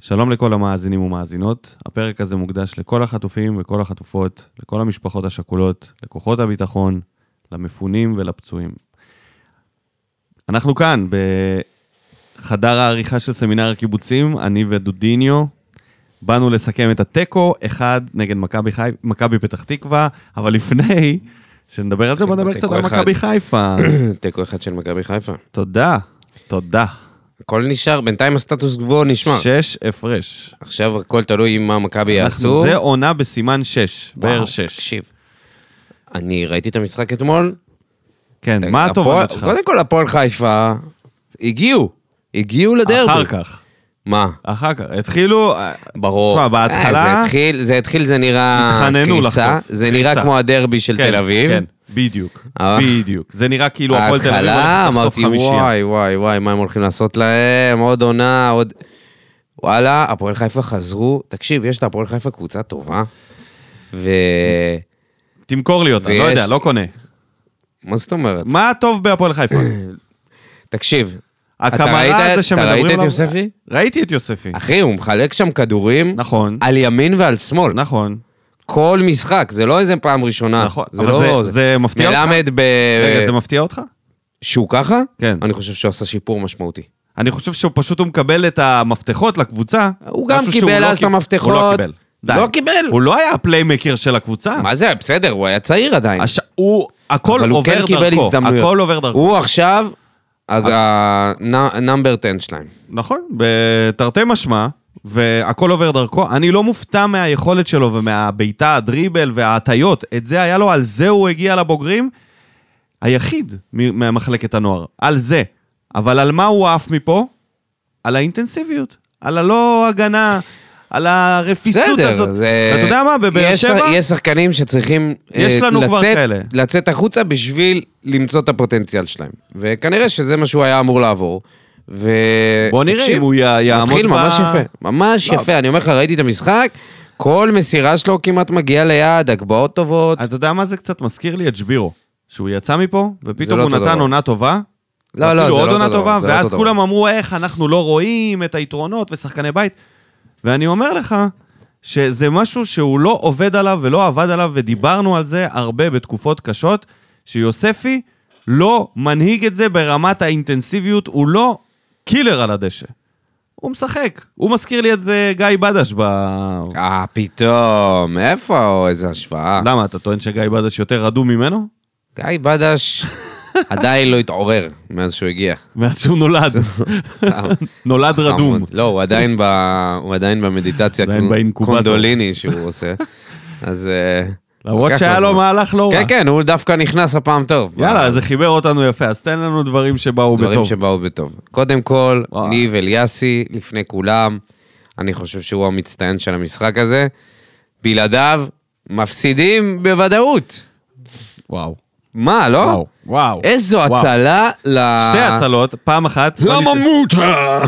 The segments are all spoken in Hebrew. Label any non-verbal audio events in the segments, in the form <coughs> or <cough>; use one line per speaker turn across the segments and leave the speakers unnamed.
שלום לכל המאזינים ומאזינות. הפרק הזה מוקדש לכל החטופים וכל החטופות, לכל המשפחות השכולות, לכוחות הביטחון, למפונים ולפצועים. אנחנו כאן, בחדר העריכה של סמינר הקיבוצים, אני ודודיניו. באנו לסכם את התיקו, אחד נגד מכבי חי... מכבי פתח תקווה, אבל לפני שנדבר על זה, בוא נדבר
תיקו
קצת על
אחד.
מכבי חיפה.
<clears throat> תיקו אחד של מכבי חיפה.
תודה, תודה.
הכל נשאר, בינתיים הסטטוס קוו נשמר.
שש הפרש.
עכשיו הכל תלוי עם מה מכבי
אנחנו,
יעשו.
זה עונה בסימן 6, באר
וואו,
6.
תקשיב. אני ראיתי את המשחק אתמול.
כן, מה
הפועל-
התובנות שלך?
קודם כל, הפועל חיפה הגיעו. הגיעו לדרבי.
אחר כך,
מה?
אחר כך. התחילו, אה,
ברור.
תשמע,
אה,
בהתחלה-
זה התחיל, זה התחיל, זה נראה...
התחננו
קריסה.
לחטוף.
זה נראה
קריסה.
כמו הדרבי של
כן,
תל אביב.
כן, בדיוק,
אה.
בדיוק. זה נראה כאילו הפועל תל אביב
ההתחלה,
הולכת לחטוף
אמרתי,
חמישייה.
וואי, וואי, וואי, מה הם הולכים לעשות להם, עוד עונה, עוד... וואלה, הפועל חיפה חזרו. תקשיב, יש להפועל חיפה קבוצה טובה, ו...
תמכור לי אותה, לא
ויש-
יודע, לא קונה.
מה זאת אומרת?
מה הטוב בהפועל <clears throat> חיפה?
תקשיב, אתה
הקמרה
ראית
הזה
אתה
שמדברים
ראית את
עליו-
יוספי?
ראיתי את יוספי.
אחי, הוא מחלק שם כדורים
נכון,
על ימין ועל שמאל.
נכון.
כל משחק, זה לא איזה פעם ראשונה.
נכון,
זה
אבל
לא...
זה- זה מפתיע אותך?
מלמד ב...
רגע, זה מפתיע אותך?
שהוא ככה?
כן.
אה- אני חושב שהוא עשה שיפור משמעותי.
אני חושב שהוא פשוט הוא מקבל את המפתחות לקבוצה.
הוא גם
משהו שהוא
קיבל
לא
אז את
קיב-
המפתחות.
הוא לא קיבל. די.
לא קיבל.
הוא לא היה הפליימקר של הקבוצה.
מה זה, בסדר, הוא היה צעיר עדיין.
הש... כן. הוא, הכל
אבל הוא
עובר
כן
דרכו.
קיבל הזדמנויות.
הכל עובר דרכו. הוא...
הוא עכשיו הנאמבר 10 שלהם.
נכון, בתרתי משמע, והכל עובר דרכו. אני לא מופתע מהיכולת שלו ומהבעיטה, הדריבל וההטיות. את זה היה לו, על זה הוא הגיע לבוגרים. היחיד מ- ממחלקת הנוער, על זה. אבל על מה הוא עף מפה? על האינטנסיביות, על הלא הגנה, על הרפיסות הזאת.
בסדר, זה...
אתה יודע מה, בבאר
יש-
שבע...
יש שחקנים שצריכים...
יש
אה,
לנו כבר
לצאת-
כאלה.
לצאת החוצה בשביל למצוא את הפוטנציאל שלהם. וכנראה שזה מה שהוא היה אמור לעבור. ו...
בוא נראה
תקשיב,
אם הוא י- יעמוד
מתחיל
ב-
ממש יפה, ממש
לא.
יפה. אני אומר לך, ראיתי את המשחק, כל מסירה שלו כמעט מגיעה ליעד, הגבהות טובות.
אתה יודע מה זה קצת מזכיר לי את שבירו, שהוא יצא מפה, ופתאום
לא
הוא
אותו
נתן
דבר.
עונה טובה.
לא, לא, זה
אפילו עוד
לא אותו
עונה
דבר,
טובה,
זה לא
ואז
אותו
כולם אמרו, איך אנחנו לא רואים את היתרונות ושחקני בית. ואני אומר לך שזה משהו שהוא לא עובד עליו ולא עבד עליו, ודיברנו על זה הרבה בתקופות קשות, שיוספי לא מנהיג את זה ברמת האינטנסיביות, הוא לא קילר על הדשא. הוא משחק. הוא מזכיר לי את אה, גיא בדש ב...
אה, פתאום, איפה, איזה השוואה.
למה, אתה טוען שגיא בדש יותר רדום ממנו?
גיא
<laughs>
בדש עדיין לא התעורר מאז שהוא הגיע.
מאז שהוא
<laughs>
נולד.
סתם.
נולד רדום.
חמוד. לא, הוא עדיין, ב... הוא עדיין במדיטציה
עדיין
קונ-
באינקובטור.
קונדוליני שהוא עושה. אז... אה,
למרות
לקח
שהיה לו
זמן.
מהלך לא רע.
כן, כן, הוא דווקא נכנס הפעם טוב.
יאללה, זה חיבר אותנו יפה, אז תן לנו דברים שבאו
דברים
בטוב.
שבאו בטוב. קודם כל,
וואו.
ניב אליאסי, לפני כולם, אני חושב שהוא המצטיין של המשחק הזה. בלעדיו, מפסידים בוודאות.
וואו.
מה, לא?
וואו. וואו.
איזו
וואו.
הצלה ל...
שתי הצלות, פעם אחת. לא ניתן-
מוטה?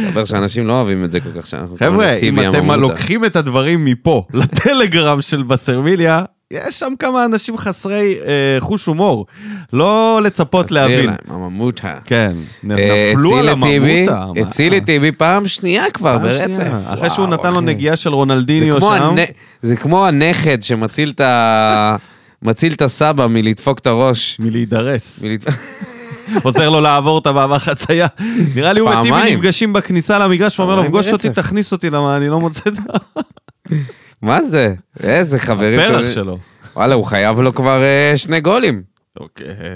מסתבר שאנשים לא אוהבים את זה כל כך שאנחנו...
חבר'ה,
קוראים
אם
לטיבי
אתם
הממוטה.
לוקחים את הדברים מפה <laughs> לטלגרם של בסרמיליה, יש שם כמה אנשים חסרי אה, חוש הומור. לא לצפות
תסביר
להבין.
להם, הממוטה.
כן, נ-
אה,
נפלו על
הציל את טיבי,
הממותה. מה-
הציל את טיבי פעם שנייה כבר
פעם
ברצף.
שנייה, אחרי שהוא
וואו,
נתן לו
אחי.
נגיעה של
זה
רונלדיניו
כמו
שם.
הנ- זה כמו הנכד שמציל את ה... מציל את הסבא מלדפוק את הראש.
מלהידרס.
מלדפ- <laughs>
עוזר לו לעבור את המעבר חצייה. נראה לי הוא וטיבי
פעמיים.
נפגשים בכניסה למגרש, הוא אומר לו,
פעמיים
פגוש אותי,
ברצף."
תכניס אותי, למה אני לא מוצא את
מה זה? איזה חברים.
הפרח
טובים.
שלו.
וואלה, הוא חייב לו כבר אה, שני גולים.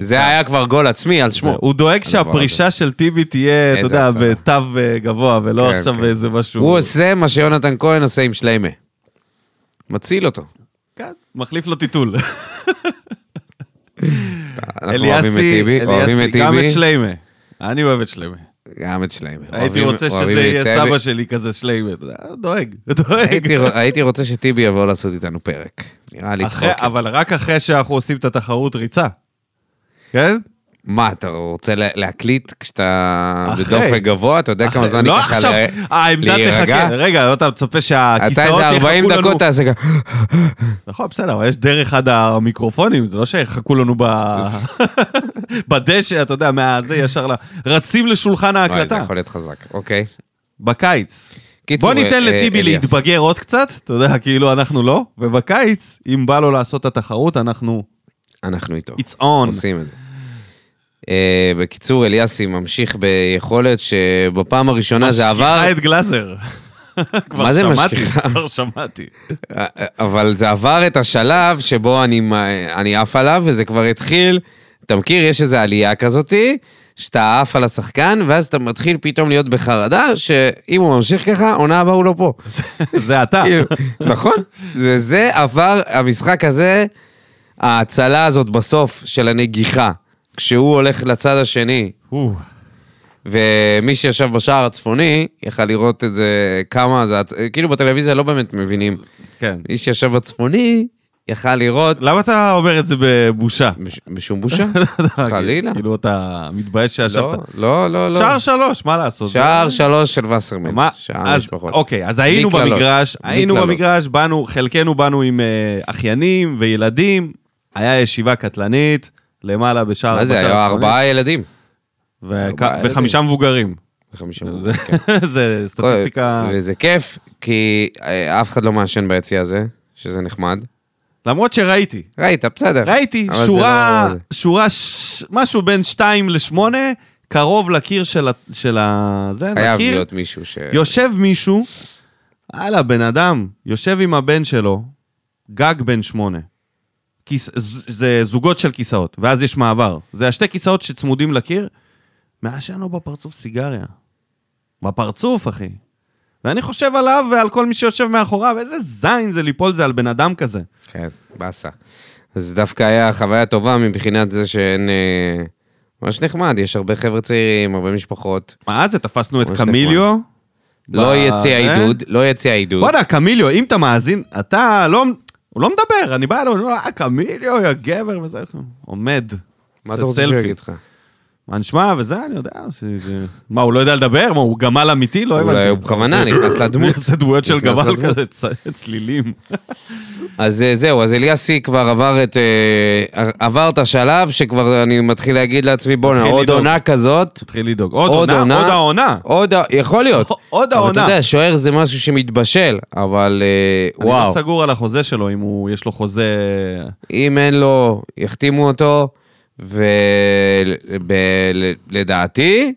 זה לא היה כבר גול עצמי על שמו.
אוקיי. אה. הוא דואג שהפרישה של טיבי תהיה, אתה
איזה
יודע,
הצלה.
בתו אה, גבוה, ולא
כן,
עכשיו
כן.
איזה משהו...
הוא עושה מה שיונתן כהן עושה עם שליימה. מציל אותו.
כן, מחליף לו טיטול. <laughs>
אנחנו אוהבים את
אליאסי,
טיבי, אוהבים את
אליאסי, גם את
טיבי,
שליימה. אני אוהב את שליימה.
גם את שליימה.
הייתי
אוהבים-
רוצה
אוהבים
שזה
את
יהיה
טיבי.
סבא שלי כזה שליימה. אתה יודע, דואג, דואג.
הייתי רוצ- הייתי רוצה שטיבי יבוא לעשות איתנו פרק. נראה לי
אחרי-
צחוק.
אבל רק אחרי שאנחנו עושים את התחרות ריצה. כן?
מה, אתה רוצה לה- להקליט כשאתה
אחרי.
בדופק גבוה? אתה יודע כמה
אחרי-
זמן
לא
ייקח לך
עכשיו,
ל-
העמדה
להירגע?
תחכה. רגע, אתה מצפה
אתה
שהכיסאות
איזה 40
יחכו לנו.
דקות תעשה ככה.
נכון, בסדר, אבל יש דרך עד המיקרופונים, זה לא שיחכו לנו ב- <laughs> בדשא, אתה יודע, מהזה ישר ל... רצים לשולחן
וואי, זה
ההקלטה.
יכול להיות חזק, אוקיי.
בקיץ.
קיצור,
בוא ניתן
אה,
לטיבי
אליאס.
להתבגר עוד קצת, אתה יודע, כאילו אנחנו לא, ובקיץ, אם בא לו לעשות את התחרות, אנחנו,
אנחנו איתו.
it's on.
עושים את זה. אה, בקיצור, אליאסי ממשיך ביכולת שבפעם הראשונה זה עבר,
משכיחה את גלאזר. <laughs>
מה
כבר
זה
שמעתי,
משכיחה?
כבר שמעתי.
אה, אה, אבל זה עבר את השלב שבו אני מ- אני עף עליו, וזה כבר התחיל. אתה מכיר, יש איזו עלייה כזאתי, שאתה עף על השחקן, ואז אתה מתחיל פתאום להיות בחרדה, שאם הוא ממשיך ככה, עונה הבאה הוא לא פה.
זה אתה.
כאילו, נכון. וזה עבר, המשחק הזה, ההצלה הזאת בסוף של הנגיחה, כשהוא הולך לצד השני,
או,
ומי שישב בשער הצפוני, יכל לראות את זה כמה זה, הצ- כאילו בטלוויזיה לא באמת מבינים.
כן.
מי שישב בצפוני, יכל לראות,
למה אתה אומר את זה בבושה?
בש-
<laughs>
בשום בושה,
לא,
אה, חלילה.
כאילו אתה מתבייש
לא,
שישבת.
לא, לא, לא.
שער שלוש, מה לעשות? לא-
שער שלוש של וסרמן.
מה?
שער
אז,
משפחות.
אוקיי, אז היינו
בלי קללות.
במגרש,
בלי
היינו
קללות.
במגרש, באנו, חלקנו באנו עם אה, אחיינים וילדים, היה ישיבה קטלנית, למעלה בשער...
מה זה,
בשער
היו
הצפוני,
ארבעה ילדים.
וכ-
ארבעה ילדים. אוקיי.
וחמישה מבוגרים.
חמישה.
זה- זה <laughs> סטטיסטיקה...
וזה כיף, כי אה, אף אחד לא מעשן ביציע הזה, שזה נחמד.
למרות שראיתי,
ראית, בסדר.
ראיתי
אבל זה
שורה,
לא זה.
שורה, ש- משהו בין 2 ל-8, קרוב לקיר של ה... של ה... זה,
חייב
לקיר.
להיות מישהו ש...
יושב מישהו, וואלה, בן אדם, יושב עם הבן שלו, גג בן שמונה. כיס, ז- זה זוגות של כיסאות, ואז יש מעבר. זה השתי כיסאות שצמודים לקיר, מעשן לו בפרצוף סיגריה. בפרצוף, אחי. ואני חושב עליו ועל כל מי שיושב מאחוריו, איזה זין זה ליפול זה על בן אדם כזה.
כן, באסה. אז דווקא היה חוויה טובה מבחינת זה שאין... אה, ממש נחמד, יש הרבה חבר'ה צעירים, הרבה משפחות.
מה זה, תפסנו את
ממש נחמד.
קמיליו? ב-
לא יציע
זה?
עידוד, לא יציע עידוד.
אה? בואנה, קמיליו, אם אתה מאזין, אתה לא... הוא לא מדבר, אני בא אליו, אני אומר, אה, קמיליו, יא גבר, וזה, עומד.
מה
עושה
אתה רוצה
סלפי.
שהוא יגיד לך?
מה נשמע, וזה, אני יודע. זה- זה- מה, הוא לא יודע לדבר? מה, הוא גמל אמיתי? לא הבנתי.
אולי
<laughs>
הוא בכוונה נכנס לדמות.
זה דמויות של
נכנס
גמל
לדמות.
כזה, צ- צלילים.
אז אה, זהו, אז אליאסי כבר עבר את... אה, עבר את השלב שכבר אני מתחיל להגיד לעצמי, בואנה,
מתחיל
עוד
לדאוג."
עונה כזאת,
התחיל לדאוג. עוד עונה? עוד העונה.
עוד ה- יכול להיות.
<laughs> עוד
אבל אתה
העונה.
יודע, שוער זה משהו שמתבשל, אבל אה,
אני לא
וואו,
סגור על החוזה שלו, אם הוא- יש לו חוזה...
אם אין לו, יחתימו אותו, ולדעתי,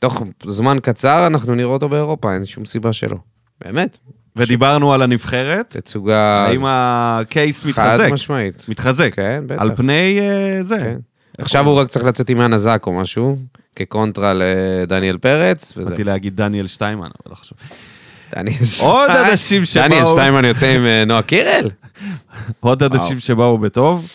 תוך זמן קצר אנחנו נראה אותו באירופה, אין שום סיבה שלא. באמת,
ודיברנו על הנבחרת,
תצוגה
האם הקייס
חד
מתחזק?
משמעית.
מתחזק.
כן, בטח.
על פני אה, זה.
כן. עכשיו הוא רק צריך לצאת עם הנזק או משהו, כקונטרה לדניאל פרץ, וזהו.
באתי להגיד דניאל שטיימן, אבל לא חשוב.
דניאל
עוד
שטיין-
אנשים שבאו-
דניאל שטיימן יוצא עם אה, נועה <laughs> קירל?
עוד אנשים שבאו בטוב.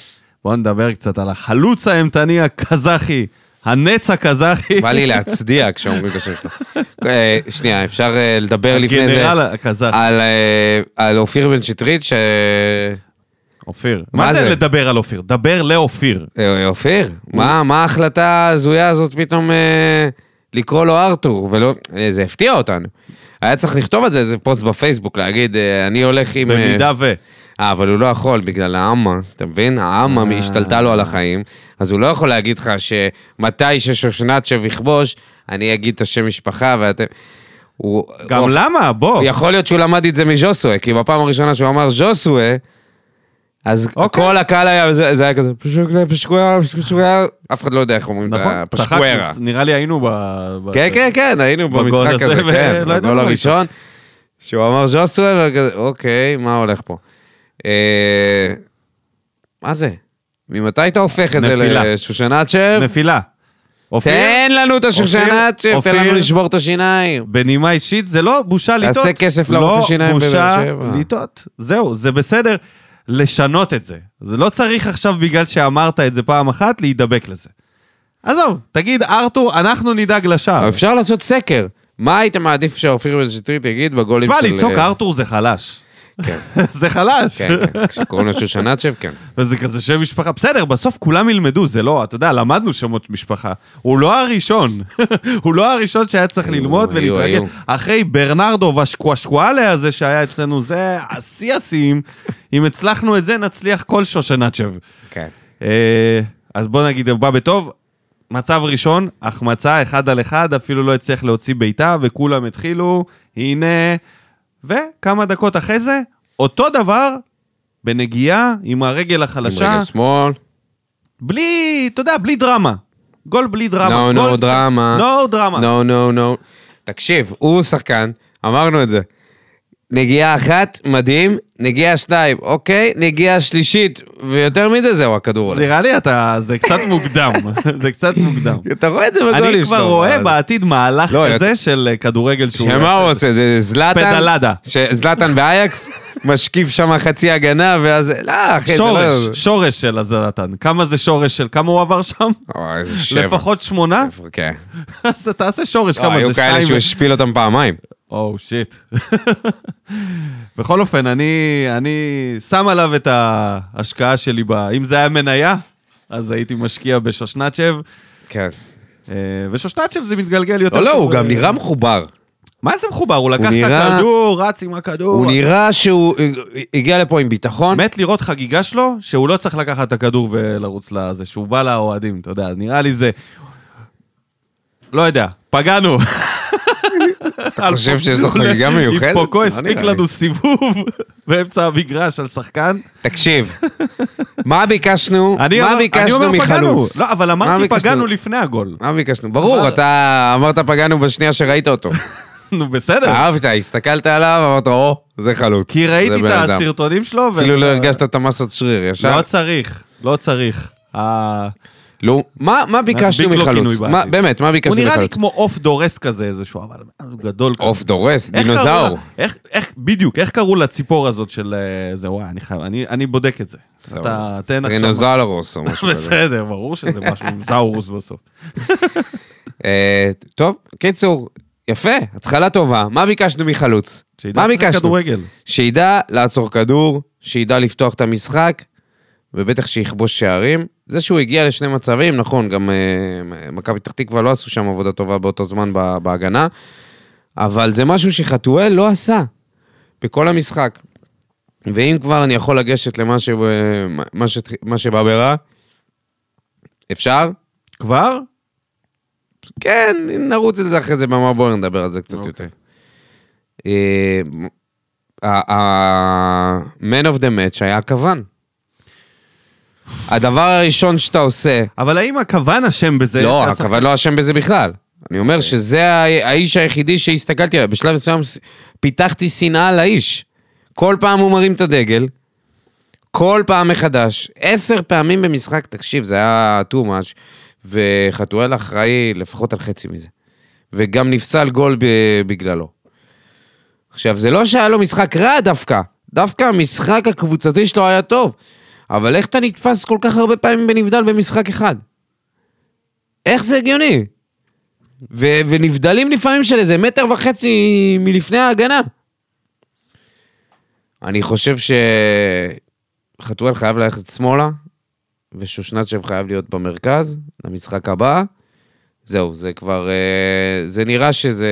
בואו נדבר קצת על החלוץ האימתני הקזחי, הנץ הקזחי.
בא לי להצדיע כשאומרים את השם שלו. אה, שנייה, אפשר אה, לדבר לפני זה
הגנרל הקזחי,
על, אה, על אופיר בן שטרית, ש...
אופיר.
מה
מה זה
זה?
לדבר על אופיר? דבר לאופיר.
אה, אופיר, מה מה ההחלטה ההזויה הזאת פתאום אה, לקרוא לו ארתור? ולא... אה, זה הפתיע אותנו. היה צריך לכתוב את זה, איזה פוסט בפייסבוק, להגיד, אה, אני הולך עם... אה,
במידה ו...
אה, אבל הוא לא יכול בגלל האמה, אתה מבין? האמה
אה.
השתלטה לו על החיים, אז הוא לא יכול להגיד לך שמתי ששושנצ'ב יכבוש, אני אגיד את השם משפחה ואתם... הוא...
גם
הוא-
למה? בוא.
יכול להיות שהוא למד את זה מז'וסווה, כי בפעם הראשונה שהוא אמר ז'וסווה, אז
אוקיי.
כל הקהל היה, זה זה היה כזה, פשקווירה, פשקווירה, פשקווירה, אף אחד לא יודע איך אומרים,
נכון?
פשקווירה.
צחקנו, נראה לי היינו ב... ב-
כן, כן, כן, היינו
בגול
במשחק
הזה,
הזה,
ולא
כן,
ידענו
בגול
מה
הראשון, שהוא אמר ז'וסווה, וכזה, אוקיי, מה הולך פה? אה, מה זה? ממתי אתה הופך את זה
נפילה.
לשושנצ'ב?
נפילה. אופיר,
תן לנו את השושנצ'ב, תן
אופיר.
לנו לשבור את השיניים.
בנימה אישית, זה לא בושה
תעשה
לטעות.
כסף לרופא שיניים בבאר
לא
שבע.
בושה לטעות. זהו, זה בסדר לשנות את זה. זה לא צריך עכשיו, בגלל שאמרת את זה פעם אחת, להידבק לזה. עזוב, תגיד, ארתור, אנחנו נדאג לשער.
אפשר לעשות סקר. מה היית מעדיף שאופיר בן שטרית יגיד בגולים
תשמע,
של... אה,
לצעוק ארתור זה חלש. <laughs>
כן,
זה חלש.
כן, כן. כשקוראים לו שושנצ'ב, כן.
וזה כזה שם משפחה. בסדר, בסוף כולם ילמדו, זה לא, אתה יודע, למדנו שמות משפחה. הוא לא הראשון. <laughs> הוא לא הראשון שהיה צריך
היו,
ללמוד
היו,
ולהתרגל.
היו.
אחרי ברנרדו והשקואשקואלה הזה שהיה אצלנו, זה השיא השיאים. אם הצלחנו את זה, נצליח כל שושנצ'ב.
כן.
אה, אז בוא נגיד, הוא בא בטוב. מצב ראשון, החמצה אחד על אחד, אפילו לא הצליח להוציא בעיטה, וכולם התחילו, הנה... וכמה דקות אחרי זה, אותו דבר, בנגיעה, עם הרגל
עם
החלשה,
רגל שמאל,
בלי, אתה יודע, בלי דרמה. גול בלי דרמה.
no
גול-
no דרמה.
No דרמה.
no no no. תקשיב, הוא שחקן, אמרנו את זה. נגיעה אחת, מדהים, נגיעה שתיים, אוקיי, נגיעה שלישית, ויותר מזה זהו הכדור הולך.
נראה לי אתה, זה קצת מוקדם, <laughs> זה קצת מוקדם.
אתה רואה את לא, זה בגולים
אני כבר רואה
אבל-
בעתיד מהלך
לא,
כזה של אה, כדורגל שהוא...
שמה
<laughs>
הוא עושה? זה זלאטן?
פדלדה.
שזלאטן באייקס משקיף שם חצי הגנה, ואז... לא, אחי, זה לא...
שורש, שורש של הזלטן. כמה זה שורש של, כמה הוא עבר שם?
אוי, איזה שבע.
לפחות שמונה?
כן.
<laughs> אז אתה תעשה שורש,
לא,
כמה
היו
זה
כאלה
שתיים?
שהוא השפיל אותם פעמיים.
או, שיט. <laughs> בכל אופן, אני, אני שם עליו את ההשקעה שלי, ב... אם זה היה מניה, אז הייתי משקיע בשושנצ'ב,
כן.
אה, ושושנצ'ב זה מתגלגל יותר
לא, לא,
טוב,
הוא גם
אה,
נראה מחובר.
מה זה מחובר? הוא לקח
נראה-
את הכדור, רץ עם הכדור.
הוא נראה שהוא
אה,
הגיע לפה עם ביטחון.
מת לראות חגיגה שלו, שהוא לא צריך לקחת את הכדור ולרוץ לזה, שהוא בא לאוהדים, אתה יודע, נראה לי זה... לא יודע, פגענו.
אתה חושב שיש לו חגיגה מיוחדת?
אם פוקו
לא
הספיק
נראה לי.
לנו סיבוב <laughs> באמצע המגרש על שחקן.
תקשיב, מה ביקשנו?
אני
מה
אמר- אני
ביקשנו
אומר פגענו.
מחלוץ?
לא, אבל אמרתי
ביקשנו?
פגענו לפני הגול. <laughs>
מה ביקשנו? ברור,
אבל-
אתה אמרת פגענו בשנייה שראית
<laughs>
אותו.
נו, בסדר.
אהבת, הסתכלת עליו, אמרת, או, זה חלוץ.
כי ראיתי
אה, זה בן
את
אדם."
הסרטונים שלו, ו-
אפילו לא הרגשת את המסת שריר, ישר.
לא צריך, לא צריך. אה,
לא, מה מה ביקשנו
נדביק לו
מחלוץ?
כינוי
מה-
בעתיד.
באמת, מה
הוא
ביקשנו
נראה לי
מחלוץ?
כמו עוף דורס כזה, איזשהו, אבל הוא גדול כזה.
עוף דורס,
איך קראו
דינוזאור.
לה- איך, איך, בדיוק, איך קראו לציפור הזאת של... אה, זה וואי, אני חייב, אני, אני בודק את זה.
זהו.
אתה תן עכשיו...
טרינוזלרוס או משהו כזה.
בסדר, ברור שזה משהו עם זאורוס בסוף.
אה, טוב, קיצור, יפה, התחלה טובה. מה ביקשנו מחלוץ?
שידע
מה
לשחק
ביקשנו?
לא כדורגל.
שידע לעצור כדור, שידע לפתוח את המשחק, ובטח שיכבוש שערים. זה שהוא הגיע לשני מצבים, נכון, גם אה, מכבי פתח תקווה לא עשו שם עבודה טובה באותו זמן ב- בהגנה, אבל זה משהו שחתואל לא עשה בכל המשחק. ואם כבר אני יכול לגשת למה ש... מה ש... מה שבא ברע, אפשר?
כבר?
כן, נרוץ את זה אחרי זה, במה בואו נדבר על זה קצת
אוקיי.
יותר. אה, ה- ה- man of the match היה הכוון. הדבר הראשון שאתה עושה,
אבל האם הכוון אשם בזה?
לא,
שהשחק-
הכוון לא אשם בזה בכלל. אני אומר שזה ה- האיש היחידי שהסתכלתי עליו. בשלב מסוים ס- פיתחתי שנאה לאיש. כל פעם הוא מרים את הדגל, כל פעם מחדש, עשר פעמים במשחק, תקשיב, זה היה too much, וחתואל אחראי לפחות על חצי מזה. וגם נפסל גול ב- בגללו. עכשיו, זה לא שהיה לו משחק רע דווקא, דווקא המשחק הקבוצתי שלו היה טוב, אבל איך אתה נתפס כל כך הרבה פעמים בנבדל במשחק אחד? איך זה הגיוני? ו- ונבדלים לפעמים של איזה מטר וחצי מלפני ההגנה. אני חושב שחתואל חייב ללכת שמאלה, ושושנצ'ב חייב להיות במרכז, למשחק הבא. זהו, זה כבר... אה, זה נראה שזה,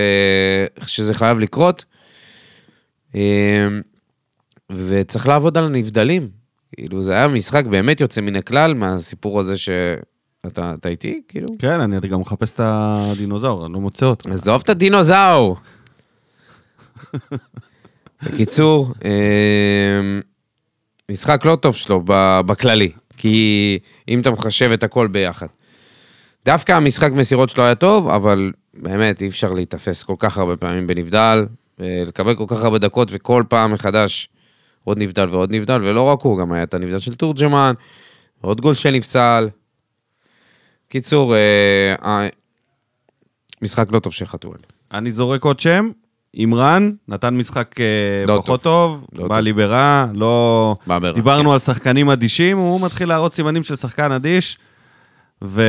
שזה חייב לקרות. אה, וצריך לעבוד על הנבדלים. כאילו, זה היה משחק באמת יוצא מן הכלל מהסיפור הזה ש... אתה, אתה איתי? כאילו?
כן, אני גם מחפש את הדינוזאור, אני לא מוצא אותו.
עזוב את הדינוזאור. בקיצור, אמ, משחק לא טוב שלו ב- בכללי, כי אם אתה מחשב את הכל ביחד. דווקא המשחק מסירות שלו היה טוב, אבל באמת אי אפשר להיתפס כל כך הרבה פעמים בנבדל, אה, לקבל כל כך הרבה דקות וכל פעם מחדש עוד נבדל ועוד נבדל, ולא רק הוא, גם היה את הנבדל של תורג'מן, עוד גול שנפסל. קיצור, אה, אה, משחק לא טוב של חתואל.
אני זורק עוד שם, אימרן, נתן משחק אה,
לא
פחות טוב,
לא
בא
טוב.
לי ברע, לא...
בא ברע, כן.
דיברנו על שחקנים אדישים, הוא מתחיל להראות סימנים של שחקן אדיש, ו...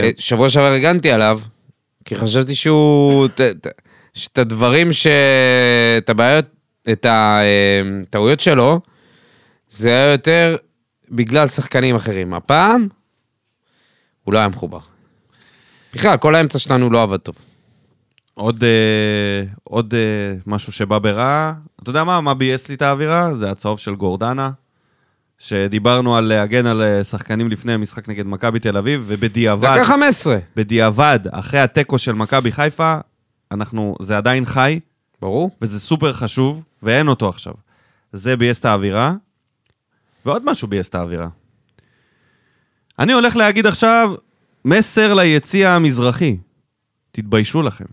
כן.
אה, שבוע שעבר הגנתי עליו, כי חשבתי שהוא... ת- ת- שאת הדברים ש... את הבעיות, את הטעויות שלו, זה היה יותר בגלל שחקנים אחרים. הפעם, הוא לא היה מחובר. בכלל, כל האמצע שלנו לא עבד טוב.
עוד, אה, עוד אה, משהו שבא ברע, אתה יודע מה, מה ביאס לי את האווירה? זה הצהוב של גורדנה, שדיברנו על להגן על אה, שחקנים לפני המשחק נגד מכבי תל אביב, ובדיעבד,
דקה 15.
בדיעבד, אחרי התיקו של מכבי חיפה, אנחנו, זה עדיין חי,
ברור.
וזה סופר חשוב, ואין אותו עכשיו. זה ביאס את האווירה, ועוד משהו ביאס את האווירה. אני הולך להגיד עכשיו מסר ליציע המזרחי. תתביישו לכם.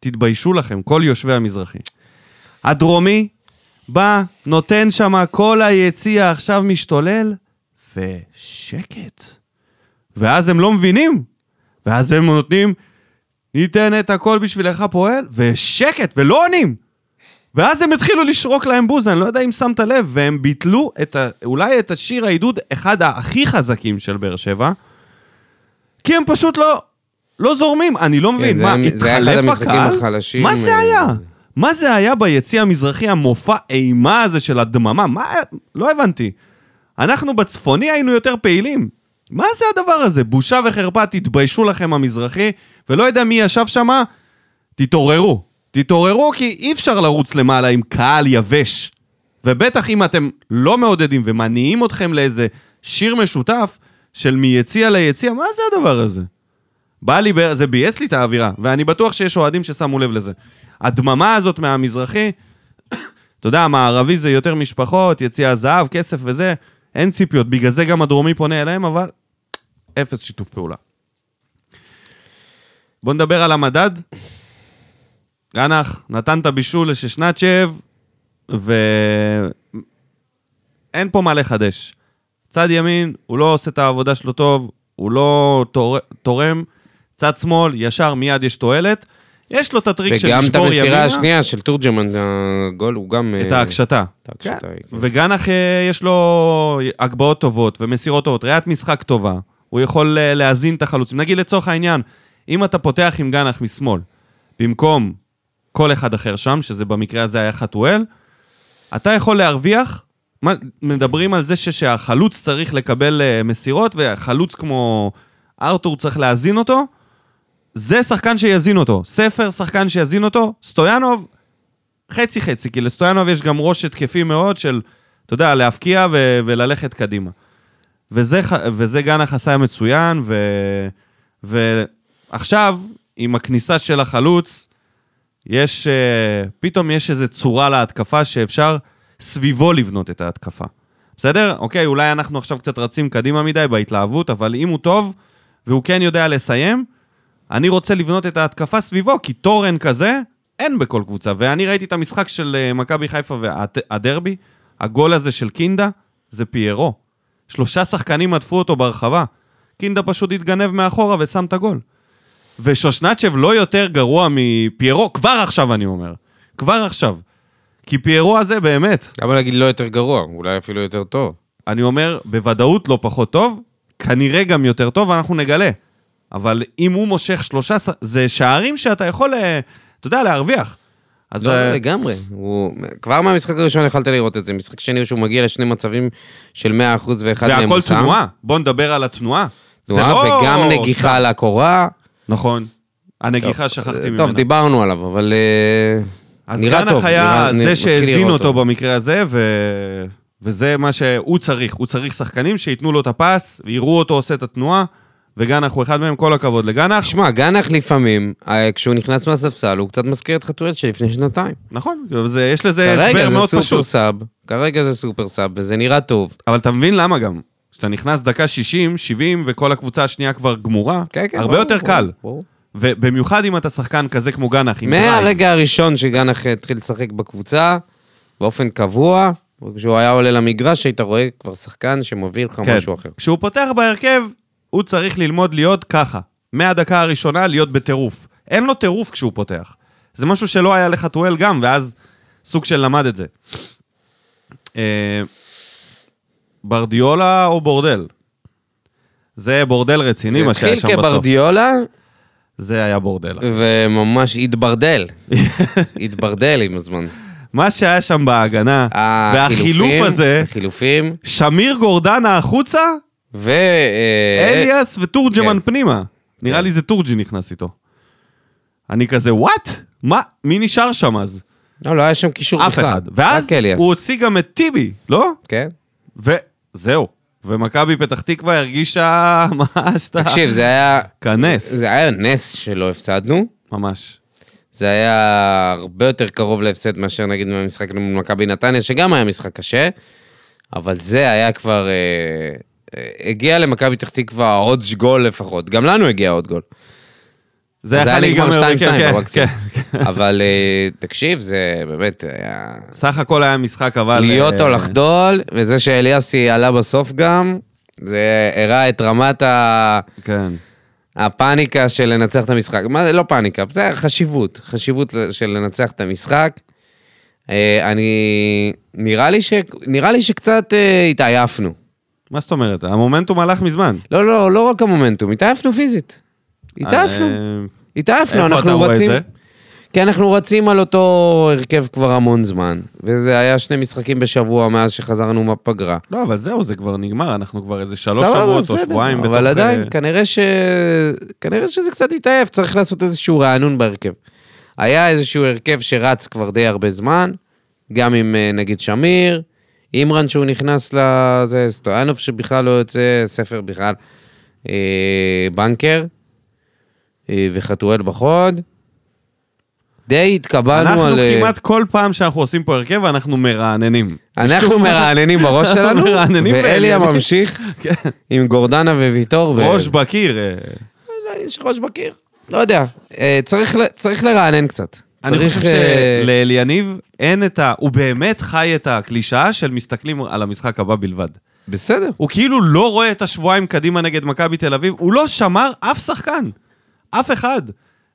תתביישו לכם, כל יושבי המזרחי. הדרומי בא, נותן שם, כל היציע עכשיו משתולל, ושקט. ואז הם לא מבינים, ואז הם נותנים ניתן את הכל בשבילך פועל, ושקט, ולא עונים. ואז הם התחילו לשרוק להם בוז, אני לא יודע אם שמת לב, והם ביטלו את ה... אולי את השיר העידוד, אחד הכי חזקים של באר שבע, כי הם פשוט לא, לא זורמים, אני לא מבין,
כן, זה
מה,
היה- זה היה אחד
התחלף
המשחקים
הקהל?
החלשים,
מה זה
אה,
היה? מה זה היה ביציע המזרחי, המופע אימה הזה של הדממה? מה... לא הבנתי. אנחנו בצפוני היינו יותר פעילים. מה זה הדבר הזה? בושה וחרפה, תתביישו לכם המזרחי, ולא יודע מי ישב שמה, תתעוררו. תתעוררו כי אי אפשר לרוץ למעלה עם קהל יבש. ובטח אם אתם לא מעודדים ומניעים אתכם לאיזה שיר משותף של מיציע ליציע, מה זה הדבר הזה? בא לי, ב- זה ביאס לי את האווירה, ואני בטוח שיש אוהדים ששמו לב לזה. הדממה הזאת מהמזרחי, אתה יודע, המערבי זה יותר משפחות, יציע זהב, כסף וזה, אין ציפיות. בגלל זה גם הדרומי פונה אליהם, אבל אפס שיתוף פעולה. בוא נדבר על המדד. גנח נתן את הבישול לששנצ'ב, ואין פה מה לחדש. צד ימין, הוא לא עושה את העבודה שלו טוב, הוא לא תור... תורם. צד שמאל, ישר, מיד יש תועלת. יש לו את הטריק של
וגם את
לשבור ימינה.
המסירה השנייה של תורג'מן, הגול הוא גם...
את
אה,
ההקשתה.
את
כן.
ההקשתה, כן.
וגנח אה, יש לו הגבהות טובות ומסירות טובות, ראיית משחק טובה, הוא יכול אה, להזין את החלוצים. נגיד לצורך העניין, אם אתה פותח עם גנח משמאל, במקום כל אחד אחר שם, שזה במקרה הזה היה חתואל, אתה יכול להרוויח, מה- מדברים על זה ש- שהחלוץ צריך לקבל אה, מסירות, וחלוץ כמו ארתור צריך להזין אותו, זה שחקן שיזין אותו. ספר, שחקן שיזין אותו, סטויאנוב, חצי חצי, כי לסטויאנוב יש גם ראש התקפי מאוד של, אתה יודע, להפקיע ו- וללכת קדימה. וזה, ח- וזה גנח עשה מצוין, ו- ועכשיו, עם הכניסה של החלוץ, יש, אה, פתאום יש איזו צורה להתקפה שאפשר סביבו לבנות את ההתקפה. בסדר? אוקיי, אולי אנחנו עכשיו קצת רצים קדימה מדי בהתלהבות, אבל אם הוא טוב, והוא כן יודע לסיים, אני רוצה לבנות את ההתקפה סביבו, כי תורן כזה אין בכל קבוצה. ואני ראיתי את המשחק של אה, מכבי חיפה והדרבי, הגול הזה של קינדה, זה פיירו. שלושה שחקנים עטפו אותו ברחבה. קינדה פשוט התגנב מאחורה ושם את הגול. ושושנצ'ב לא יותר גרוע מפיירו, כבר עכשיו אני אומר. כבר עכשיו. כי פיירו הזה באמת,
למה להגיד לא יותר גרוע? אולי אפילו יותר טוב.
אני אומר, בוודאות לא פחות טוב, כנראה גם יותר טוב, אנחנו נגלה. אבל אם הוא מושך שלושה, ש- זה שערים שאתה יכול, אה, אתה יודע, להרוויח. אז
לא,
אה,
לא, לגמרי. הוא... כבר מהמשחק הראשון יכלת לראות את זה. משחק שני שהוא מגיע לשני מצבים של 100% ואחד מהם
והכל
הוא שם.
תנועה. בוא נדבר על התנועה. זה
תנועה,
לא
וגם
סתם.
נגיחה לקורה.
נכון. הנגיחה, שכחתי ממנה.
טוב, דיברנו עליו, אבל אה,
אז
נראה טוב.
גנח היה
נראה- נ-
זה
מתחיל
שהזין
לראות
אותו במקרה הזה, ו... וזה מה שהוא צריך. הוא צריך שחקנים שייתנו לו את הפס, ויראו אותו עושה את התנועה, וגנח הוא אחד מהם, כל הכבוד לגנח.
תשמע, גנח לפעמים, אה, כשהוא נכנס מהספסל, הוא קצת מזכיר את חתואל שלפני שנתיים.
נכון, זה, יש לזה
כרגע
הסבר
זה
מאוד
סופר
פשוט.
סאב, כרגע זה סופר סאב, וזה נראה טוב.
אבל אתה מבין למה גם? כשאתה נכנס דקה 60, 70, וכל הקבוצה השנייה כבר גמורה,
כן, כן,
הרבה
ברור,
יותר
ברור,
קל.
ברור.
ובמיוחד אם אתה שחקן כזה כמו גנח, עם דרייב.
מהרגע הראשון שגנח התחיל לשחק בקבוצה, באופן קבוע, כשהוא היה עולה למגרש, היית רואה כבר שחקן שמוביל לך
כן.
משהו אחר.
כשהוא פותח בהרכב, הוא צריך ללמוד להיות ככה. מהדקה הראשונה להיות בטירוף. אין לו טירוף כשהוא פותח. זה משהו שלא היה לחתואל גם, ואז סוג של למד את זה. אה, ברדיולה או בורדל? זה בורדל רציני, מה שהיה שם
התחיל
בסוף.
כברדיולה,
זה היה בורדל. <laughs>
וממש התברדל. התברדל עם הזמן.
מה שהיה שם בהגנה, והחילוף
אה, החילופים,
הזה,
החילופים,
שמיר גורדנה החוצה,
ו... אה,
אליאס וטורג'מן
כן.
פנימה. נראה
כן.
לי זה טורג'י נכנס איתו. אני כזה, וואט? מה? מי נשאר שם אז?
לא, לא היה שם קישור
אף
בכלל.
אחד. ואז
רק אליאס.
הוא הוציא גם את טיבי, לא?
כן.
ו- זהו. ומכבי פתח תקווה הרגישה <laughs> מה שאתה...
תקשיב, זה היה...
<laughs> כנס,
זה היה נס שלא הפסדנו.
ממש.
זה היה הרבה יותר קרוב להפסד מאשר נגיד במשחק מול מכבי נתניה, שגם היה משחק קשה, אבל זה היה כבר... אה, אה, הגיע למכבי פתח תקווה עוד גול לפחות, גם לנו הגיע עוד גול.
זה יכול להיגמר,
נגמר 2-2
כן, כן,
במקסימום.
כן.
אבל אה, תקשיב, זה באמת היה...
סך הכל היה משחק, אבל...
להיות
אה,
או לחדול, וזה שאליאסי עלה בסוף גם, זה הראה את רמת ה...
כן.
הפאניקה של לנצח את המשחק. מה זה לא פאניקה, זה חשיבות, חשיבות של לנצח את המשחק. אה, אני... נראה לי, ש... נראה לי שקצת אה, התעייפנו.
מה זאת אומרת? המומנטום הלך מזמן.
לא, לא, לא רק המומנטום, התעייפנו פיזית. התעייפנו,
אה,
התעייפנו,
איפה אתה
אנחנו
רואה את
רצים...
זה?
כי אנחנו רצים על אותו הרכב כבר המון זמן, וזה היה שני משחקים בשבוע מאז שחזרנו מהפגרה.
לא, אבל זהו, זה כבר נגמר, אנחנו כבר איזה שלוש
סבבה,
שבועות או
בסדר,
לא שבועיים
אבל עדיין,
אה,
כנראה, ש... כנראה שזה קצת התעייף, צריך לעשות איזשהו רענון בהרכב. היה איזשהו הרכב שרץ כבר די הרבה זמן, גם עם אה, נגיד שמיר, אימרן שהוא נכנס לזה, סטויאנוב שבכלל לא יוצא, ספר בכלל, אה, בנקר, אה, וחתואל בחוד. די התקבלנו
אנחנו
על... אה,
כמעט כל פעם שאנחנו עושים פה הרכב, אנחנו מרעננים.
אנחנו מרעננים בראש שלנו,
<laughs> מרעננים
ואלי
ואלה.
הממשיך
כן.
עם גורדנה וויטור. ו-
ראש בקיר. אה.
לא, יש ראש בקיר. לא יודע, אה, צריך, ל- צריך לרענן קצת.
אני
צריך,
חושב
אה,
שלאליניב אין את ה... הוא באמת חי את הקלישאה של מסתכלים על המשחק הבא בלבד.
בסדר.
הוא כאילו לא רואה את השבועיים קדימה נגד מכבי תל אביב, הוא לא שמר אף שחקן, אף אחד.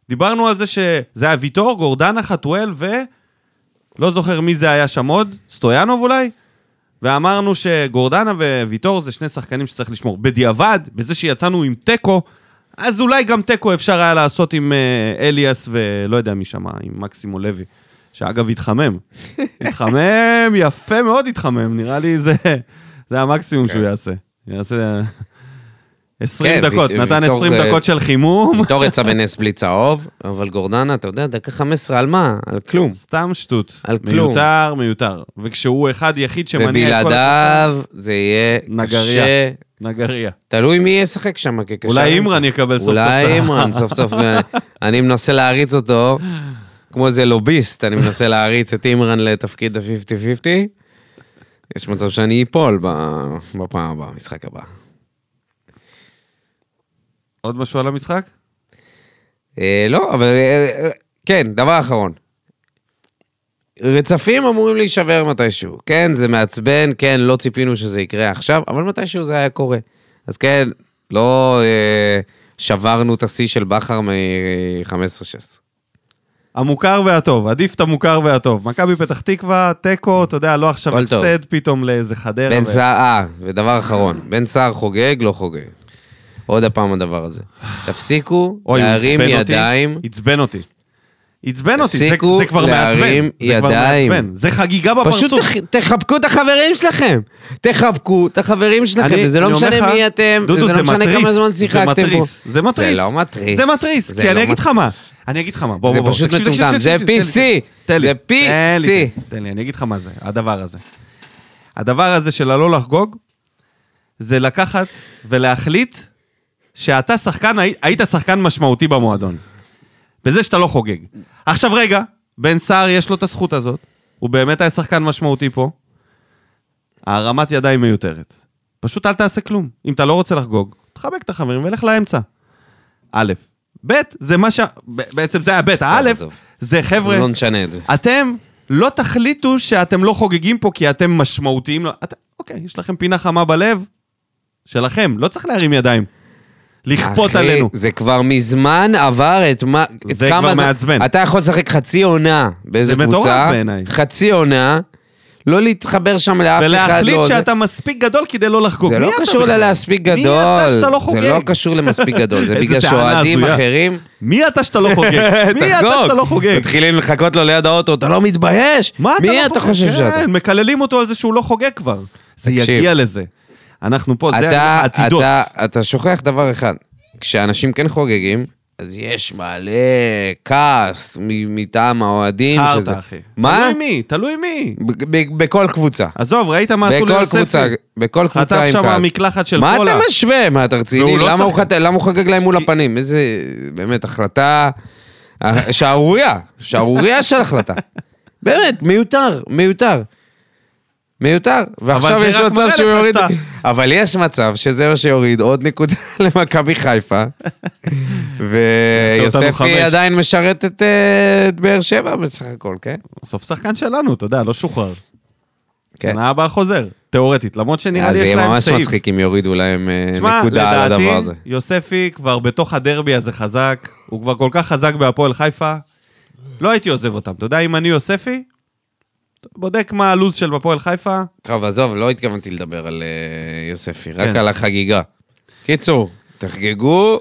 דיברנו על זה שזה היה ויטור, גורדנה, חתואל ו... לא זוכר מי זה היה שם עוד, סטויאנוב אולי? ואמרנו שגורדנה וויטור זה שני שחקנים שצריך לשמור. בדיעבד, בזה שיצאנו עם תיקו, אז אולי גם תיקו אפשר היה לעשות עם אה, אליאס ולא יודע מי שם, עם מקסימו לוי. שאגב,
<laughs>
התחמם. התחמם, יפה מאוד התחמם, נראה לי זה, זה המקסימום שהוא יעשה. יעשה 20
כן,
דקות,
וית-
נתן
ויטור
20
זה-
דקות של חימום.
ויטור יצא בנס בלי צהוב, אבל גורדנה, אתה יודע, דקה 15 על מה? על כלום.
סתם שטות.
על כלום.
מיותר, מיותר. וכשהוא אחד יחיד שמניע את כל... הקבוצה,
ובלעדיו זה יהיה
נגריה.
קשה.
נגריה.
תלוי מי ישחק שם כקשר.
אולי
אמצע.
אימרן יקבל סוף סוף. את
אולי
ה-
אימרן, סוף סוף. <laughs> אה, אני מנסה להריץ אותו, כמו איזה לוביסט, אני מנסה להריץ את אימרן לתפקיד ה-50-50. יש מצב שאני איפול ב- בפעם הבאה, במשחק הבא.
עוד משהו על המשחק?
אה, לא, אבל אה, אה, כן, דבר אחרון. רצפים אמורים להישבר מתישהו. כן, זה מעצבן, כן, לא ציפינו שזה יקרה עכשיו, אבל מתישהו זה היה קורה. אז כן, לא אה, שברנו את השיא של בכר מ-15-16.
המוכר והטוב, עדיף את המוכר והטוב. מכבי פתח תקווה, תיקו, אתה יודע, לא עכשיו
הכל טוב.
הפסד פתאום לאיזה חדרה.
בן
ו-
סער, אה, ודבר אחרון, בן סער חוגג, לא חוגג. עוד הפעם הדבר הזה. תפסיקו
אוי, הוא
להרים
עצבן אותי.
ידיים.
עצבן אותי. עצבן אותי, זה
תפסיקו
זה כבר
להרים
מעצבן. זה כבר
ידיים.
מעצבן. זה חגיגה בפרצוף.
פשוט תח, תחבקו את החברים שלכם. תחבקו את החברים שלכם,
אני-
וזה לא
אני אומר
משנה
לך,
מי אתם,
דודו,
וזה
זה
לא משנה
מתריס,
כמה זמן
זה
שיחקתם פה.
מתריס, זה מתריס.
זה לא מתריס.
זה מתריס,
זה
כי
לא
אני אגיד לך מה.
מתריס.
אני אגיד לך מה, בוא,
זה
בוא, בוא.
פשוט
תקשיב, תקשיב,
מטומטם,
תקשיב,
זה
תקשיב, תן לי, תן לי,
PC. זה
תן לי,
PC.
תן לי, אני אגיד לך מה זה, הדבר הזה. הדבר הזה של הלא לחגוג, זה לקחת ולהחליט שאתה שחקן, הי- היית שחקן משמעותי במועדון. בזה שאתה לא חוגג. עכשיו רגע, בן סער יש לו את הזכות הזאת, הוא באמת היה שחקן משמעותי פה. הרמת ידיים מיותרת. פשוט אל תעשה כלום. אם אתה לא רוצה לחגוג, תחבק את החברים ולך לאמצע. א', ב', זה מה ש... ב- בעצם זה הב', האלף,
עזוב.
זה חבר'ה,
לא נשנה את זה.
אתם לא תחליטו שאתם לא חוגגים פה כי אתם משמעותיים. לא- אתם- אוקיי, יש לכם פינה חמה בלב, שלכם, לא צריך להרים ידיים. לכפות
אחי,
עלינו.
זה כבר מזמן עבר את מה... את
זה
כמה
כבר מעצבן.
אתה יכול לשחק חצי עונה באיזה
זה
קבוצה.
מטורף בעיניי.
חצי עונה, לא להתחבר שם לאף אחד.
ולהחליט
לא, זה-
שאתה מספיק גדול כדי לא לחגוג.
זה
מי
לא
אתה
קשור
בכלל?
ללהספיק גדול.
מי אתה שאתה לא חוגג?
זה לא קשור למספיק גדול, זה
איזה
בגלל
טענה
שאוהדים
הזויה.
אחרים...
מי אתה שאתה
<laughs>
לא חוגג? מי אתה
תחגוג.
שאתה לא חוגג?
מתחילים לחכות לו ליד האוטו, אתה לא מתבייש?
מה אתה לא
מי
חוגג?
אתה חושב שאתה?
כן, מקללים אותו על זה שהוא לא חוגג כבר. זה
תקשיב.
יגיע לזה. אנחנו פה, כן, זה
אתה-
העתידות.
אתה- אתה שוכח דבר אחד, כשאנשים כן חוגגים, אז יש מלא כעס מ- מטעם האוהדים.
חרטא,
שזה-
אחי.
מה?
תלוי מי, תלוי מי.
ב- ב- בכל קבוצה.
עזוב, ראית מה עשו
בכל
ליוספי?
קבוצה, בכל קבוצה
חטף
עם
שם
קהל.
מקלחת של
מה
קולה.
אתה משווה? מה, אתה רציני?
והוא לא
למה הוא
שחק.
חט- למה הוא חגג להם מול הפנים? איזה, באמת, החלטה... אה, שערורייה, שערורייה של החלטה. <laughs> באמת, מיותר, מיותר. מיותר, ועכשיו
זה
יש
רק
מצב
מראה
שהוא
לך
יוריד,
שאתה-
אבל יש מצב שזה מה שיוריד עוד נקודה <laughs> למכבי
<laughs>
חיפה,
יעשה אותנו
ויוספי
חמש.
עדיין משרת את אה, את באר שבע בסך הכל, כן?
בסוף שחקן שלנו, אתה יודע, לא שוחרר.
כן.
שנה הבאה חוזר, תיאורטית, למרות שנראה
אז
לי יש
יהיה
להם
ממש
סעיף.
מצחיק אם יורידו להם אה,
תשמע,
נקודה על
לדעתי,
הדבר הזה.
יוספי כבר בתוך הדרבי הזה חזק, הוא כבר כל כך חזק בהפועל חיפה, לא הייתי עוזב אותם. אתה יודע, אם אני יוספי, בודק מה הלו"ז של הפועל חיפה,
טוב, עזוב, לא התכוונתי לדבר על אה, יוספי, רק
כן.
על החגיגה. קיצור, תחגגו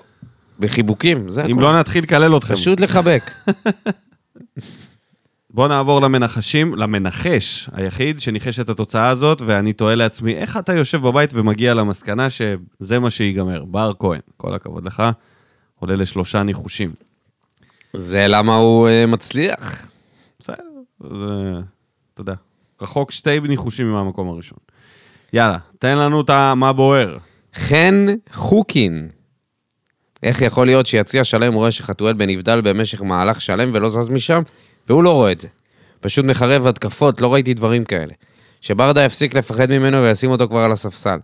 בחיבוקים, זה
אם
הכול.
לא נתחיל לקלל אתכם.
פשוט לחבק.
בואו נעבור למנחשים, למנחש היחיד שניחש את התוצאה הזאת, ואני תוהה לעצמי, איך אתה יושב בבית ומגיע למסקנה שזה מה שיגמר? בר כהן, כל הכבוד לך, עולה לשלושה ניחושים.
זה למה הוא אה, מצליח.
בסדר, זה... אתה יודע. רחוק שתי ניחושים מהמקום הראשון. יאללה, תן לנו את ה- מה בוער.
חן חוקין. איך יכול להיות שיציע שלם רואה שחתואל בנבדל במשך מהלך שלם ולא זז משם, והוא לא רואה את זה. פשוט מחרב התקפות, לא ראיתי דברים כאלה. שברדה יפסיק לפחד ממנו וישים אותו כבר על הספסל.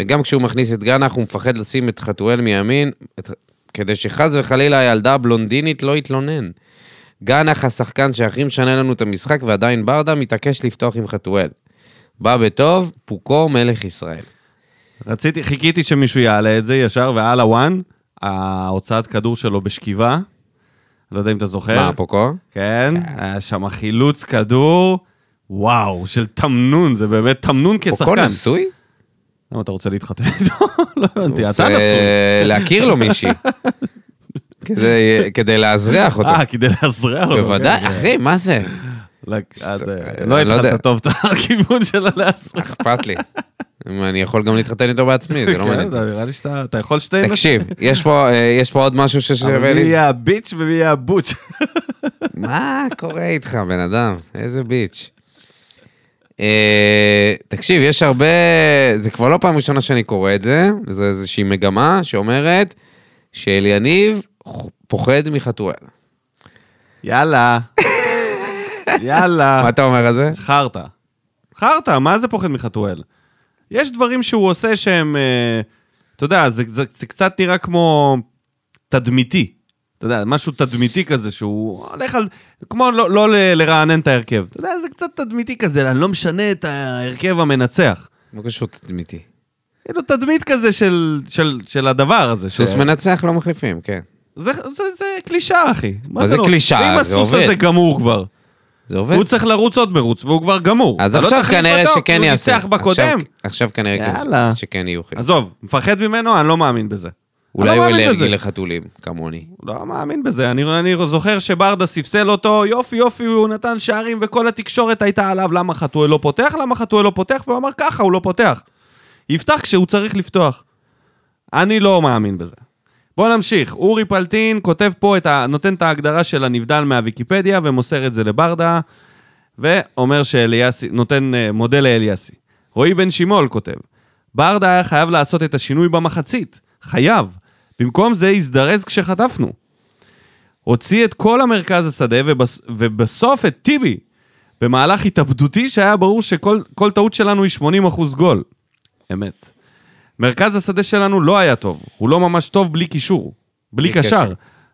וגם כשהוא מכניס את גנח, הוא מפחד לשים את חתואל מימין, את... כדי שחס וחלילה הילדה הבלונדינית לא יתלונן. גנח השחקן שהכי משנה לנו את המשחק, ועדיין ברדה מתעקש לפתוח עם חתואל. בא בטוב, פוקו מלך ישראל.
רציתי, חיכיתי שמישהו יעלה את זה ישר, ועל הוואן, ההוצאת כדור שלו בשכיבה. לא יודע אם אתה זוכר.
מה, פוקו?
כן, היה שם חילוץ כדור, וואו, של תמנון, זה באמת תמנון
פוקו
כשחקן.
נשוי?
למה אתה רוצה להתחתן איתו? <laughs> לא הבנתי, אתה
רוצה
נשוי.
להכיר לו
<laughs>
מישהי. כדי- כדי לאזרח אותו.
אה, כדי לאזרח אותו.
בוודאי,
כן, זה-
אחי, מה זה?
לא, אה, זה-
אני
לא
לא יודע.
התחלת טוב את הכיוון של הלאזרח.
אכפת לי. אם אני יכול גם להתחתן איתו בעצמי, זה לא
כן,
מעניין.
אתה- נראה לי שאתה אתה יכול שתי נשים.
תקשיב, יש פה, אה, יש פה עוד משהו
אבל
ששווה
מי
לי?
יהיה הביץ' ומי יהיה הבוץ'. <laughs>
מה קורה איתך, בן אדם? איזה ביץ'. אה, תקשיב, יש הרבה... זה כבר לא פעם ראשונה שאני קורא את זה, זו איזושהי מגמה שאומרת שאליניב פוחד מחתואל.
יאללה. יאללה.
מה אתה אומר על זה?
חרטא. חרטא, מה זה פוחד מחתואל? יש דברים שהוא עושה שהם, אה, אתה יודע, זה, זה, זה קצת נראה כמו תדמיתי. אתה יודע, משהו תדמיתי כזה שהוא הולך על... כמו לא, לא ל- לרענן את ההרכב. אתה יודע, זה קצת תדמיתי כזה, אני לא משנה את ההרכב המנצח.
מה לא קשור תדמיתי?
כאילו תדמית כזה של, של, של הדבר הזה.
סוס מנצח לא מחליפים, כן.
זה, זה, זה קלישאה, אחי. לא?
מה זה קלישאה?
אם
זה
הסוס
עובד.
הזה גמור כבר.
זה עובד.
הוא צריך לרוץ עוד מרוץ, והוא כבר גמור.
אז
אתה לא
עכשיו
תחליף
כנראה
אותו,
שכן יעשו.
הוא ניצח בקודם.
עכשיו- עכשיו כנראה כן-
יאללה.
שכן יהיו חילופים.
עזוב, מפחד ממנו, אני לא מאמין בזה.
אולי
אני לא
הוא
מאמין
אלרגי
בזה.
לחתולים, כמוני.
לא מאמין בזה, אני, אני זוכר שברדה ספסל אותו, יופי יופי, הוא נתן שערים וכל התקשורת הייתה עליו, למה חתואל לא פותח, למה חתואל לא פותח, והוא אמר ככה, הוא לא פותח. יפתח כשהוא צריך לפתוח. אני לא מאמין בזה. בואו נמשיך, אורי פלטין כותב פה, את ה... נותן את ההגדרה של הנבדל מהוויקיפדיה ומוסר את זה לברדה, ואומר שאליאסי, נותן אה, מודה לאליאסי. רועי בן שימול כותב, ברדה היה חייב לעשות את השינוי במחצית, חייב. במקום זה הזדרז כשחטפנו. הוציא את כל המרכז השדה ובס... ובסוף את טיבי, במהלך התאבדותי שהיה ברור שכל כל טעות שלנו היא 80% גול. אמת. מרכז השדה שלנו לא היה טוב, הוא לא ממש טוב בלי קישור, בלי,
בלי
קשר.
קשר.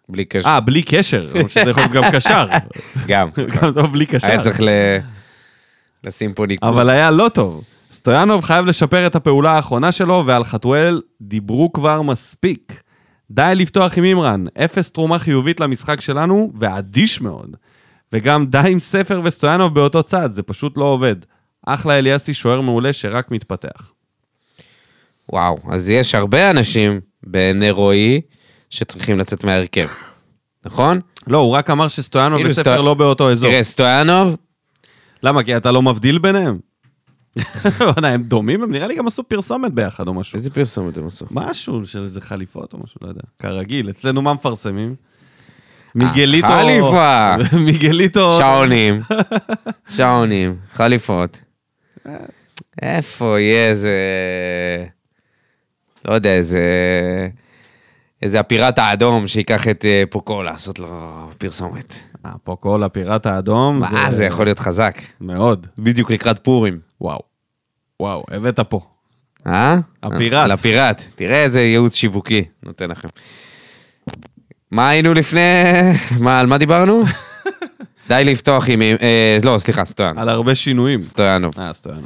בלי קשר.
אה, בלי קשר, למרות שזה יכול להיות גם קשר.
גם.
<laughs> גם טוב בלי קשר.
<laughs> היה צריך ל- לשים פה ניקוד.
אבל היה לא טוב. סטויאנוב חייב לשפר את הפעולה האחרונה שלו, ועל חתואל דיברו כבר מספיק. די לפתוח עם אימרן, אפס תרומה חיובית למשחק שלנו, ואדיש מאוד. וגם די עם ספר וסטויאנוב באותו צד, זה פשוט לא עובד. אחלה אליאסי, שוער מעולה שרק מתפתח.
וואו, אז יש הרבה אנשים בעיני רועי שצריכים לצאת מההרכב, נכון?
לא, הוא רק אמר שסטויאנוב
כאילו
וספר
סטו-
לא באותו אזור.
תראה, סטויאנוב,
למה? כי אתה לא מבדיל ביניהם? <laughs> וואלה, הם דומים, הם נראה לי גם עשו פרסומת ביחד או משהו.
איזה פרסומת הם עשו?
משהו של איזה חליפות או משהו, לא יודע. כרגיל, אצלנו מה מפרסמים? מיגליטו...
חליפה.
<laughs> מיגליטו...
<laughs> שעונים, שעונים, חליפות. אה. איפה יהיה איזה... לא יודע, איזה... איזה הפיראט האדום שייקח את אה, פוקו לעשות לו פרסומת.
אה, פה כל הפיראט האדום.
מה, זה יכול להיות חזק.
מאוד.
בדיוק לקראת פורים.
וואו. וואו, הבאת פה.
אה?
הפיראט.
על הפיראט. תראה איזה ייעוץ שיווקי נותן לכם. מה היינו לפני... מה, על מה <laughs> דיברנו? די לפתוח עם... אה, לא, סליחה, סטויאנוב.
על הרבה שינויים.
סטויאנוב.
אה, סטויאנו.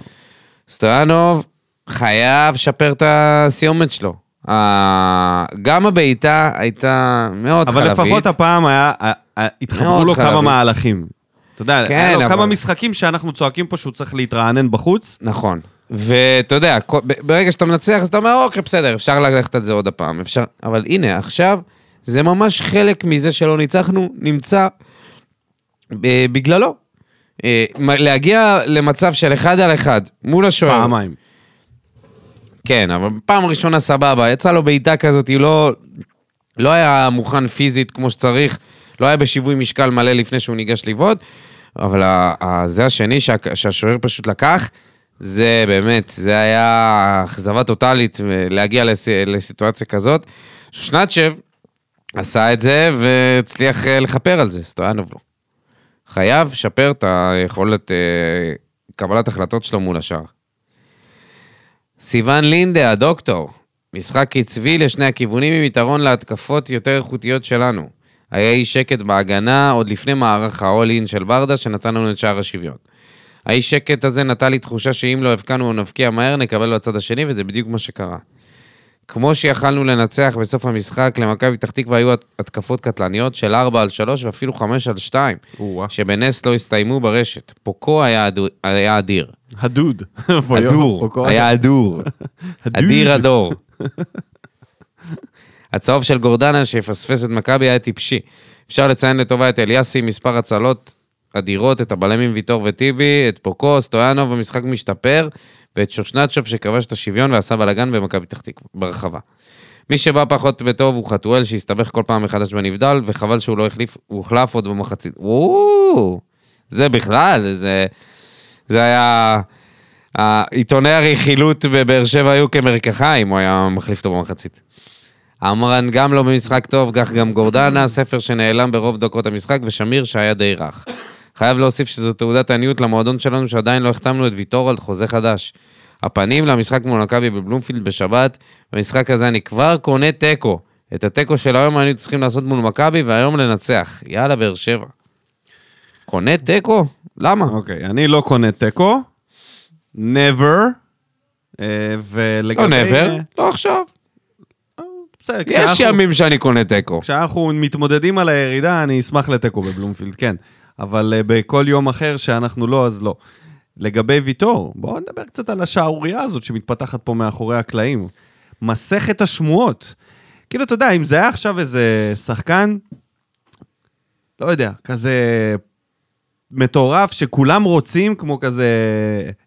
סטויאנוב חייב לשפר את הסיומת שלו. אה, גם הבעיטה הייתה מאוד
אבל
חלבית.
לפחות הפעם היה, ה- ה- התחברו
מאוד
לו כמה
חלבית.
מהלכים. אתה יודע,
כן,
היה לו
אבל-
כמה משחקים שאנחנו צועקים פה שהוא צריך להתרענן בחוץ.
נכון. ואתה יודע, כל- ב- ברגע שאתה מנצח, אז אתה אומר, אוקיי, בסדר, אפשר ללכת על זה עוד הפעם. אפשר... אבל הנה, עכשיו, זה ממש חלק מזה שלא ניצחנו, נמצא אה, בגללו. אה, מ- להגיע למצב של אחד על אחד מול השוער.
פעמיים.
כן, אבל פעם ראשונה סבבה, יצא לו בעיטה כזאת, היא לא, לא היה מוכן פיזית כמו שצריך, לא היה בשיווי משקל מלא לפני שהוא ניגש לבעוט, אבל ה, ה, זה השני שה, שהשוער פשוט לקח, זה באמת, זה היה אכזבה טוטאלית אה, להגיע לס, לסיטואציה כזאת. שושנצ'ב עשה את זה והצליח אה, לכפר על זה, סטויאנוב לא. חייב לשפר את היכולת אה, קבלת החלטות שלו מול השאר. סיון לינדה, הדוקטור. משחק קצבי לשני הכיוונים עם יתרון להתקפות יותר איכותיות שלנו. היה אי שקט בהגנה עוד לפני מערך ה-all-in של ברדה שנתן לנו את שער השוויון. האי שקט הזה נתן לי תחושה שאם לא הבקענו או נבקיע מהר נקבל בצד השני וזה בדיוק מה שקרה. כמו שיכלנו לנצח בסוף המשחק, למכבי פתח תקווה היו הת- התקפות קטלניות של 4 על 3 ואפילו 5 על 2,
או-אה.
שבנס לא הסתיימו ברשת. פוקו היה, אדו- היה אדיר.
הדוד. <laughs>
אדור, היה אדור. אדיר הדור. הצהוב של גורדנה שיפספס את מכבי היה טיפשי. אפשר לציין לטובה את אליאסי, מספר הצלות אדירות, את הבלמים ויטור וטיבי, את פוקו, סטויאנוב, המשחק משתפר, ואת שושנצ'וב שכבש את השוויון ועשה בלאגן במכבי פתח תקווה, ברחבה. מי שבא פחות בטוב הוא חתואל שהסתבך כל פעם מחדש בנבדל, וחבל שהוא לא החליף, הוא הוחלף עוד במחצית. וואו, זה בכלל, זה, זה היה... העיתוני הרכילות בבאר שבע היו כמרקחיים, הוא היה מחליף אותו במחצית. עמרן גם לא במשחק טוב, כך גם גורדנה, ספר שנעלם ברוב דקות המשחק, ושמיר שהיה די רך. חייב להוסיף שזו תעודת עניות למועדון שלנו שעדיין לא החתמנו את ויטור על חוזה חדש. הפנים למשחק מול מכבי בבלומפילד בשבת, במשחק הזה אני כבר קונה תיקו. את התיקו של היום היינו צריכים לעשות מול מכבי, והיום לנצח. יאללה, באר שבע. קונה תיקו? למה?
אוקיי, אני לא קונה תיקו. never. אה, ולגבי...
לא נעבר,
אה,
לא עכשיו.
בסדר,
יש
כשאנחנו-
ימים שאני קונה תיקו.
כשאנחנו מתמודדים על הירידה, אני אשמח לתיקו בבלומפילד, כן. אבל אה, בכל יום אחר שאנחנו לא, אז לא. לגבי ויטור, בואו נדבר קצת על השערורייה הזאת שמתפתחת פה מאחורי הקלעים. מסכת השמועות. כאילו, אתה יודע, אם זה היה עכשיו איזה שחקן, לא יודע, כזה מטורף, שכולם רוצים, כמו כזה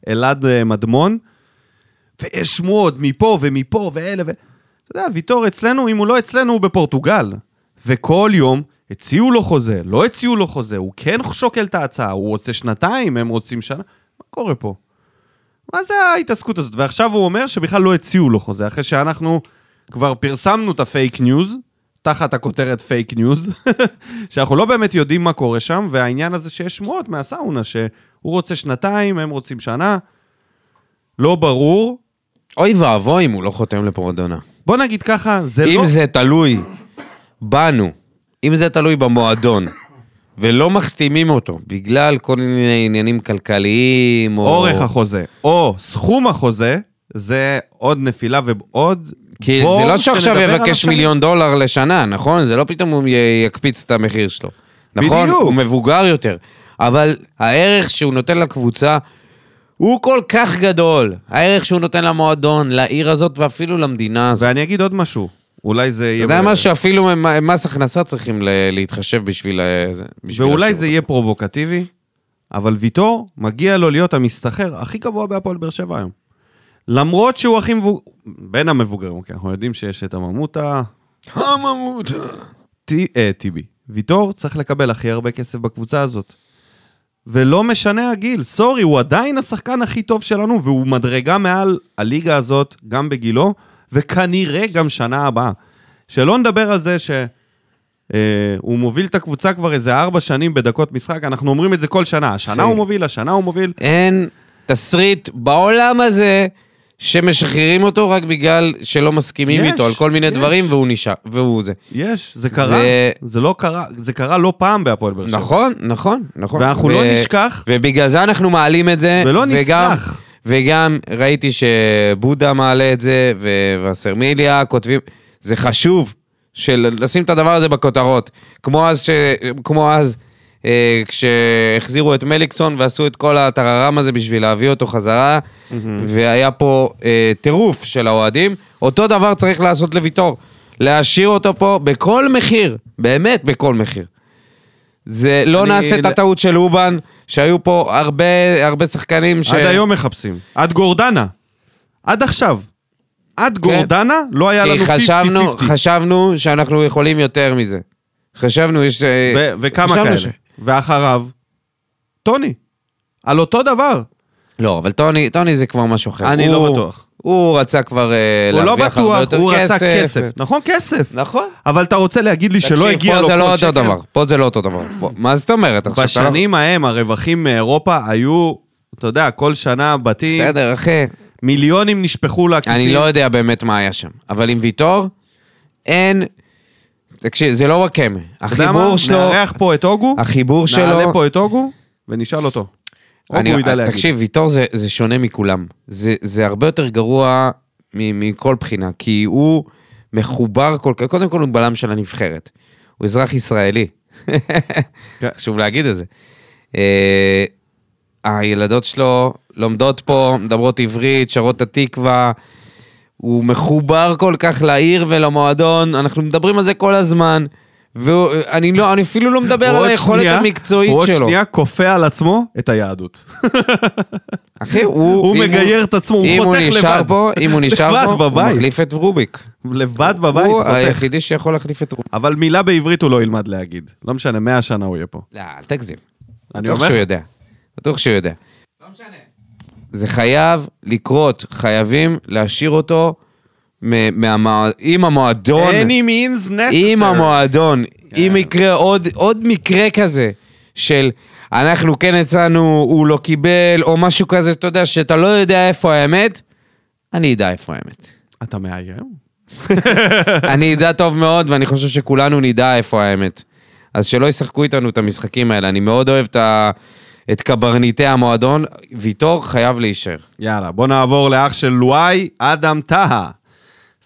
אלעד אה, מדמון, ויש שמועות מפה ומפה ואלה ו... אתה יודע, ויטור אצלנו, אם הוא לא אצלנו, הוא בפורטוגל. וכל יום הציעו לו חוזה, לא הציעו לו חוזה, הוא כן שוקל את ההצעה, הוא רוצה שנתיים, הם רוצים שנה. מה קורה פה? מה זה ההתעסקות הזאת? ועכשיו הוא אומר שבכלל לא הציעו לו חוזה, אחרי שאנחנו כבר פרסמנו את הפייק ניוז, תחת הכותרת פייק ניוז, <laughs> שאנחנו לא באמת יודעים מה קורה שם, והעניין הזה שיש שמועות מהסאונה, שהוא רוצה שנתיים, הם רוצים שנה, לא ברור.
אוי ואבוי אם הוא לא חותם לפורדונה.
בוא נגיד ככה, זה לא...
אם זה תלוי בנו, אם זה תלוי במועדון, ולא מחתימים אותו בגלל כל מיני עניינים כלכליים, או...
אורך החוזה, או סכום החוזה, זה עוד נפילה ועוד...
כי
בור
זה לא שעכשיו
שנדבר עליו
יבקש
שנים.
מיליון דולר לשנה, נכון? זה לא פתאום הוא י- יקפיץ את המחיר שלו. נכון?
בדיוק.
הוא מבוגר יותר. אבל הערך שהוא נותן לקבוצה הוא כל כך גדול. הערך שהוא נותן למועדון, לעיר הזאת ואפילו למדינה הזאת.
ואני אגיד עוד משהו, אולי זה יהיה...
אתה יודע מה שאפילו מ- מס הכנסה צריכים ל- להתחשב בשביל ה... זה- בשביל
ואולי
השירות.
זה יהיה פרובוקטיבי, אבל ויטור, מגיע לו להיות המסתחר הכי גבוה בהפועל באר שבע היום. למרות שהוא הכי מבוגר, בין המבוגרים, כי אנחנו יודעים שיש את הממותה,
הממות.
ט- אה, טיבי. ויטור צריך לקבל הכי הרבה כסף בקבוצה הזאת. ולא משנה הגיל, סורי, הוא עדיין השחקן הכי טוב שלנו, והוא מדרגה מעל הליגה הזאת, גם בגילו, וכנראה גם שנה הבאה. שלא נדבר על זה ש... אה, הוא מוביל את הקבוצה כבר איזה ארבע שנים בדקות משחק, אנחנו אומרים את זה כל שנה. השנה
אחי.
הוא מוביל, השנה הוא מוביל.
אין תסריט בעולם הזה שמשחררים אותו רק בגלל שלא מסכימים
יש,
איתו על כל מיני
יש.
דברים והוא נשאר, והוא זה.
יש, זה קרה,
זה-
זה, לא קרה, זה קרה לא פעם בהפועל באר שבע.
נכון, נכון, נכון.
ואנחנו לא נשכח.
ובגלל זה אנחנו מעלים את זה.
ולא
וגם-
נסלח.
וגם ראיתי שבודה מעלה את זה, ו- וסרמיליה כותבים, זה חשוב של לשים את הדבר הזה בכותרות. כמו אז, ש... כמו אז אה, כשהחזירו את מליקסון ועשו את כל הטררם הזה בשביל להביא אותו חזרה, והיה פה אה, טירוף של האוהדים. אותו דבר צריך לעשות לוויטור, להשאיר אותו פה בכל מחיר, באמת בכל מחיר. זה לא
אני-
נעשה את הטעות של אובן, שהיו פה הרבה, הרבה שחקנים ש...
עד היום מחפשים. עד גורדנה. עד עכשיו. עד גורדנה לא היה לנו
כן. כי
50-50.
חשבנו, חשבנו שאנחנו יכולים יותר מזה. חשבנו, יש... אה,
ו- וכמה
חשבנו
כאלה.
ש-
ואחריו, טוני. על אותו דבר.
לא, אבל טוני, טוני זה כבר משהו אחר.
אני לא
הוא-
בטוח.
הוא רצה כבר אה,
הוא לא
להרוויח הרבה
בטוח,
יותר
הוא
כסף.
רצה כסף. נכון, כסף.
נכון.
אבל אתה רוצה להגיד לי שלא
תקשיב,
הגיע לו
פה זה לא
כל
אותו
שקל?
דבר, פה זה לא אותו דבר. פה- מה זאת אומרת? עכשיו אתה לא-
בשנים ההם הרווחים מאירופה היו, אתה יודע, כל שנה בתים,
בסדר, אחי.
מיליונים נשפכו לכיסים.
אני לא יודע באמת מה היה שם. אבל עם ויטור, אין... תקשיב, זה לא רק הם.
אתה יודע מה?
החיבור שלו...
נארח פה את הוגו,
החיבור שלו...
נעלה פה את הוגו, ונשאל אותו.
אני- אה,
הוגו ידע להגיד.
תקשיב, ויטור זה, זה שונה מכולם. זה, זה הרבה יותר גרוע מ, מכל בחינה, כי הוא מחובר כל כך, קודם כל הוא בלם של הנבחרת. הוא אזרח ישראלי.
כן.
<laughs> חשוב להגיד את זה. אה, הילדות שלו לומדות פה, מדברות עברית, שרות את התקווה. הוא מחובר כל כך לעיר ולמועדון, אנחנו מדברים על זה כל הזמן. ואני לא, אני אפילו לא מדבר
הוא
על
עוד
היכולת
שנייה-
המקצועית
הוא עוד
שלו.
שנייה כופה על עצמו את היהדות.
אחי, הוא...
הוא
אם
מגייר את עצמו, הוא
אם הוא
חותך
נשאר
לבד.
פה, אם הוא נשאר
לבד
פה, הוא
בבית.
מחליף את רוביק.
לבד בבית
הוא
חותך.
היחידי שיכול להחליף את רוביק.
אבל מילה בעברית הוא לא ילמד להגיד. לא משנה, מאה שנה הוא יהיה פה.
לא, אל תגזים.
אני
בטוח
אומר
שהוא
לך.
יודע. בטוח שהוא יודע. לא זה חייב לקרות, חייבים להשאיר אותו מ- מהמוע- עם המועדון.
Any means necessary.
עם המועדון,
כן.
אם יקרה עוד, עוד מקרה כזה של אנחנו כן הצענו, הוא לא קיבל, או משהו כזה, אתה יודע, שאתה לא יודע איפה האמת, אני אדע איפה האמת.
אתה מאיים?
אני אדע טוב מאוד, ואני חושב שכולנו נדע איפה האמת. אז שלא ישחקו איתנו את המשחקים האלה. אני מאוד אוהב את, ה... את קברניטי המועדון. ויטור חייב להישאר.
יאללה, בוא נעבור לאח של לואי, אדם טהא.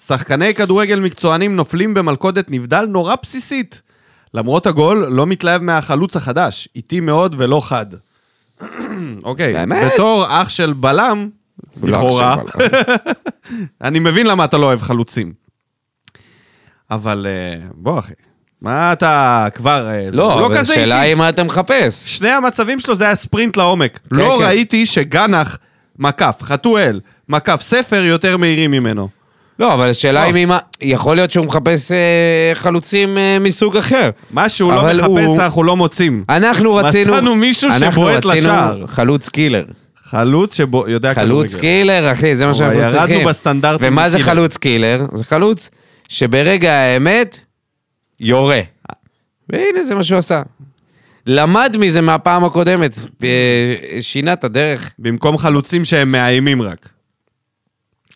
שחקני כדורגל מקצוענים נופלים במלכודת נבדל נורא בסיסית. למרות הגול, לא מתלהב מהחלוץ החדש, איטי מאוד ולא חד. <clears throat> אוקיי,
באמת?
בתור אח של בלם,
הוא לא
לכאורה,
עכשיו על-
אני מבין למה אתה לא אוהב חלוצים. אבל אה, בוא אחי, מה אתה כבר... אה, <laughs> זה- הוא
לא, אבל
כזה
השאלה
איטי.
היא מה אתה מחפש.
שני המצבים שלו זה היה ספרינט לעומק. לא
כן.
ראיתי שגנח, מקף, חתואל, מקף ספר יותר מהירים ממנו.
לא, אבל השאלה
לא.
היא ממה... יכול להיות שהוא מחפש אה, חלוצים אה, מסוג אחר.
מה שהוא לא
אבל
מחפש,
הוא-
אנחנו לא מוצאים.
אנחנו רצינו...
מצאנו מישהו
אנחנו
שבועט
רצינו
לשער.
חלוץ קילר.
חלוץ שיודע
חלוץ כן. קילר, אחי, זה מה
אבל
שאנחנו
ירדנו
צריכים.
בסטנדרטים
ומה זה
בקילר.
חלוץ קילר? זה חלוץ שברגע האמת, יורה. והנה, זה מה שהוא עשה. למד מזה מהפעם הקודמת, אה, שינה את הדרך.
במקום חלוצים שהם מאיימים רק.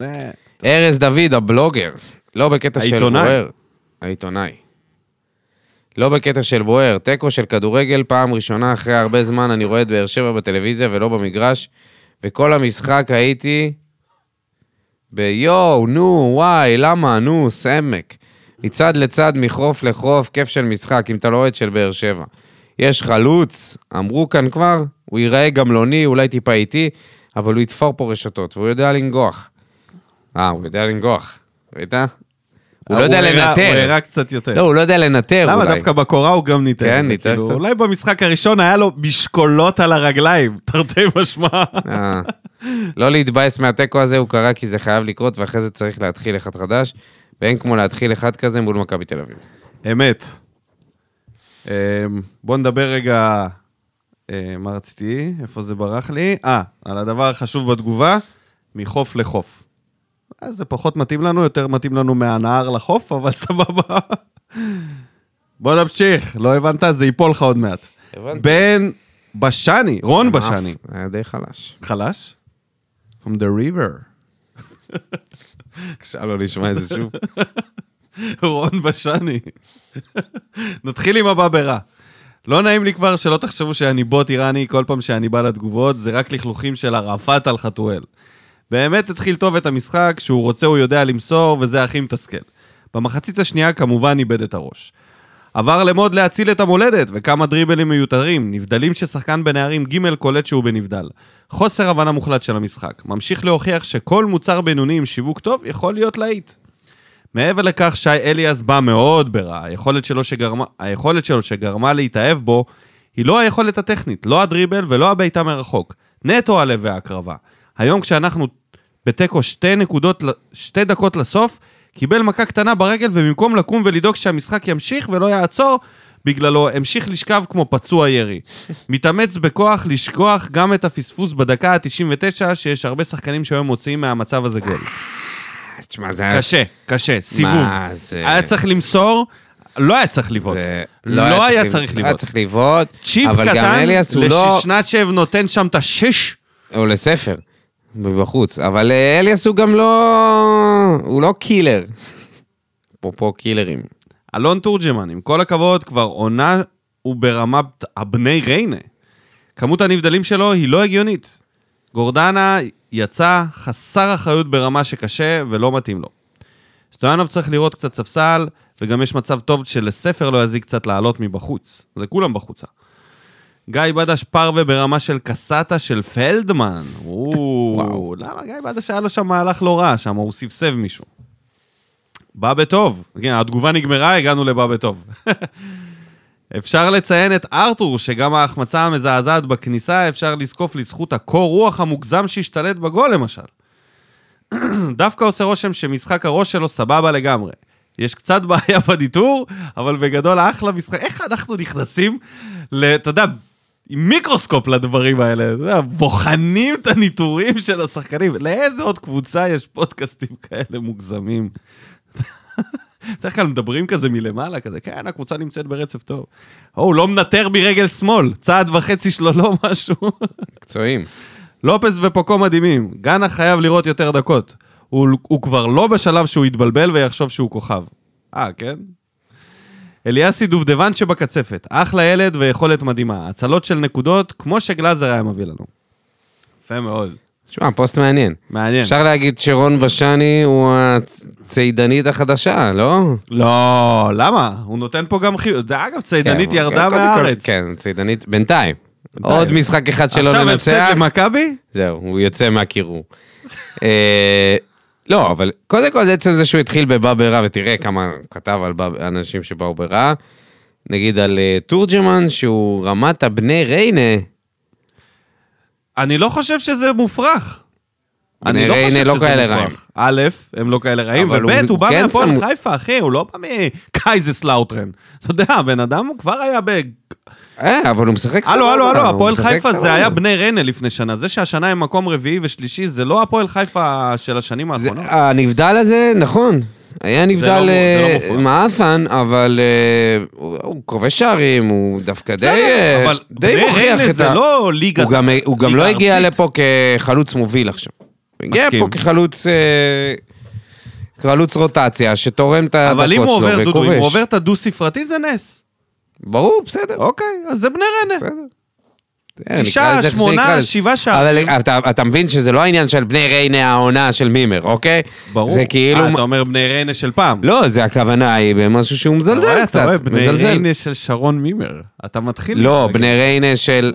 אה, זה-
ארז דוד, הבלוגר, לא בקטע של
העיתונאי.
בוער. העיתונאי. לא בקטע של בוער, תיקו של כדורגל, פעם ראשונה אחרי הרבה זמן אני רואה את באר שבע בטלוויזיה ולא במגרש, וכל המשחק הייתי ביואו, נו, וואי, למה, נו, סמק. מצד לצד, מחוף לחוף, כיף של משחק, אם אתה לא אוהד של באר שבע. יש חלוץ, אמרו כאן כבר, הוא ייראה גמלוני, אולי טיפה איטי, אבל הוא
כן.
יתפור פה רשתות, והוא יודע לנגוח. אה, הוא יודע לנגוח, ראית? הוא לא יודע
הראה-
לנטר.
הוא הראה קצת יותר.
לא, הוא לא יודע לנטר
למה?
אולי.
דווקא בקורה הוא גם ניתן.
כן,
זה,
ניתן
כאילו,
קצת.
אולי במשחק הראשון היה לו משקולות על הרגליים, <laughs> תרתי משמע.
אה. לא להתבאס מהתיקו הזה, הוא קרה כי זה חייב לקרות, ואחרי זה צריך להתחיל אחד חדש, ואין כמו להתחיל אחד כזה מול מכבי תל אביב.
אמת. אמ, בוא נדבר רגע, אה, מה רציתי? איפה זה ברח לי? אה, על הדבר החשוב בתגובה, מחוף לחוף. אז זה פחות מתאים לנו, יותר מתאים לנו מהנהר לחוף, אבל <laughs> סבבה. בוא נמשיך, לא הבנת? זה ייפול לך עוד מעט.
הבנתי.
בן בשני, רון בשני.
היה אה, די חלש.
חלש? From the river.
קשה לו לשמוע את זה שוב.
רון בשני. נתחיל עם הבא ברע. לא נעים לי כבר שלא תחשבו שאני בוט איראני כל פעם שאני בא לתגובות, זה רק לכלוכים של ערפאת על חתואל. באמת התחיל טוב את המשחק, שהוא רוצה הוא יודע למסור, וזה הכי מתסכל. במחצית השנייה כמובן איבד את הראש. עבר למוד להציל את המולדת, וכמה דריבלים מיותרים, נבדלים ששחקן בנערים ג' קולט שהוא בנבדל. חוסר הבנה מוחלט של המשחק. ממשיך להוכיח שכל מוצר בינוני עם שיווק טוב יכול להיות להיט. מעבר לכך, שי אליאס בא מאוד ברע. היכולת שלו שגרמה, היכולת שלו שגרמה להתאהב בו היא לא היכולת הטכנית, לא הדריבל ולא הבעיטה מרחוק. נטו הלב וההקרבה. היום כשאנחנו בתיקו שתי נקודות, ל- שתי דקות לסוף, קיבל מכה קטנה ברגל, ובמקום לקום ולדאוג שהמשחק ימשיך ולא יעצור, בגללו המשיך לשכב כמו פצוע ירי. מתאמץ בכוח לשכוח גם את הפספוס בדקה ה-99, שיש הרבה שחקנים שהיום מוציאים מהמצב הזה גול.
אה, תשמע, זה היה...
קשה, קשה, סיבוב.
מה זה-
היה צריך למסור, לא היה צריך לבעוט.
אה, זה-
לא היה
לב-
צריך
לא היה
לבעוט.
צריך לבעוט.
צ'יפ
אבל גם
קטן
אליאס הוא לא...
לששנצ'ב נותן שם את השש.
או לספר, מבחוץ. אבל אה, אליאס הוא גם לא... הוא לא קילר. אפרופו קילרים.
אלון תורג'מן, עם כל הכבוד, כבר עונה הוא ברמת הבני ריינה. כמות הנבדלים שלו היא לא הגיונית. גורדנה יצא חסר אחריות ברמה שקשה ולא מתאים לו. סטויאנוב צריך לראות קצת ספסל, וגם יש מצב טוב שלספר לא יזיק קצת לעלות מבחוץ. זה כולם בחוצה. גיא בדש פרווה ברמה של קסטה של פלדמן. וואו, למה גיא בדש היה לו שם מהלך לא רע שם, הוא סבסב מישהו. בא בטוב. כן, התגובה נגמרה, הגענו לבא בטוב. <laughs> אפשר לציין את ארתור, שגם ההחמצה המזעזעת בכניסה אפשר לזקוף לזכות הקור רוח המוגזם שהשתלט בגול למשל. <clears throat> דווקא עושה רושם שמשחק הראש שלו סבבה לגמרי. יש קצת בעיה בניטור, אבל בגדול אחלה משחק. איך אנחנו נכנסים ל... אתה יודע, עם מיקרוסקופ לדברים האלה, אתה יודע, בוחנים את הניטורים של השחקנים. לאיזה עוד קבוצה יש פודקאסטים כאלה מוגזמים? בדרך כלל מדברים כזה מלמעלה, כזה, כן, הקבוצה נמצאת ברצף טוב. או, הוא לא מנטר מרגל שמאל, צעד וחצי שלו לא <laughs> משהו.
מקצועיים.
לופס ופוקו מדהימים, גאנה חייב לראות יותר דקות. הוא, הוא כבר לא בשלב שהוא יתבלבל ויחשוב שהוא כוכב. אה, כן? אליאסי דובדבן שבקצפת, אחלה ילד ויכולת מדהימה. הצלות של נקודות, כמו שגלאזר היה מביא לנו. יפה מאוד.
תשמע, פוסט מעניין.
מעניין.
אפשר להגיד שרון בשני הוא הצידנית החדשה, לא?
לא, למה? הוא נותן פה גם חיוב. אגב, צידנית
כן,
ירדה
קודם כל-
מהארץ.
כן, צידנית, בינתיים.
בינתיים.
עוד משחק אחד שלא
עכשיו הפסד
ננצח,
למכבי?
זהו, הוא יוצא מהקירור. <laughs> אה, לא, אבל קודם כל, עצם זה שהוא התחיל בבא ברע, ותראה כמה הוא כתב על בא- אנשים שבאו ברע, נגיד על אה, תורג'מן, שהוא רמת הבני ריינה,
אני לא חושב שזה מופרך.
בני
אני לא
ריינה
חושב
לא
שזה
כאלה
מופרך.
רעים.
א', הם לא כאלה רעים,
אבל
וב',
הוא-
הוא,
הוא
בא
כן
מהפועל
שם-
חיפה, אחי, הוא לא בא מקייזס לאוטרן. אתה יודע, הבן אדם הוא כבר היה ב...
אה, אבל הוא משחק סבבה.
הלו, הלו, הלו,
הוא
הפועל
משחק
חיפה זה
סבבה.
היה בני ריינה לפני שנה. זה שהשנה הם מקום רביעי ושלישי, זה לא הפועל חיפה של השנים
זה- אה,
האחרונות.
הנבדל הזה, נכון. היה
לא-
נבדל
זה לא
אה,
מופרך.
מעפן, אבל אה, הוא- הוא כובש שערים, הוא דווקא די
בסדר,
אה,
אבל
די
בני ריינה זה
ה-
לא ליגה...
הוא גם- הוא גם
ליגה
לא הגיע
ארצית.
לפה כחלוץ מוביל עכשיו. הוא הגיע
מסכים.
פה כחלוץ... אה, חלוץ רוטציה שתורם את הדקות שלו
אבל
וכובש.
אם הוא עובר, דודו, אם הוא עובר את הדו-ספרתי זה נס.
ברור, בסדר.
אוקיי, אז זה בני ריינה.
בסדר. אה, נקרא
תשעה,
לזה איך שנקרא
שמונה,
לזה.
שבעה שערים.
אבל אתה, אתה מבין שזה לא העניין של בני ריינה העונה של מימר, אוקיי?
ברור.
זה כאילו...
אה, אתה אומר בני ריינה של פעם.
לא, זה הכוונה היא במשהו שהוא
אתה רואה,
מזלזל
אתה רואה,
קצת,
בני
מזלזל.
ריינה של שרון מימר. אתה מתחיל...
לא,
להתרגש.
בני ריינה של-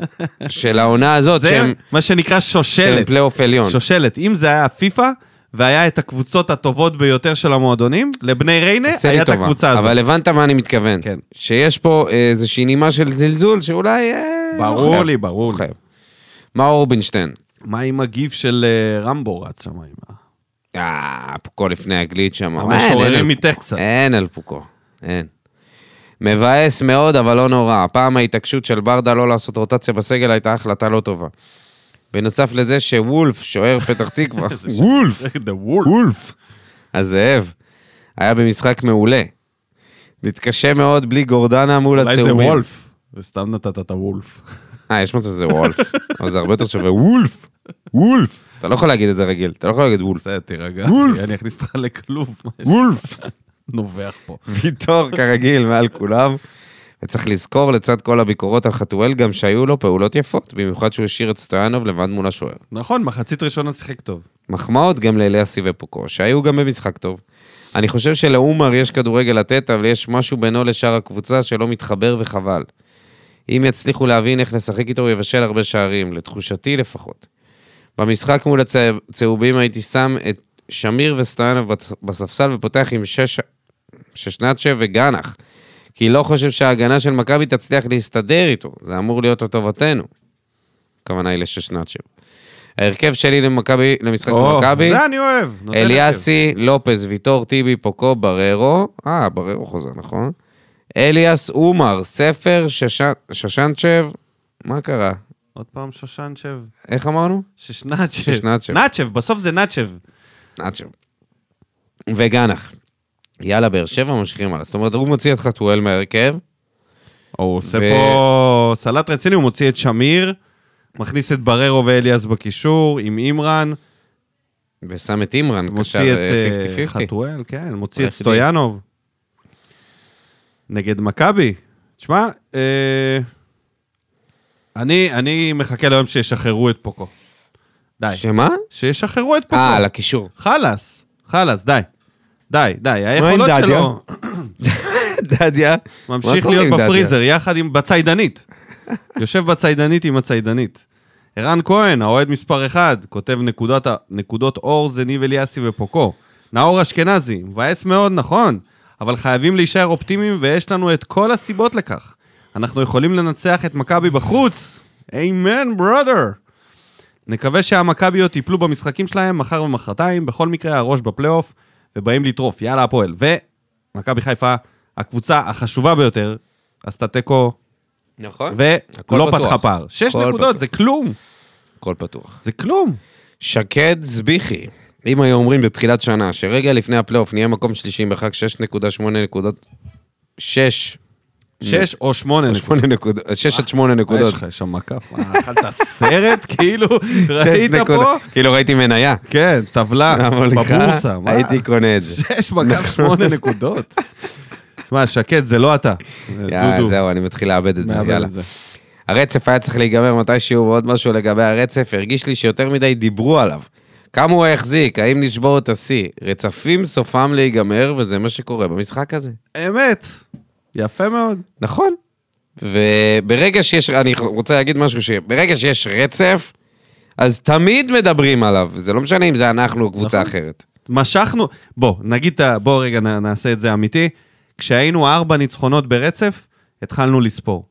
של העונה הזאת,
זה
שהם
מה שנקרא
שהם
שושלת.
פלייאוף עליון.
שושלת. אם זה היה פיפא, והיה את הקבוצות הטובות ביותר של המועדונים, לבני ריינה
עשה לי
היה את
טובה.
הקבוצה הזאת.
אבל הבנת מה אני מתכוון.
כן.
שיש פה איזושהי נימה של זלזול שאולי... אה, לא
ברור
חייב.
לי, ברור
לא
לי.
חייב. מאור אורבנשטיין.
מה עם הגיף של אה, רמבו רץ שם? עם ה-
אה, פוקו לפני הגליד שם. אה, אין, אין אה,
המשוררים
על-
מטקסס.
אין על פוקו, אין. מבאס מאוד, אבל לא נורא. הפעם ההתעקשות של ברדה לא לעשות רוטציה בסגל הייתה החלטה לא טובה. בנוסף לזה שוולף, שוער פתח
<laughs>
תקווה, וולף,
The wolf.
וולף, הזאב, היה במשחק מעולה. מתקשה מאוד בלי גורדנה מול
אולי זה
הצהובים.
וולף. וסתם נתת את הוולף.
אה, יש מצב שזה וולף, אבל זה הרבה יותר שווה וולף, וולף. אתה לא יכול להגיד את זה רגיל, אתה לא יכול להגיד וולף.
בסדר, תירגע.
<laughs> וולף.
אני אכניס אותך לכלוב, מה יש-
וולף.
נובח פה.
ויטור כרגיל מעל כולם. וצריך לזכור לצד כל הביקורות על חתואל גם שהיו לו פעולות יפות, במיוחד שהוא השאיר את סטויאנוב לבד מול השוער.
נכון, מחצית ראשונה שיחק טוב.
מחמאות גם לאליאסי ופוקו, שהיו גם במשחק טוב. אני חושב שלעומר יש כדורגל לתת, אבל יש משהו בינו לשאר הקבוצה שלא מתחבר וחבל. אם יצליחו להבין איך לשחק איתו, הוא יבשל הרבה שערים, לתחושתי לפחות. במשחק מול הצה- הצהובים הייתי שם את שמיר וסטויאנוב בצ- בספסל ופותח עם שש... ששנצ'ה וגנח. כי לא חושב שההגנה של מכבי תצליח להסתדר איתו, זה אמור להיות לטובתנו. הכוונה היא לששנצ'ה. ההרכב שלי למכבי, למשחק
או,
במכבי,
זה אני אוהב. נותן
אליאסי, לופס, ויטור, טיבי, פוקו, בררו, אה, בררו חוזר, נכון? אליאס, אומר, ספר, שש- ששנצ'ב, מה קרה?
הרכב. עוד פעם שושנצ'ב.
איך אמרנו?
ששנצ'ב.
ששנצ'ב.
נצ'ב, בסוף זה נצ'ב.
נאצ'ו. וגנח. יאללה, באר שבע ממשיכים הלאה. זאת אומרת, הוא מוציא את חתואל מההרכב.
הוא עושה
ו-
פה סלט רציני, הוא מוציא את שמיר, מכניס את בררו ואליאס בקישור, עם אימרן,
ושם את אימרן, קשר
מוציא את
אה,
אה,
50-50.
חתואל, כן, מוציא את
היחידי.
סטויאנוב. נגד מכבי. תשמע, אה, אני אני מחכה ליום שישחררו את פוקו. די.
שמה?
שישחררו את פוקו.
אה, על הקישור.
חלאס, חלאס, די. די, די, היכולות
דדיה?
שלו
דדיה.
ממשיך
קורה
להיות
עם דדיה?
בפריזר יחד עם בציידנית. יושב בציידנית עם הציידנית. ערן כהן, האוהד מספר 1, כותב נקודות, נקודות אור זה ניב אליאסי ופוקו. נאור אשכנזי, מבאס מאוד, נכון, אבל חייבים להישאר אופטימיים ויש לנו את כל הסיבות לכך. אנחנו יכולים לנצח את מכבי בחוץ. אמן, ברודר. נקווה שהמכביות ייפלו במשחקים שלהם מחר ומחרתיים, בכל מקרה הראש בפלייאוף, ובאים לטרוף, יאללה הפועל. ומכבי חיפה, הקבוצה החשובה ביותר, עשתה תיקו,
נכון. הכל
ולא
פתוח.
פתחה פער. שש
הכל
נקודות,
פתוח.
זה כלום,
הכל פתוח.
זה כלום.
שקד זביחי, אם היו אומרים בתחילת שנה שרגע לפני הפלייאוף נהיה מקום שלישי עם מרחק 6.8 נקודות, 6,
שש או שמונה נקודות.
8 נקודות, 6 עד 8
מה יש
נקודות.
לך, יש שם מקף? מה, אכלת סרט? <laughs> כאילו,
שש
ראית פה?
נקודות. כאילו ראיתי מניה.
כן, טבלה
אבל לך,
בבורסה. מה?
הייתי קונה את זה.
שש מקף שמונה נקודות. שמע, שקד, זה לא אתה.
יאללה,
<laughs> דודו,
זהו, אני מתחיל לאבד את זה,
מאבד
יאללה.
את זה.
הרצף היה צריך להיגמר מתישהו, ועוד משהו לגבי הרצף, הרגיש לי שיותר מדי דיברו עליו. כמה הוא החזיק, האם נשבור את השיא? רצפים סופם להיגמר, וזה מה שקורה במשחק הזה.
אמת, יפה מאוד.
נכון. וברגע שיש, אני רוצה להגיד משהו, שברגע שיש רצף, אז תמיד מדברים עליו, זה לא משנה אם זה אנחנו או קבוצה
נכון.
אחרת.
משכנו, בוא, נגיד, את ה- בוא רגע נ- נעשה את זה אמיתי. כשהיינו ארבע ניצחונות ברצף, התחלנו לספור.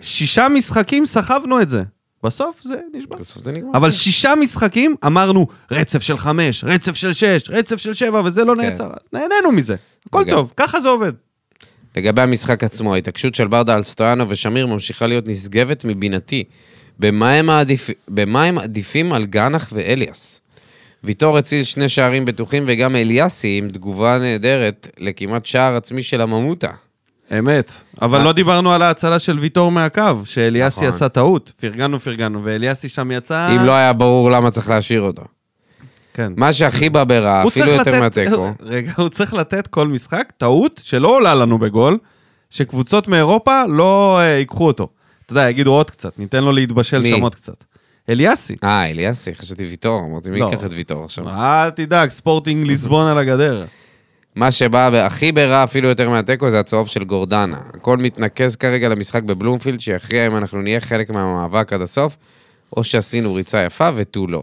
שישה משחקים סחבנו את זה. בסוף זה נשבר.
בסוף זה נגמר.
אבל שישה משחקים אמרנו, רצף של חמש, רצף של שש, רצף של שבע, וזה לא
כן.
נעצר. נהנינו מזה. הכל
לגמרי.
טוב, ככה זה עובד.
לגבי המשחק עצמו, ההתעקשות של ברדה על סטויאנו ושמיר ממשיכה להיות נשגבת מבינתי. במה הם, העדיפ... במה הם עדיפים על גנח ואליאס? ויטור הציל שני שערים בטוחים וגם אליאסי עם תגובה נהדרת לכמעט שער עצמי של הממותה.
אמת. אבל
מה?
לא דיברנו על ההצלה של ויטור מהקו, שאליאסי
נכון.
עשה טעות. פרגנו, פרגנו, ואליאסי שם יצא...
אם לא היה ברור למה צריך להשאיר אותו.
כן.
מה שהכי בא ברע,
הוא
אפילו
צריך
יותר
לתת-
מהתיקו.
<laughs> רגע, הוא צריך לתת כל משחק טעות שלא עולה לנו בגול, שקבוצות מאירופה לא אה, ייקחו אותו. אתה יודע, יגידו עוד קצת, ניתן לו להתבשל
מי?
שם עוד קצת. אליאסי.
אה, אליאסי, חשבתי ויטור, אמרתי, מי
לא.
ייקח את ויטור עכשיו?
אל תדאג, ספורטינג ליסבון על הגדר.
מה שבא והכי ברע אפילו יותר מהתיקו זה הצהוב של גורדנה. הכל מתנקז כרגע למשחק בבלומפילד, שיכריע אם אנחנו נהיה חלק מהמאבק עד הסוף, או שעשינו ריצה יפה ותו לא.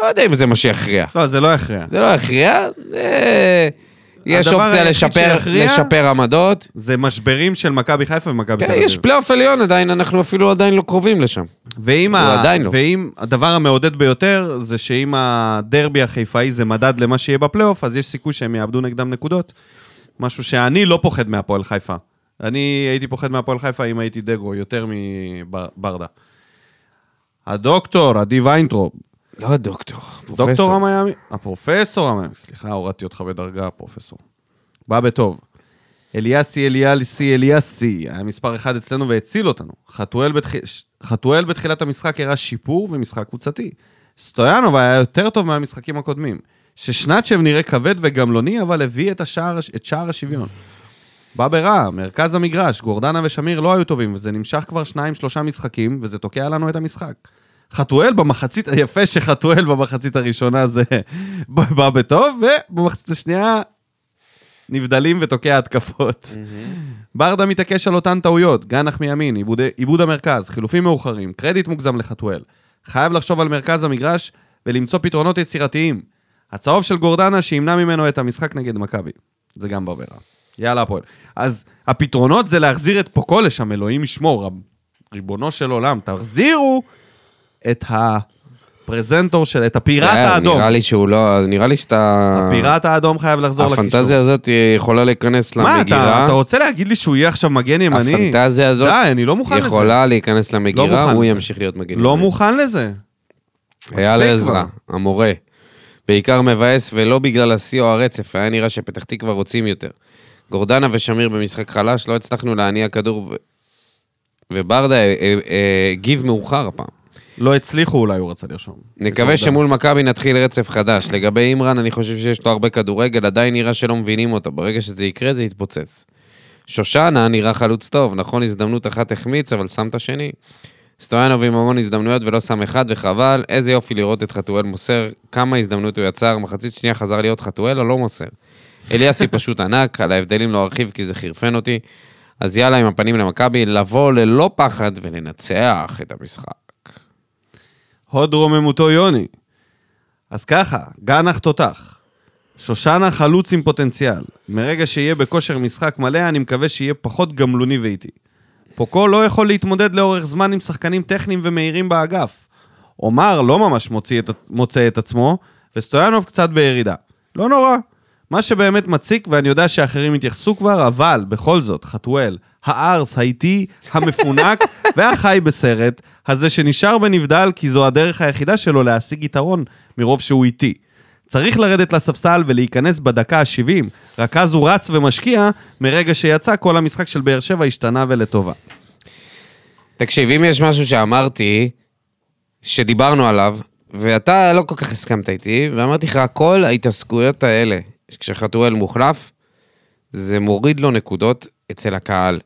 לא יודע אם זה מה שיכריע.
לא, זה לא יכריע.
זה לא יכריע, זה... יש
הדבר
אופציה
היחיד
לשפר,
שיכריע-
לשפר עמדות.
זה משברים של מכבי חיפה ומכבי תל
כן,
אביב.
יש פלייאוף עליון עדיין, אנחנו אפילו עדיין לא קרובים לשם.
ואם,
הוא
ה...
עדיין לא.
ואם הדבר המעודד ביותר זה שאם הדרבי החיפאי זה מדד למה שיהיה בפלייאוף, אז יש סיכוי שהם יאבדו נגדם נקודות. משהו שאני לא פוחד מהפועל חיפה. אני הייתי פוחד מהפועל חיפה אם הייתי דגו יותר מברדה. הדוקטור, עדי ויינטרופ,
לא דוקטור,
דוקטור
פרופסור.
המיאמי, הפרופסור המיאמי, סליחה, הורדתי אותך בדרגה, הפרופסור. בא בטוב. אליאסי, אליאסי, אליאסי, היה מספר אחד אצלנו והציל אותנו. חתואל, בתח... חתואל בתחילת המשחק הראה שיפור ומשחק קבוצתי. סטויאנוב היה יותר טוב מהמשחקים הקודמים. ששנצ'ב נראה כבד וגמלוני, אבל הביא את, השער, את שער השוויון. בא ברע, מרכז המגרש, גורדנה ושמיר לא היו טובים, וזה נמשך כבר שניים-שלושה משחקים, וזה תוקע לנו את המשחק. חתואל במחצית, יפה שחתואל במחצית הראשונה זה <laughs> בא בטוב, ובמחצית השנייה נבדלים ותוקע התקפות. ברדה מתעקש על אותן טעויות, גנח מימין, עיבוד, עיבוד המרכז, חילופים מאוחרים, קרדיט מוגזם לחתואל. חייב לחשוב על מרכז המגרש ולמצוא פתרונות יצירתיים. הצהוב של גורדנה שימנע ממנו את המשחק נגד מכבי. זה גם בא ברע. יאללה הפועל. אז הפתרונות זה להחזיר את פוקולש, המלואים ישמור, ריבונו של עולם, תחזירו את הפרזנטור של, את הפיראט
כן,
האדום.
נראה לי שהוא לא, נראה לי שאתה...
הפיראט האדום חייב לחזור לקישור.
הפנטזיה הזאת יכולה להיכנס
מה,
למגירה.
אתה, אתה רוצה להגיד לי שהוא יהיה עכשיו מגן ימני?
הפנטזיה הזאת
די, אני לא מוכן לזה.
יכולה כאילו. להיכנס
לא
למגירה,
מוכן
הוא
לזה.
ימשיך להיות מגן.
לא
ימני.
מוכן לזה.
היה
מספיק
לעזרא, המורה. בעיקר מבאס, ולא בגלל השיא או הרצף, היה נראה שפתח תקווה רוצים יותר. גורדנה ושמיר במשחק חלש, לא הצלחנו להניע כדור, ו... וברדה אה, אה, אה, הגיב מאוחר הפעם.
לא הצליחו אולי, הוא רצה לרשום. לא
נקווה שמול מכבי נתחיל רצף חדש. לגבי אימרן, אני חושב שיש לו הרבה כדורגל, עדיין נראה שלא מבינים אותו. ברגע שזה יקרה, זה יתפוצץ. שושנה נראה חלוץ טוב, נכון, הזדמנות אחת החמיץ, אבל שם את השני. סטויאנוב עם המון הזדמנויות ולא שם אחד, וחבל. איזה יופי לראות את חתואל מוסר, כמה הזדמנות הוא יצר, מחצית שנייה חזר להיות חתואל או לא מוסר. אליאסי <laughs> פשוט ענק, על ההבדלים לא ארחיב כי זה חירפן אותי. אז יאללה עם הפנים למכבי, לבוא ללא פחד ולנצח את המשחק.
הוד רוממותו יוני. אז ככה, גנח תותח. שושנה חלוץ עם פוטנציאל. מרגע שיהיה בכושר משחק מלא, אני מקווה שיהיה פחות גמלוני ואיטי. פוקו לא יכול להתמודד לאורך זמן עם שחקנים טכניים ומהירים באגף. עומר לא ממש מוציא את, מוצא את עצמו, וסטויאנוב קצת בירידה. לא נורא. מה שבאמת מציק, ואני יודע שאחרים התייחסו כבר, אבל בכל זאת, חתואל, הארס, האיטי, המפונק והחי בסרט, הזה שנשאר בנבדל כי זו הדרך היחידה שלו להשיג יתרון מרוב שהוא איטי. צריך לרדת לספסל ולהיכנס בדקה ה-70, רק אז הוא רץ ומשקיע, מרגע שיצא כל המשחק של באר שבע השתנה ולטובה.
תקשיב, אם יש משהו שאמרתי, שדיברנו עליו, ואתה לא כל כך הסכמת איתי, ואמרתי לך, כל ההתעסקויות האלה, כשחתואל מוחלף, זה מוריד לו נקודות אצל הקהל.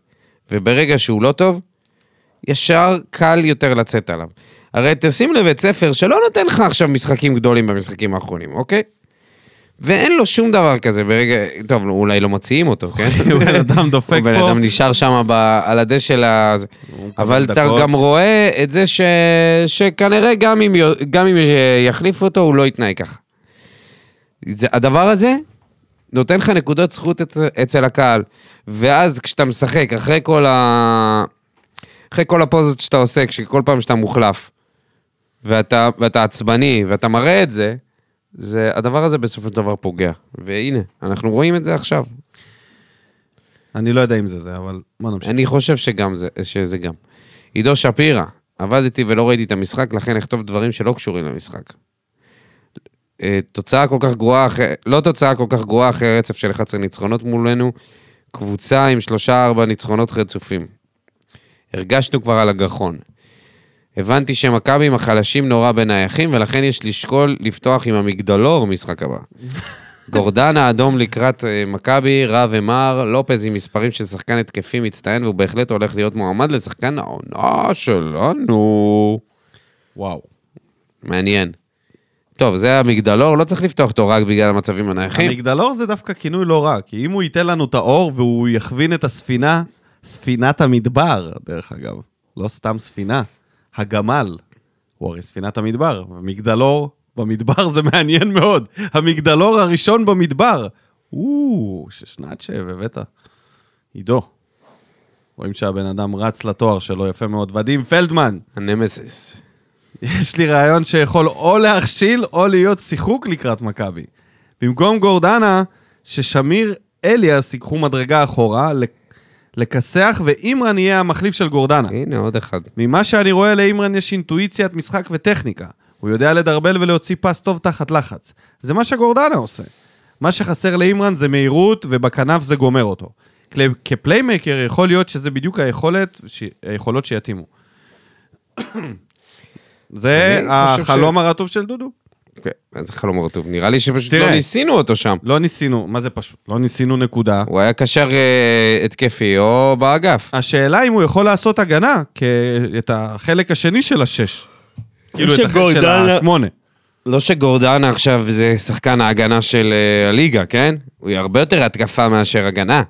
וברגע שהוא לא טוב, ישר קל יותר לצאת עליו. הרי תשים לבית ספר שלא נותן לך עכשיו משחקים גדולים במשחקים האחרונים, אוקיי? ואין לו שום דבר כזה ברגע... טוב, אולי לא מציעים אותו, כן?
<laughs> בן אדם דופק
הבן
פה,
אדם נשאר שם ב- על הדשא של ה... זה.
מקבל
אבל אתה
דקות.
גם רואה את זה ש... שכנראה גם אם, יו- גם אם יחליפו אותו, הוא לא יתנהג ככה. זה- הדבר הזה נותן לך נקודות זכות אצ- אצל הקהל. ואז כשאתה משחק, אחרי כל ה... אחרי כל הפוזות שאתה עושה, כשכל פעם שאתה מוחלף, ואתה, ואתה עצבני, ואתה מראה את זה, זה, הדבר הזה בסופו של דבר פוגע. והנה, אנחנו רואים את זה עכשיו.
אני לא יודע אם זה זה, אבל בוא נמשיך.
אני חושב שגם זה, שזה גם. עידו שפירא, עבדתי ולא ראיתי את המשחק, לכן אכתוב דברים שלא קשורים למשחק. אה, תוצאה כל כך גרועה, אחרי, לא תוצאה כל כך גרועה אחרי רצף של 11 ניצחונות מולנו, קבוצה עם 3-4 ניצחונות רצופים. הרגשנו כבר על הגחון. הבנתי שמכבי עם החלשים נורא בנייחים, ולכן יש לשקול לפתוח עם המגדלור משחק הבא. גורדנה אדום לקראת אה, מכבי, רע ומר, לופז עם מספרים של שחקן התקפי מצטיין, והוא בהחלט הולך להיות מועמד לשחקן העונה שלנו.
וואו.
מעניין. טוב, זה המגדלור, לא צריך לפתוח אותו רק בגלל המצבים הנייחים.
המגדלור זה דווקא כינוי לא רע, כי אם הוא ייתן לנו את האור והוא יכווין את הספינה, ספינת המדבר, דרך אגב, לא סתם ספינה, הגמל, הוא הרי ספינת המדבר, ומגדלור במדבר זה מעניין מאוד. המגדלור הראשון במדבר. או, ששנצ'ה הבאת. עידו. רואים שהבן אדם רץ לתואר שלו יפה מאוד. ודים פלדמן,
הנמסיס.
יש לי רעיון שיכול או להכשיל או להיות שיחוק לקראת מכבי. במקום גורדנה, ששמיר אליאס ייקחו מדרגה אחורה, לק- לכסח, ואימרן יהיה המחליף של גורדנה.
הנה עוד אחד.
ממה שאני רואה לאימרן יש אינטואיציית משחק וטכניקה. הוא יודע לדרבל ולהוציא פס טוב תחת לחץ. זה מה שגורדנה עושה. מה שחסר לאימרן זה מהירות, ובכנף זה גומר אותו. כל- כפליימקר יכול להיות שזה בדיוק היכולת, ש... היכולות שיתאימו. <coughs> זה
אני חושב ש-
החלום הרטוב של דודו.
כן, זה חלום רטוב. נראה לי שפשוט
תראה.
לא ניסינו אותו שם.
לא ניסינו, מה זה פשוט? לא ניסינו נקודה.
הוא היה קשר אה, התקפי או באגף.
השאלה אם הוא יכול לעשות הגנה, כ... את החלק השני של השש. כאילו את החלק של
שגורדנה-
השמונה.
לא שגורדנה עכשיו זה שחקן ההגנה של אה, הליגה, כן? הוא יהיה הרבה יותר התקפה מאשר הגנה.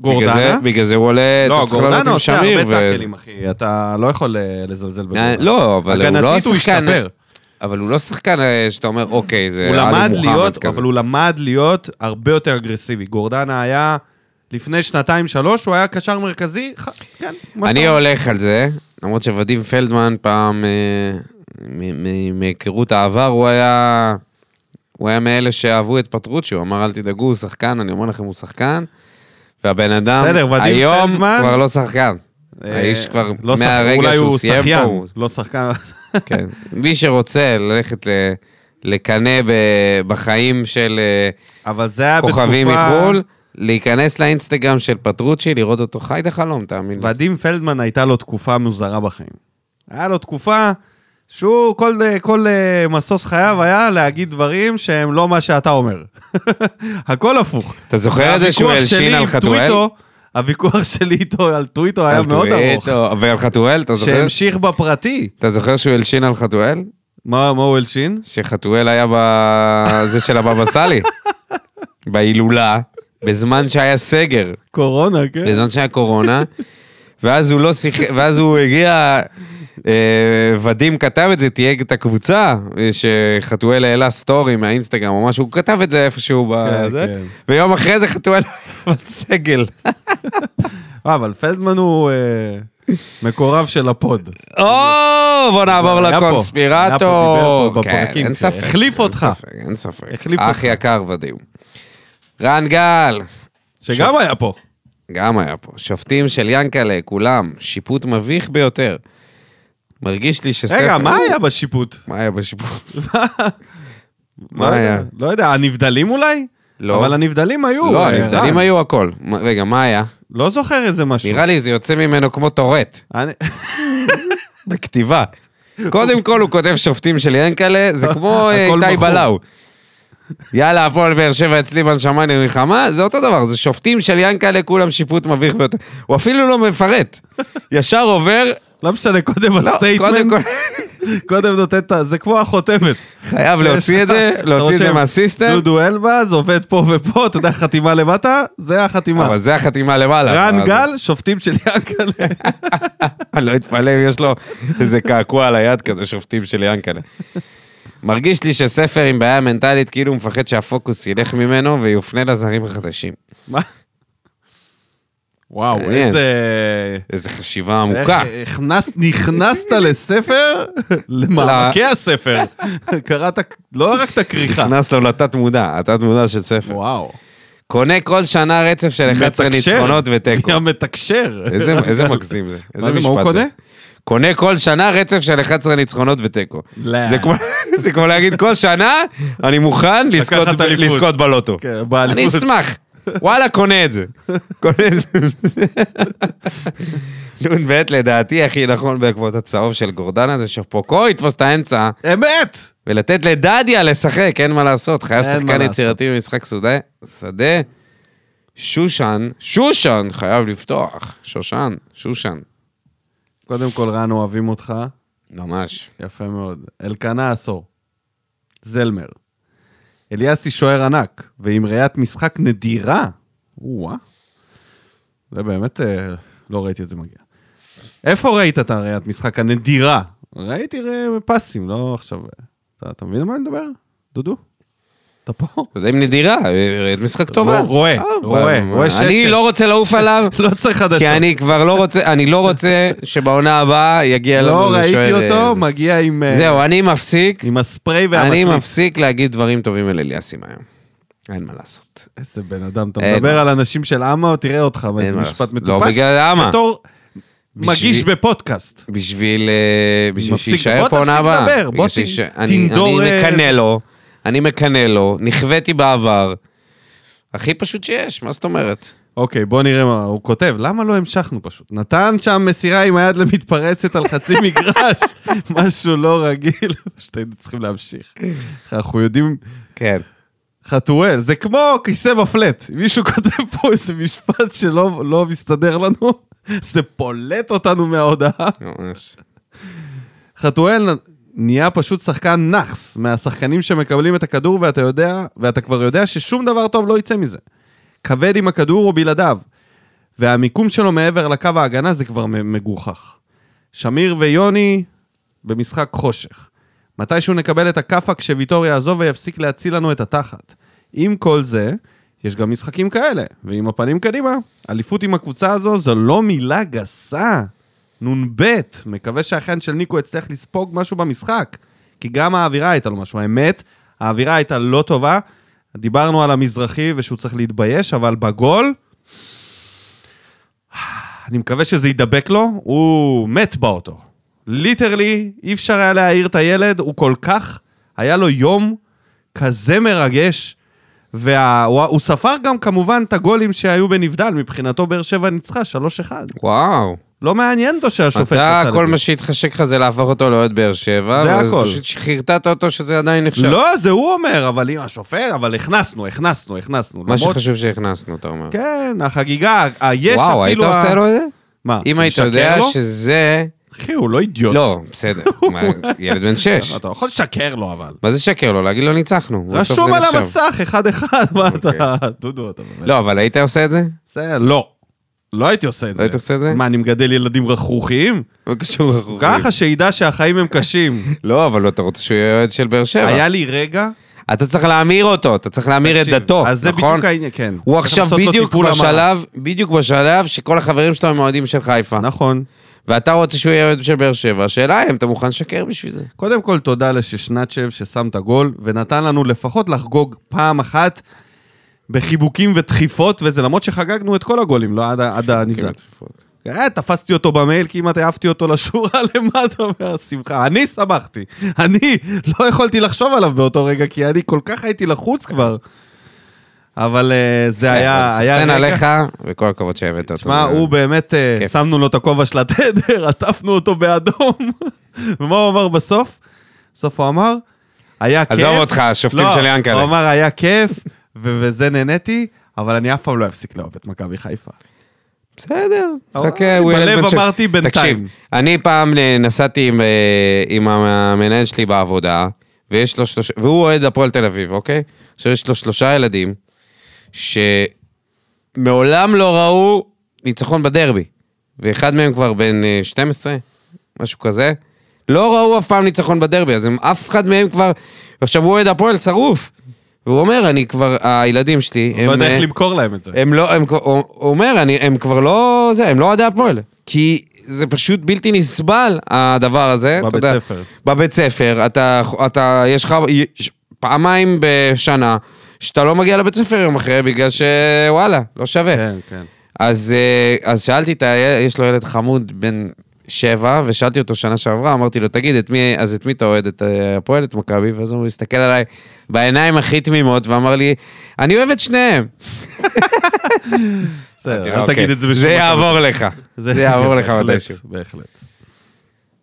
בגלל
גורדנה?
זה- בגלל זה הוא עולה,
לא,
אתה צריך לעלות
גורדנה
עם
עושה
שמיר.
הרבה
וזה.
טאקלים, אחי. אתה לא יכול אה, לזלזל
אה,
בגורדנה.
לא, אבל הוא לא
הגנתית הוא
השחקן...
השתפר.
אבל הוא לא שחקן אה, שאתה אומר, אוקיי, זה
הוא
עלי
למד
מוחמד
להיות,
כזה.
אבל הוא למד להיות הרבה יותר אגרסיבי. גורדנה היה לפני שנתיים-שלוש, הוא היה קשר מרכזי, ח- כן. מה
אני
שאתה אומר.
הולך על זה, למרות שוודים פלדמן פעם, אה, מ- מ- מהיכרות העבר, הוא היה... הוא היה מאלה שאהבו את פטרוצ'י, הוא אמר, אל תדאגו, הוא שחקן, אני אומר לכם, הוא שחקן. והבן אדם,
בסדר, ודים
היום
פלדמן-
כבר לא שחקן.
אה,
האיש כבר,
לא שחק-
מהרגע
אולי
שהוא
הוא
סיים
שחיין,
פה, הוא-
לא שחקן. <laughs>
כן. מי שרוצה ללכת ל- לקנא ב- בחיים של אה,
אבל זה היה בתקופה...
כוכבים מחו"ל, להיכנס לאינסטגרם של פטרוצ'י, לראות אותו חי את החלום, תאמין לי.
ודים כן. פלדמן הייתה לו תקופה מוזרה בחיים. היה לו תקופה שהוא, כל, כל אה, משוש חייו היה להגיד דברים שהם לא מה שאתה אומר. <laughs> הכל הפוך.
אתה זוכר את זה שהוא
והוויכוח שלי
הלשין על
עם
חתואל?
טוויטו, הוויכוח <laughs> שלי איתו על טוויטו היה
על
מאוד ארוך.
טוויטו, ועל חתואל, אתה זוכר?
שהמשיך בפרטי.
אתה זוכר שהוא הלשין על חתואל?
מה מה הוא הלשין?
שחתואל היה בזה של הבבא
<laughs>
סאלי, בהילולה, בזמן שהיה סגר.
קורונה, כן.
בזמן שהיה קורונה, ואז הוא לא שיחק, ואז הוא הגיע, אה, ודים כתב את זה, תייג את הקבוצה, אה, שחתואל העלה סטורי מהאינסטגרם או משהו, הוא כתב את זה איפשהו בזה,
כן.
ויום אחרי זה חתואל <laughs>
<laughs>
בסגל.
אה, אבל פלדמן הוא אה, מקורב של הפוד.
או, בוא נעבור
היה פה, היה פה, דיבר פה
לקונספירטור. כן,
בפרקים,
אין ספק.
החליף
אין
אותך.
ספק, אין ספק.
החליף
אח
אותך.
יקר ודים. רן גל,
שגם היה פה.
גם היה פה. שופטים של ינקלה, כולם. שיפוט מביך ביותר. מרגיש לי שספר...
רגע, מה היה בשיפוט?
מה היה
<laughs>
בשיפוט?
לא
מה
יודע,
היה?
לא יודע, הנבדלים אולי?
לא.
אבל הנבדלים היו.
לא,
אה,
הנבדלים
רן.
היו הכל. מה- רגע, מה היה?
לא זוכר איזה משהו.
נראה לי זה יוצא ממנו כמו טורט.
אני- <laughs>
בכתיבה. קודם כל הוא כותב שופטים של ינקלה, זה כמו אה,
הכל
איתי
מכור.
בלאו. יאללה, הפועל באר שבע אצלי בנשמה למלחמה, זה אותו דבר, זה שופטים של ינקלה, כולם שיפוט מביך ביותר. הוא אפילו לא מפרט. ישר עובר,
לא משנה, קודם
לא, קודם
הסטייטמנט,
כל,
קודם נותן את ה... זה כמו החותמת. <laughs>
חייב להוציא את זה,
אתה
להוציא את זה
רושם,
מהסיסטם,
דודו אלבז עובד פה ופה, אתה יודע, חתימה למטה, זה החתימה.
אבל זה החתימה למעלה.
רן
אבל-
גל, שופטים של
<laughs>
ינקלה.
אני לא אתפלא אם יש לו איזה קעקוע על היד כזה, שופטים של ינקלה. מרגיש לי שספר עם בעיה מנטלית, כאילו הוא מפחד שהפוקוס ילך ממנו ויופנה לזרים החדשים.
מה? וואו,
מעניין.
איזה...
איזו חשיבה עמוקה.
איך הכנס- נכנסת
<laughs>
לספר, למעמקי הספר. קראת לא רק את הכריכה.
נכנס לו לתת מודע, התת מודע של ספר.
וואו.
קונה כל שנה רצף של 11
מתקשר.
ניצחונות
<laughs>
ותיקו.
יא מתקשר.
איזה- איזה מגזים זה,
מה
איזה
זה, מה הוא
משפט זה.
קונה?
קונה כל שנה רצף של 11 ניצחונות ותיקו.
לא.
זה כמו- <laughs> זה כמו להגיד, כל שנה אני מוכן לזכות
לקחת
ב-
אליפות."
לזכות בלוטו.
כן, באליפות.
אני אשמח. וואלה, קונה את זה. קונה את זה. נ"ב לדעתי הכי נכון בעקבות הצהוב של גורדנה זה שפוקו יתפוס את האמצע
אמת!
ולתת לדדיה לשחק, אין מה לעשות. חייב
אין מה
שחקן
לעשות.
יצירתי במשחק סודה- שדה. שושן, שושן חייב לפתוח. שושן, שושן.
קודם כל, רן, אוהבים אותך.
ממש.
יפה מאוד. אלקנה עשור. זלמר. אליאסי שוער ענק, ועם ראיית משחק נדירה. או-אה. זה באמת, אה, לא ראיתי את זה מגיע. איפה ראית את הראיית משחק הנדירה ראיתי אה, פסים, לא עכשיו... אתה, אתה מבין על מה אני מדבר? דודו? אתה פה? <laughs>
אתה יודע אם נדירה, ראית משחק טוב. אה,
רואה, רואה, רואה, רואה שש,
אני
שש.
לא רוצה לעוף עליו,
לא צריך חדשות.
כי אני כבר לא רוצה, אני לא רוצה שבעונה הבאה יגיע לנו
לא
איזה
ראיתי
שוער,
אותו,
אה,
מגיע עם... אה,
זה. זהו, אני מפסיק,
עם הספרי
אני
והמחליף.
מפסיק להגיד דברים טובים על אליאסים היום. אין מה לעשות.
איזה בן אדם, אתה
אין
מדבר
מה
על
לעשות.
אנשים של אמה, תראה אותך,
אין
איזה
מה
משפט
לעשות.
מטופש.
לא בגלל אמה.
בתור
בשביל-
מגיש בפודקאסט.
בשביל אה, בשביל
מפסיק,
שיישאר
בוא
פה עונה
תפסיק
הבאה.
לדבר, בוא
בגלל
ת-
שיש- אני-
תנדור,
אני
אה,
מקנא לו, אני מקנא לו, נכוויתי בעבר. הכי פשוט שיש, מה זאת אומרת?
אוקיי, בוא נראה מה הוא כותב. למה לא המשכנו פשוט? נתן שם מסירה עם היד למתפרצת על
<laughs>
חצי מגרש, משהו לא רגיל, פשוט היינו צריכים להמשיך. אנחנו יודעים,
כן.
חתואל, זה כמו כיסא בפלט. אם מישהו כותב פה איזה משפט שלא לא מסתדר לנו, זה פולט אותנו מההודעה.
ממש.
חתואל נהיה פשוט שחקן נאחס מהשחקנים שמקבלים את הכדור ואתה יודע, ואתה כבר יודע ששום דבר טוב לא יצא מזה. כבד עם הכדור או בלעדיו. והמיקום שלו מעבר לקו ההגנה זה כבר מ- מגוחך. שמיר ויוני במשחק חושך. מתישהו נקבל את הכאפה כשוויטור יעזוב ויפסיק להציל לנו את התחת. עם כל זה, יש גם משחקים כאלה, ועם הפנים קדימה. אליפות עם הקבוצה הזו זו לא מילה גסה. נ"ב, מקווה שהאחיין של ניקו יצטרך לספוג משהו במשחק, כי גם האווירה הייתה לו משהו. האמת, האווירה הייתה לא טובה. דיברנו על המזרחי ושהוא צריך להתבייש, אבל בגול, אני מקווה שזה יידבק לו, הוא מת באוטו. ליטרלי, אי אפשר היה להעיר את הילד, הוא כל כך, היה לו יום כזה מרגש, והוא ספר גם כמובן את הגולים שהיו בנבדל, מבחינתו באר שבע ניצחה 3-1.
וואו.
לא מעניין אותו שהשופט
אתה,
פסל את
כל
זה.
מה שהתחשק לך זה להפוך אותו לאוהד באר שבע.
זה
ואז
הכל.
פשוט חרטטת אותו שזה עדיין נחשב.
לא, זה הוא אומר, אבל אם השופט, אבל הכנסנו, הכנסנו, הכנסנו.
מה
למרות-
שחשוב שהכנסנו, אתה אומר.
כן, החגיגה, ה- היש אפילו...
וואו, היית
ה-
עושה לו את זה?
מה,
אם היית
לשקר
יודע
לו?
שזה...
אחי, הוא לא אידיוט.
לא, בסדר. מה,
<laughs>
ילד בן שש.
אתה יכול לשקר לו, אבל.
מה זה שקר לו? להגיד לו ניצחנו. בסוף זה
רשום על
נחשב.
המסך, אחד-אחד, מה
אוקיי.
אתה... דודו, אתה באמת.
לא, אבל היית עושה את זה?
זה לא. לא הייתי עושה את זה.
לא היית עושה את זה?
מה, אני מגדל ילדים רכרוכיים?
לא קשור לחורים.
ככה שידע שהחיים הם
<laughs>
קשים.
לא, אבל אתה רוצה שהוא יהיה אוהד של באר שבע.
היה לי רגע...
אתה צריך להמיר אותו, אתה צריך להמיר את
תקשיב,
דתו,
אז זה
נכון?
בדיוק העניין, כן.
הוא
צריך
עכשיו
לעשות לו
בדיוק
טיפול המרה.
בשלב, בדיוק בשלב שכל החברים שלו הם אוהדים של חיפה.
נכון.
ואתה רוצה שהוא יהיה אוהד של באר שבע, השאלה היא אם אתה מוכן לשקר בשביל זה.
קודם כל, תודה לששנצ'ב ששם את הגול, ונתן לנו לפחות לחגוג פעם אחת בחיבוקים ודחיפות, וזה למרות שחגגנו את כל הגולים, לא עד, ה- עד הנבדל.
כאילו,
אה, תפסתי אותו במייל, כמעט העפתי אותו לשורה <laughs> למטה מהשמחה. אני שמחתי. אני לא יכולתי לחשוב עליו באותו רגע, כי אני כל כך הייתי לחוץ כבר. אבל אה, זה היה, היה
סחטיין
רגע-
כן, עליך, וכל הכבוד שהבאת אותו.
תשמע, הוא באמת, אה,
כיף.
שמנו לו את הכובע של התדר, <laughs> עטפנו אותו באדום. ומה הוא אמר בסוף? בסוף הוא אמר, היה כיף.
עזוב אותך, השופטים
לא,
של ינקלה.
הוא אמר, היה כיף, ובזה נהניתי, אבל אני אף פעם לא אפסיק לאהוב את מכבי חיפה.
בסדר,
אבל
חכה, הוא ילד בן
אוקיי, בלב
שש.
אמרתי בינתיים.
תקשיב, אני פעם אה, נסעתי עם, אה, עם המנהל שלי בעבודה, ויש לו שלושה, והוא אוהד הפועל תל אביב, אוקיי? עכשיו יש לו שלושה ילדים, שמעולם לא ראו ניצחון בדרבי, ואחד מהם כבר בן אה, 12, משהו כזה. לא ראו אף פעם ניצחון בדרבי, אז הם, אף אחד מהם כבר... עכשיו הוא אוהד הפועל שרוף. והוא אומר, אני כבר, הילדים שלי, הם...
לא יודע
אה,
איך למכור להם את זה.
הם לא, הם, כבר- הוא הוא אומר, אני, הם כבר לא, זה, הם לא אוהדי הפועל. כי זה פשוט בלתי נסבל, הדבר הזה. אתה
בבית
יודע.
ספר.
בבית ספר, אתה, אתה, יש לך יש- פעמיים בשנה, שאתה לא מגיע לבית ספר יום אחרי, בגלל שוואלה, לא שווה.
כן, כן.
אז, אה, אז שאלתי את ה... יש לו ילד חמוד בן שבע, ושאלתי אותו שנה שעברה, אמרתי לו, תגיד, את מי, אז את מי אתה אוהד? את אה, הפועל, את מכבי? ואז הוא הסתכל עליי בעיניים הכי תמימות, ואמר לי, אני אוהב את שניהם.
בסדר,
אוקיי.
אל תגיד את זה בשום
זה יעבור
<laughs>
לך. זה יעבור לך
בהחלט,
מתישהו.
בהחלט.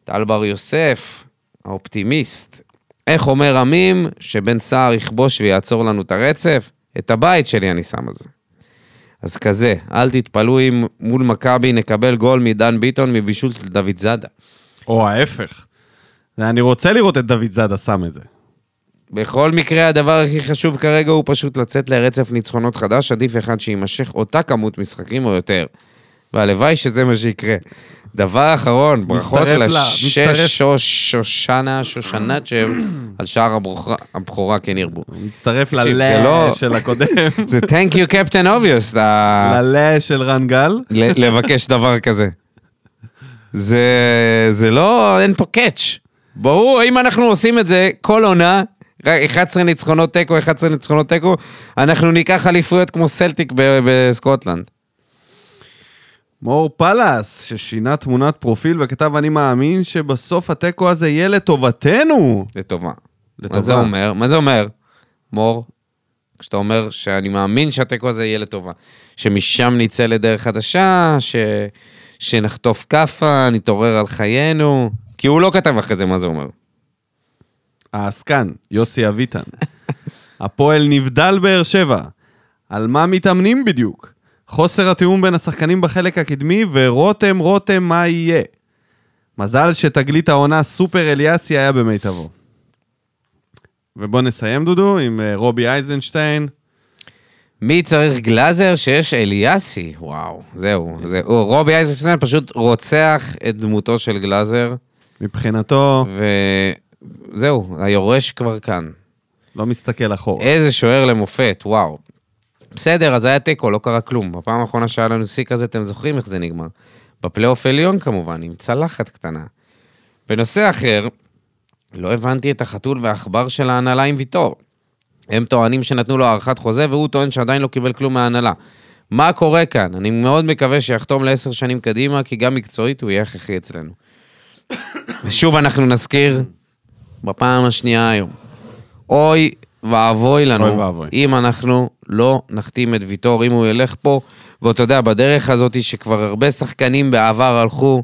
טל בר יוסף, האופטימיסט. איך אומר עמים שבן סער יכבוש ויעצור לנו את הרצף? את הבית שלי אני שם על זה. אז כזה, אל תתפלאו אם מול מכבי נקבל גול מדן ביטון מבישול של דוד זאדה.
או ההפך. אני רוצה לראות את דוד זאדה שם את זה.
בכל מקרה, הדבר הכי חשוב כרגע הוא פשוט לצאת לרצף ניצחונות חדש, עדיף אחד שיימשך אותה כמות משחקים או יותר. והלוואי שזה מה שיקרה. דבר אחרון, ברכות
מצטרף לה, מצטרף.
לשש שוש- שושנה שושנצ'ב על שער הברוכ- הבכורה כן
<laughs>
ירבו.
מצטרף
תקשיב,
ללה
זה לא-
של הקודם,
זה Thank you, Captain Obvious, ל-
ללה של רן גל.
ל- לבקש דבר כזה. זה, זה לא, אין פה קאץ'. ברור, אם אנחנו עושים את זה כל עונה, רק 11 ניצחונות תיקו, 11 ניצחונות תיקו, אנחנו ניקח אליפויות כמו סלטיק ב- בסקוטלנד.
מאור פלס, ששינה תמונת פרופיל וכתב, אני מאמין שבסוף התיקו הזה יהיה לטובתנו.
לטובה. מה
לטובה.
זה אומר? מה זה אומר, מור? כשאתה אומר שאני מאמין שהתיקו הזה יהיה לטובה. שמשם נצא לדרך חדשה, ש... שנחטוף כאפה, נתעורר על חיינו. כי הוא לא כתב אחרי זה מה זה אומר.
העסקן, יוסי אביטן. <laughs> הפועל נבדל באר שבע. על מה מתאמנים בדיוק? חוסר התיאום בין השחקנים בחלק הקדמי, ורותם רותם מה יהיה? מזל שתגלית העונה סופר אליאסי היה במיטבו. ובואו נסיים, דודו, עם אה, רובי אייזנשטיין.
מי צריך גלאזר שיש אליאסי? וואו, זהו. זה... הוא- רובי אייזנשטיין פשוט רוצח את דמותו של גלאזר,
מבחינתו,
וזהו, היורש כבר כאן.
לא מסתכל אחורה.
איזה שוער למופת, וואו. בסדר, אז היה תיקו, לא קרה כלום. בפעם האחרונה שהיה לנו שיא כזה, אתם זוכרים איך זה נגמר. בפלייאוף עליון כמובן, עם צלחת קטנה. בנושא אחר, לא הבנתי את החתול והעכבר של ההנהלה עם ויטור. הם טוענים שנתנו לו הארכת חוזה, והוא טוען שעדיין לא קיבל כלום מההנהלה. מה קורה כאן? אני מאוד מקווה שיחתום לעשר שנים קדימה, כי גם מקצועית הוא יהיה הכרחי אצלנו. ושוב אנחנו נזכיר, בפעם השנייה היום, אוי ואבוי לנו,
אוי ואבוי.
אם אנחנו לא נחתים את ויטור, אם הוא ילך פה, ואתה יודע, בדרך הזאת שכבר הרבה שחקנים בעבר הלכו,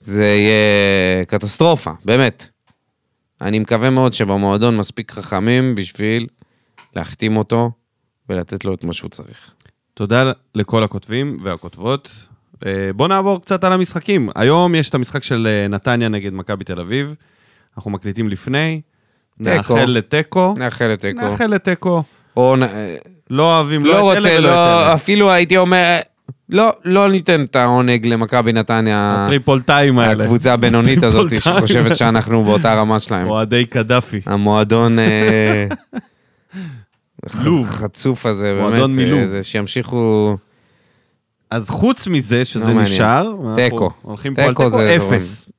זה יהיה קטסטרופה, באמת. אני מקווה מאוד שבמועדון מספיק חכמים בשביל להחתים אותו ולתת לו את מה שהוא צריך.
תודה לכל הכותבים והכותבות. אה, בואו נעבור קצת על המשחקים. היום יש את המשחק של אה, נתניה נגד מכבי תל אביב. אנחנו מקליטים לפני.
תיקו.
נאחל לתיקו.
נאחל לתיקו.
נאחל לתיקו.
או נ... אה,
לא אוהבים,
לא
לא את
רוצה,
אלה ולא את
לא,
אלה.
אפילו הייתי אומר, אה, לא, לא ניתן את העונג למכבי נתניה,
הטריפולטיים האלה.
אה, הקבוצה הבינונית הזאת
הטריפולטיים.
שחושבת שאנחנו באותה רמה שלהם.
אוהדי קדאפי. <laughs>
המועדון... אה, ח-
לוב.
חצוף הזה,
מועדון
באמת,
מלוב.
אה, זה שימשיכו...
אז חוץ מזה שזה
לא מעניין.
נשאר, אנחנו
תיקו.
הולכים פה על
תיקו
תיקו
זה-
אפס.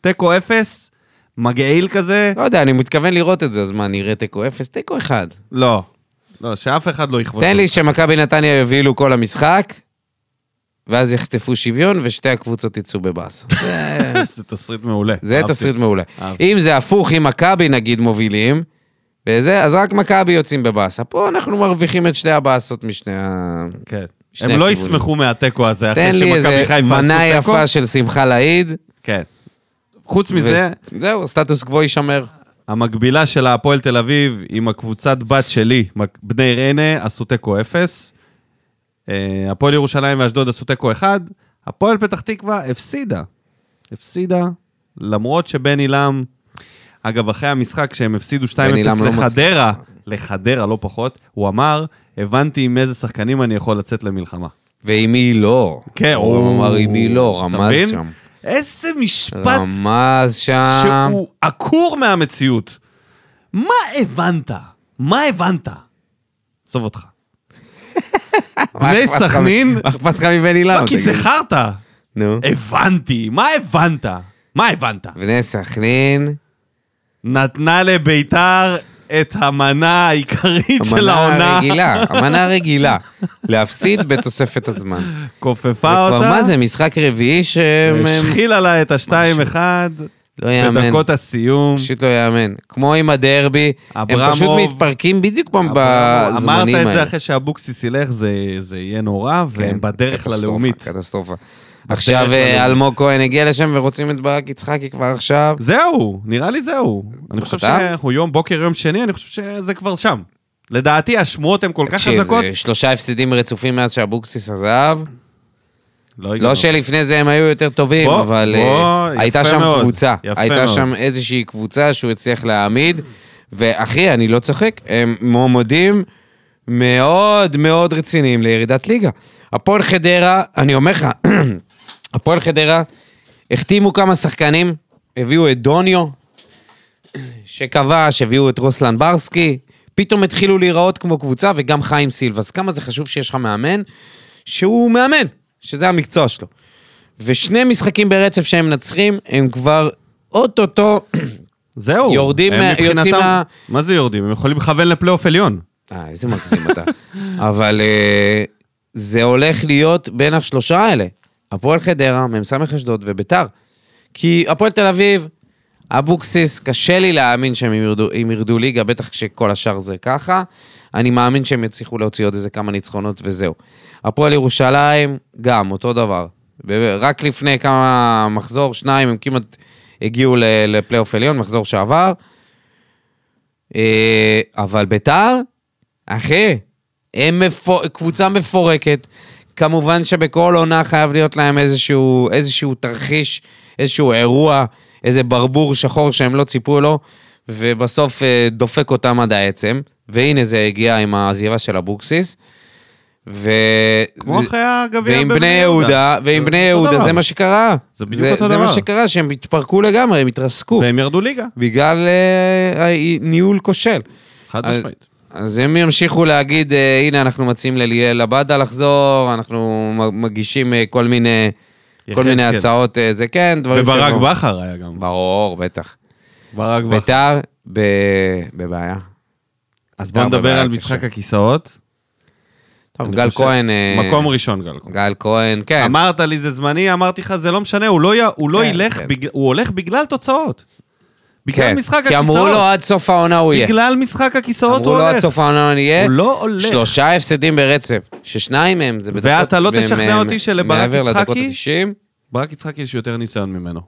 תיקו אפס, מגעיל כזה,
לא יודע, אני מתכוון לראות את זה, אז מה, נראה תיקו אפס? תיקו אחד.
לא. לא, שאף אחד לא יכבוש.
תן לי שמכבי נתניה יובילו כל המשחק, ואז יחטפו שוויון ושתי הקבוצות יצאו בבאס.
<laughs> זה תסריט מעולה.
זה
אהבתי.
תסריט מעולה.
אהבתי.
אם זה הפוך, אם מכבי נגיד מובילים, וזה, אז רק מכבי יוצאים בבאסה. פה אנחנו מרוויחים את שתי הבאסות משני ה...
כן.
שני
הם לא
הכיוונים.
ישמחו מהתיקו הזה, אחרי
תן לי איזה
שמכבי חיפה עשו
מנה
תיקו.
יפה של שמחה לאיד.
כן. חוץ מזה,
ו- זהו, סטטוס קוו יישמר.
המקבילה של הפועל תל אביב עם הקבוצת בת שלי, מק- בני ריינה, עשו תיקו אפס. אה, הפועל ירושלים ואשדוד עשו תיקו אחד. הפועל פתח תקווה הפסידה. הפסידה, למרות שבני לם... אגב, אחרי המשחק שהם הפסידו 2-0
בני לם לא מצליח.
לחדרה, לחדרה לא פחות, הוא אמר, הבנתי עם איזה שחקנים אני יכול לצאת למלחמה.
ואם היא לא.
כן,
הוא גם אמר, אם היא לא,
אתה
רמז
מבין?
שם.
איזה משפט
רמז שם.
שהוא עקור מהמציאות. מה הבנת? מה הבנת? עזוב אותך.
מה
בני
אכפת לך מ- <laughs>
סכנין-
מה אכפת לך מבני למה?
לא, כי זה
אה, תגיד?
חרטא.
נו.
הבנתי, מה הבנת? מה הבנת?
בני סכנין,
נתנה לביתר את המנה העיקרית של
המנה
העונה,
הרגילה, המנה הרגילה, להפסיד בתוספת הזמן. זה
כופפה
כבר
אותה,
מה זה, משחק רביעי שהם...
השחילה לה את ה-2-1
לא יאמן,
בדקות הסיום.
פשוט לא יאמן. כמו עם הדרבי, הם
אברמוב-
פשוט מתפרקים בדיוק פעם
אבל אמרת
בזמנים האלה.
את זה אחרי שאבוקסיס ילך, זה זה יהיה נורא, והם
כן,
בדרך
קטסטרופה,
ללאומית.
קטסטרופה. עכשיו
ללאומית.
אה, אלמוג כהן הגיע לשם ורוצים את ברק יצחקי כבר עכשיו.
זהו, נראה לי זהו. אני חושב
חתם?
שאנחנו יום בוקר, יום שני, אני חושב שזה כבר שם. לדעתי, השמועות הן כל כך
תקשיב,
חזקות.
זה שלושה הפסדים רצופים מאז שאבוקסיס עזב.
הגענו.
לא שלפני זה הם היו יותר טובים,
בוא,
אבל
בוא,
אה,
יפה
הייתה שם
מאוד,
קבוצה.
יפה
הייתה
מאוד.
שם איזושהי קבוצה שהוא הצליח להעמיד. ואחי, אני לא צוחק, הם מועמדים מאוד מאוד רציניים לירידת ליגה. הפועל חדרה, אני אומר לך, <clears throat> הפועל חדרה, החתימו כמה שחקנים, הביאו את דוניו, שכבש, הביאו את רוסלן ברסקי, פתאום התחילו להיראות כמו קבוצה, וגם חיים סילבס. כמה זה חשוב שיש לך מאמן שהוא מאמן, שזה המקצוע שלו. ושני משחקים ברצף שהם מנצחים, הם כבר אוטוטו...
זהו.
יורדים,
הם
אה, יוצאים
מבחינתם-
ל-
מה זה יורדים? הם יכולים לכוון לפלייאוף עליון.
אה, איזה מגזים אתה. אבל אה, זה הולך להיות בין השלושה האלה. הפועל חדרה, מ"ס אשדוד וביתר. כי הפועל תל אביב, אבוקסיס, קשה לי להאמין שהם ירדו, אם ירדו ליגה, בטח כשכל השאר זה ככה. אני מאמין שהם יצליחו להוציא עוד איזה כמה ניצחונות וזהו. הפועל ירושלים, גם, אותו דבר. ב- רק לפני כמה מחזור, שניים, הם כמעט הגיעו ל- לפלייאוף עליון, מחזור שעבר. אה, אבל ביתר, אחי, הם מפו... קבוצה מפורקת. כמובן שבכל עונה חייב להיות להם איזשהו, איזשהו תרחיש, איזשהו אירוע, איזה ברבור שחור שהם לא ציפו לו, ובסוף אה, דופק אותם עד העצם. והנה זה הגיע עם העזיבה של אבוקסיס. ו...
כמו אחרי הגביע
ועם בני יהודה, ועם בני
אותו
יהודה,
דבר.
זה מה שקרה.
זה בדיוק אותו
זה מה
דבר.
שקרה, שהם התפרקו לגמרי, הם התרסקו.
והם ירדו ליגה,
בגלל אה, ה- ניהול כושל.
חד
אז-
משמעית.
אז הם ימשיכו להגיד, אה, הנה, אנחנו מציעים לליאל עבדה לחזור, אנחנו מ- מגישים אה, כל מיני, כל
יחזקאל.
מיני הצעות, אה, זה כן, דברים
וברק
שלא-
בכר היה גם.
ברור, בטח.
ברק בכר.
ביתר ב- בבעיה.
אז בואו
בית"ר
נדבר
בבעיה
על
קשה.
משחק הכיסאות.
טוב,
אני
גל
חושב-
כהן... אה,
מקום ראשון, גל כהן.
גל כהן, כן.
אמרת לי זה זמני, אמרתי לך זה לא משנה, הוא לא, י... הוא לא
כן,
ילך,
כן.
בג... הוא הולך בגלל תוצאות. בגלל
כן,
משחק
כי
הכיסאות.
אמרו לו עד סוף העונה הוא יהיה.
בגלל משחק הכיסאות הוא
אמרו לא, אה? לו עד
הולך.
סוף העונה הוא יהיה.
הוא לא הולך.
שלושה הפסדים ברצף, ששניים מהם זה בדקות...
ואתה לא
מ-
תשכנע
מ-
אותי שלברק
מעבר לדקות
יצחקי-
ה-90.
ברק יצחקי יש יותר ניסיון ממנו.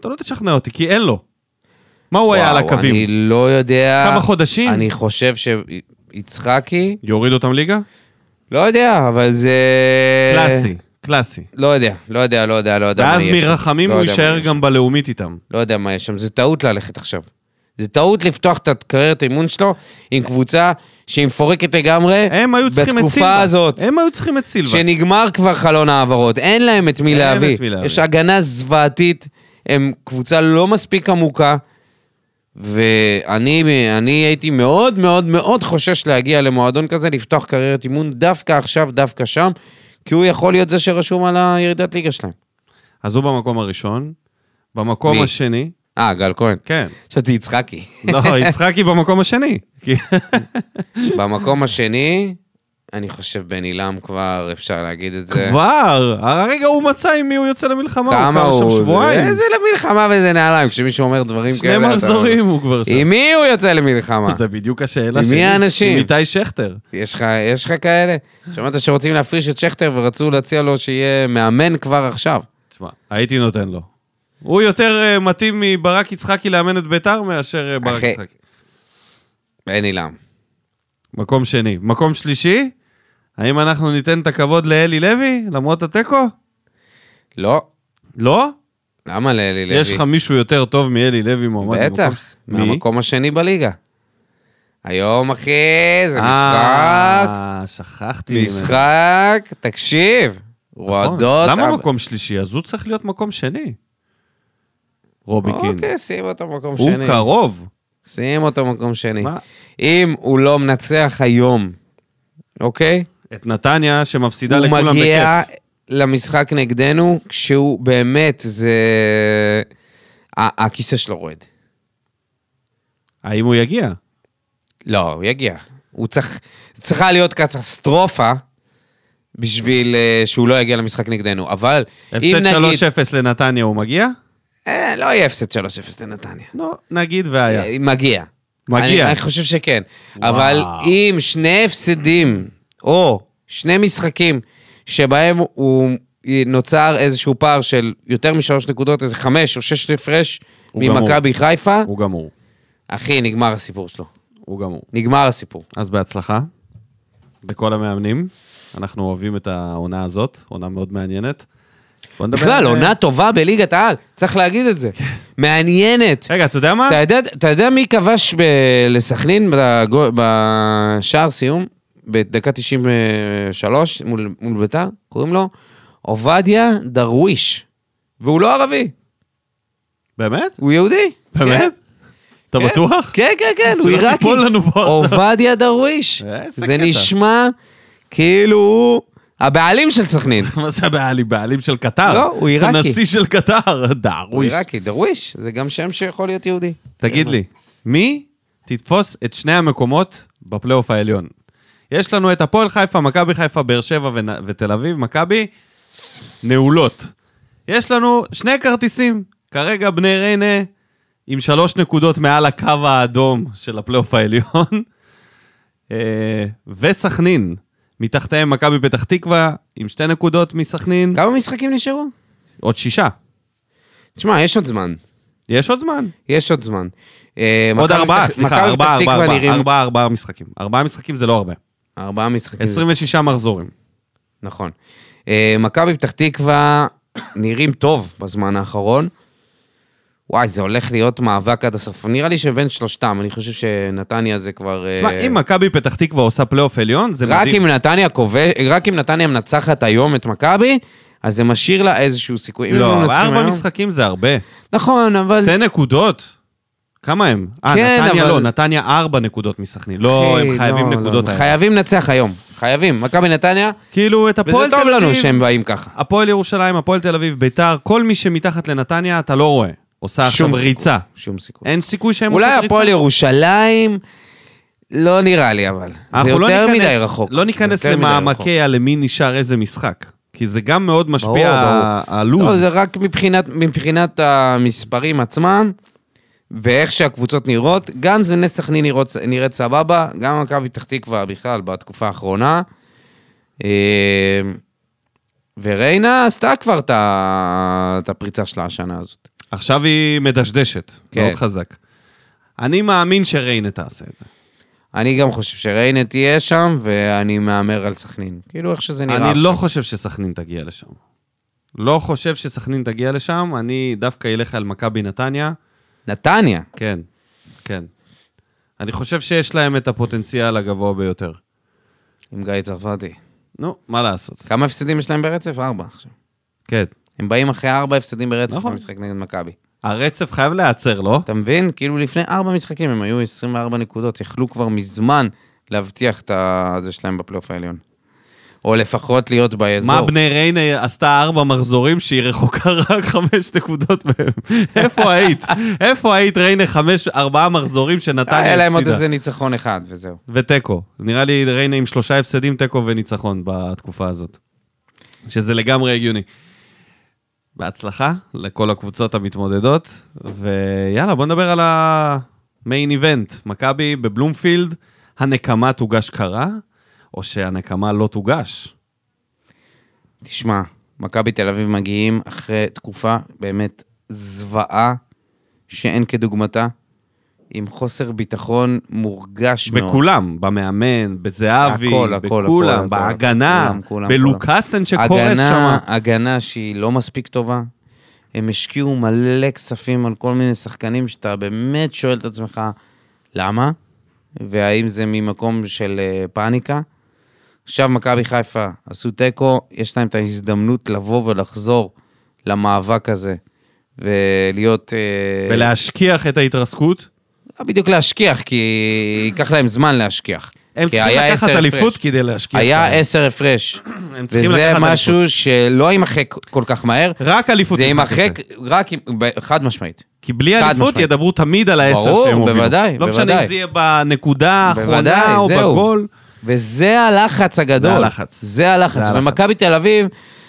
אתה לא תשכנע אותי, כי אין לו. מה הוא היה על
וואו,
הקווים?
אני לא יודע...
כמה חודשים?
אני חושב שיצחקי...
יוריד אותם ליגה?
לא יודע, אבל זה... אה,
קלאסי, קלאסי.
לא יודע, לא יודע, לא יודע, לא יודע. מה
ואז
יהיה שם.
מרחמים
לא
הוא
יודע מה
יישאר
יהיה
גם בלאומית איתם.
שם. לא יודע מה יש שם, זה טעות ללכת עכשיו. זה טעות לפתוח את הקריירת אימון שלו עם קבוצה שהיא מפורקת לגמרי.
הם היו צריכים את סילבס.
בתקופה הזאת.
הם היו צריכים את סילבס.
שנגמר כבר חלון העברות, אין להם את מי
אין להם
להביא.
את מי להביא.
יש הגנה זוועתית, הם קבוצה לא מספיק עמוקה, ואני אני הייתי מאוד מאוד מאוד חושש להגיע למועדון כזה, לפתוח קריירת אימון דווקא עכשיו, דווקא שם, כי הוא יכול להיות זה שרשום על הירידת ליגה שלהם.
אז הוא במקום הראשון. במקום
מי?
השני,
אה, גל כהן.
כן.
חשבתי יצחקי.
לא, יצחקי במקום השני. כי-
<laughs> במקום השני, אני חושב בן עילם כבר, אפשר להגיד את זה.
כבר! הרגע הוא מצא עם מי הוא יוצא למלחמה. הוא כבר שם שבועיים.
זה- זה למלחמה וזה נעליים, כשמישהו אומר דברים
שני
כאלה. אתה-
מחזורים הוא כבר שם.
עם מי הוא יוצא למלחמה?
זה בדיוק השאלה
עם
שלי.
מי האנשים?
עם איתי שכטר.
יש לך, יש לך כאלה? שמעת שרוצים להפריש את שכטר ורצו להציע לו שיהיה מאמן כבר עכשיו.
תשמע, הייתי נותן לו. הוא יותר אה, מתאים מברק יצחקי לאמן את ביתר מאשר אה, ברק
אחי.
יצחקי.
אין עילם.
מקום שני. מקום שלישי, האם אנחנו ניתן את הכבוד לאלי לוי, למרות התיקו?
לא.
לא?
למה לאלי לוי?
יש לך מישהו יותר טוב מאלי לוי מועמד? במקום-
בטח,
מי?
מהמקום השני בליגה. היום, אחי, זה משחק.
אה, שכחתי. ממנו.
משחק, תקשיב.
נכון.
רועדות.
למה
הב-
מקום שלישי? אז הוא צריך להיות מקום שני. רוביקין.
אוקיי, שים אותו מקום
הוא
שני.
קרוב.
שים אותו מקום שני.
מה?
אם הוא לא מנצח היום, אוקיי?
את נתניה שמפסידה
הוא
לכולם
מגיע
בכיף.
למשחק נגדנו כשהוא באמת, זה... ה- הכיסא שלו רועד.
האם הוא יגיע?
לא, הוא יגיע. הוא צריך... צריכה להיות קטסטרופה בשביל אה, שהוא לא יגיע למשחק נגדנו. אבל אם
הפסד
נגיד...
3-0 לנתניה הוא מגיע?
אה, לא יהיה הפסד 3-0 לנתניה.
לא, נגיד והיה.
אה, מגיע.
מגיע.
אני, אני חושב שכן.
וואו.
אבל אם שני הפסדים, או שני משחקים, שבהם הוא נוצר איזשהו פער של יותר משלוש נקודות, איזה חמש או שש הפרש
הוא גמור.
ממכבי חיפה,
הוא גמור.
אחי, נגמר הסיפור שלו.
הוא גמור.
נגמר הסיפור.
אז בהצלחה לכל המאמנים. אנחנו אוהבים את העונה הזאת, עונה מאוד מעניינת. בוא נדבר
בכלל,
על- כן.
עונה טובה בליגת העל, צריך להגיד את זה. מעניינת.
רגע, אתה יודע מה?
אתה יודע, אתה יודע מי כבש ב- לסכנין בגו- בשער סיום? בדקה 93 מול, מול ביתר, קוראים לו עובדיה דרוויש. והוא לא ערבי,
באמת?
הוא יהודי. כן.
באמת? אתה
כן,
בטוח?
כן, כן, כן, הוא
שלא
עיראקי.
תיפול לנו פה עכשיו.
עובדיה דרוויש.
איזה
זה
קטע.
נשמע כאילו הוא הבעלים של סכנין.
<laughs> מה זה הבעלים? בעלים של קטר?
לא, הוא עיראקי.
הנשיא של קטר, <laughs>
הוא
דרוויש.
עיראקי, דרוויש, זה גם שם שיכול להיות יהודי. כן.
תגיד לי, מי תתפוס את שני המקומות בפלייאוף העליון? יש לנו את הפועל חיפה, מכבי חיפה, באר שבע ונ- ותל אביב, מכבי נעולות. יש לנו שני כרטיסים, כרגע בני ריינה עם שלוש נקודות מעל הקו האדום של הפלייאוף העליון, <laughs> אה, וסכנין, מתחתיהם מכבי פתח תקווה עם שתי נקודות מסכנין,
כמה משחקים נשארו?
עוד שישה.
תשמע, יש עוד זמן.
יש עוד זמן.
יש עוד זמן. אה,
עוד
מכבי
ארבעה,
פתח-
סליחה,
מכבי
ארבעה,
פתח תקווה
ארבעה, ארבעה,
נראים-
ארבעה, ארבעה משחקים. ארבעה משחקים זה לא הרבה.
ארבעה משחקים.
26 מחזורים.
נכון. אה, מכבי פתח תקווה נראים טוב בזמן האחרון. וואי, זה הולך להיות מאבק עד הסוף. נראה לי שבין שלושתם, אני חושב שנתניה זה כבר... אה,
תשמע, אם מכבי פתח תקווה עושה פלייאוף עליון, זה
רק
מדהים.
אם נתניה כובש, רק אם נתניה מנצחת היום את מכבי, אז זה משאיר לה איזשהו סיכוי. אם הם
לא, אבל
מנצחים
ארבע
היום-
משחקים זה הרבה.
נכון, אבל...
שתי נקודות. כמה הם? אה,
כן,
נתניה
אבל-
לא, נתניה ארבע נקודות מסכנין. לא,
אחי,
הם חייבים
לא, לא,
נקודות.
לא.
האלה.
חייבים לנצח היום. חייבים. מכבי נתניה,
כאילו, את
וזה
הפועל
טוב
תל
לנו
אביב,
שהם באים ככה.
הפועל ירושלים, הפועל תל אביב, ביתר, כל מי שמתחת לנתניה, אתה לא רואה. עושה עכשיו
שום סיכוי,
ריצה.
שום סיכוי.
אין סיכוי שהם עושים
אולי
ריצה.
הפועל ירושלים, לא נראה לי אבל. זה
אנחנו לא
יותר
ניכנס-
מדי רחוק.
לא
זה
ניכנס
יותר מדי
למעמקי על למי נשאר איזה משחק. כי זה גם מאוד
ברור,
משפיע
ברור.
הלו"ז.
לא, זה רק מבחינת, מבחינת המספרים עצמם, ואיך שהקבוצות נראות. גם זה נס סכנין נראות- נראית סבבה, גם מכבי פתח תקווה בכלל בתקופה האחרונה. אה, וריינה עשתה כבר את ה- את הפריצה שלה השנה הזאת.
עכשיו היא מדשדשת,
כן.
כן. מאוד חזק. אני מאמין שריינה תעשה את זה.
אני גם חושב שריינה תהיה שם, ואני מהמר על סכנין. כאילו, איך שזה נראה.
אני
עכשיו.
לא חושב שסכנין תגיע לשם. לא חושב שסכנין תגיע לשם, אני דווקא אלך על מכבי נתניה.
נתניה.
כן, כן. אני חושב שיש להם את הפוטנציאל הגבוה ביותר.
עם גיא צרפתי.
נו, מה לעשות?
כמה הפסדים יש להם ברצף? ארבע עכשיו.
כן.
הם באים אחרי ארבע הפסדים ברצף
נכון.
במשחק נגד מכבי.
הרצף חייב להיעצר, לא?
אתה מבין? כאילו לפני ארבע משחקים הם היו 24 נקודות, יכלו כבר מזמן להבטיח את ה- זה שלהם בפלייאוף העליון. או לפחות להיות באזור.
מה בני ריינה עשתה ארבע מחזורים שהיא רחוקה <laughs> רק חמש נקודות מהם? איפה היית? איפה היית ריינה חמש, ארבעה מחזורים שנתניה הפסידה?
אה, היה להם עוד איזה ניצחון אחד וזהו.
ותיקו. נראה לי ריינה עם שלושה הפסדים, תיקו וניצחון בתקופה הזאת. שזה לגמרי הגיוני. בהצלחה לכל הקבוצות המתמודדות, ויאללה, בוא נדבר על המיין איבנט. מכבי בבלומפילד, הנקמה תוגש קרה, או שהנקמה לא תוגש?
תשמע, מכבי תל אביב מגיעים אחרי תקופה באמת זוועה שאין כדוגמתה, עם חוסר ביטחון מורגש מאוד.
בכולם, במאמן, בזהבי,
הכל, הכל, הכל, הכל,
בכולם, בהגנה,
כולם, כולם,
בלוקאסן שקורס
הגנה,
שם.
הגנה שהיא לא מספיק טובה. הם השקיעו מלא כספים על כל מיני שחקנים שאתה באמת שואל את עצמך, למה? והאם זה ממקום של אה, פאניקה? עכשיו מכבי חיפה עשו תיקו, יש להם את ההזדמנות לבוא ולחזור למאבק הזה, ולהיות... אה,
ולהשכיח את ההתרסקות.
לא בדיוק להשכיח, כי ייקח להם זמן להשכיח.
הם
כי
צריכים
היה
לקחת
עשר
אליפות
הפרש.
כדי להשכיח.
היה
אותם.
עשר הפרש,
הם צריכים
וזה
לקחת אליפות.
משהו שלא יימחק כל כך מהר.
רק אליפות.
זה
תמחק את
יימחק
זה.
רק אם... ב- חד משמעית.
כי בלי
חד
אליפות
משמעית.
ידברו תמיד על העשר שהם
ברור,
הובילו.
בוודאי,
לא משנה
בוודאי.
אם זה יהיה בנקודה
בוודאי,
האחרונה או
זהו.
בגול.
וזה הלחץ הגדול.
זה הלחץ.
זה הלחץ.
זה הלחץ.
ומכבי תל אביב,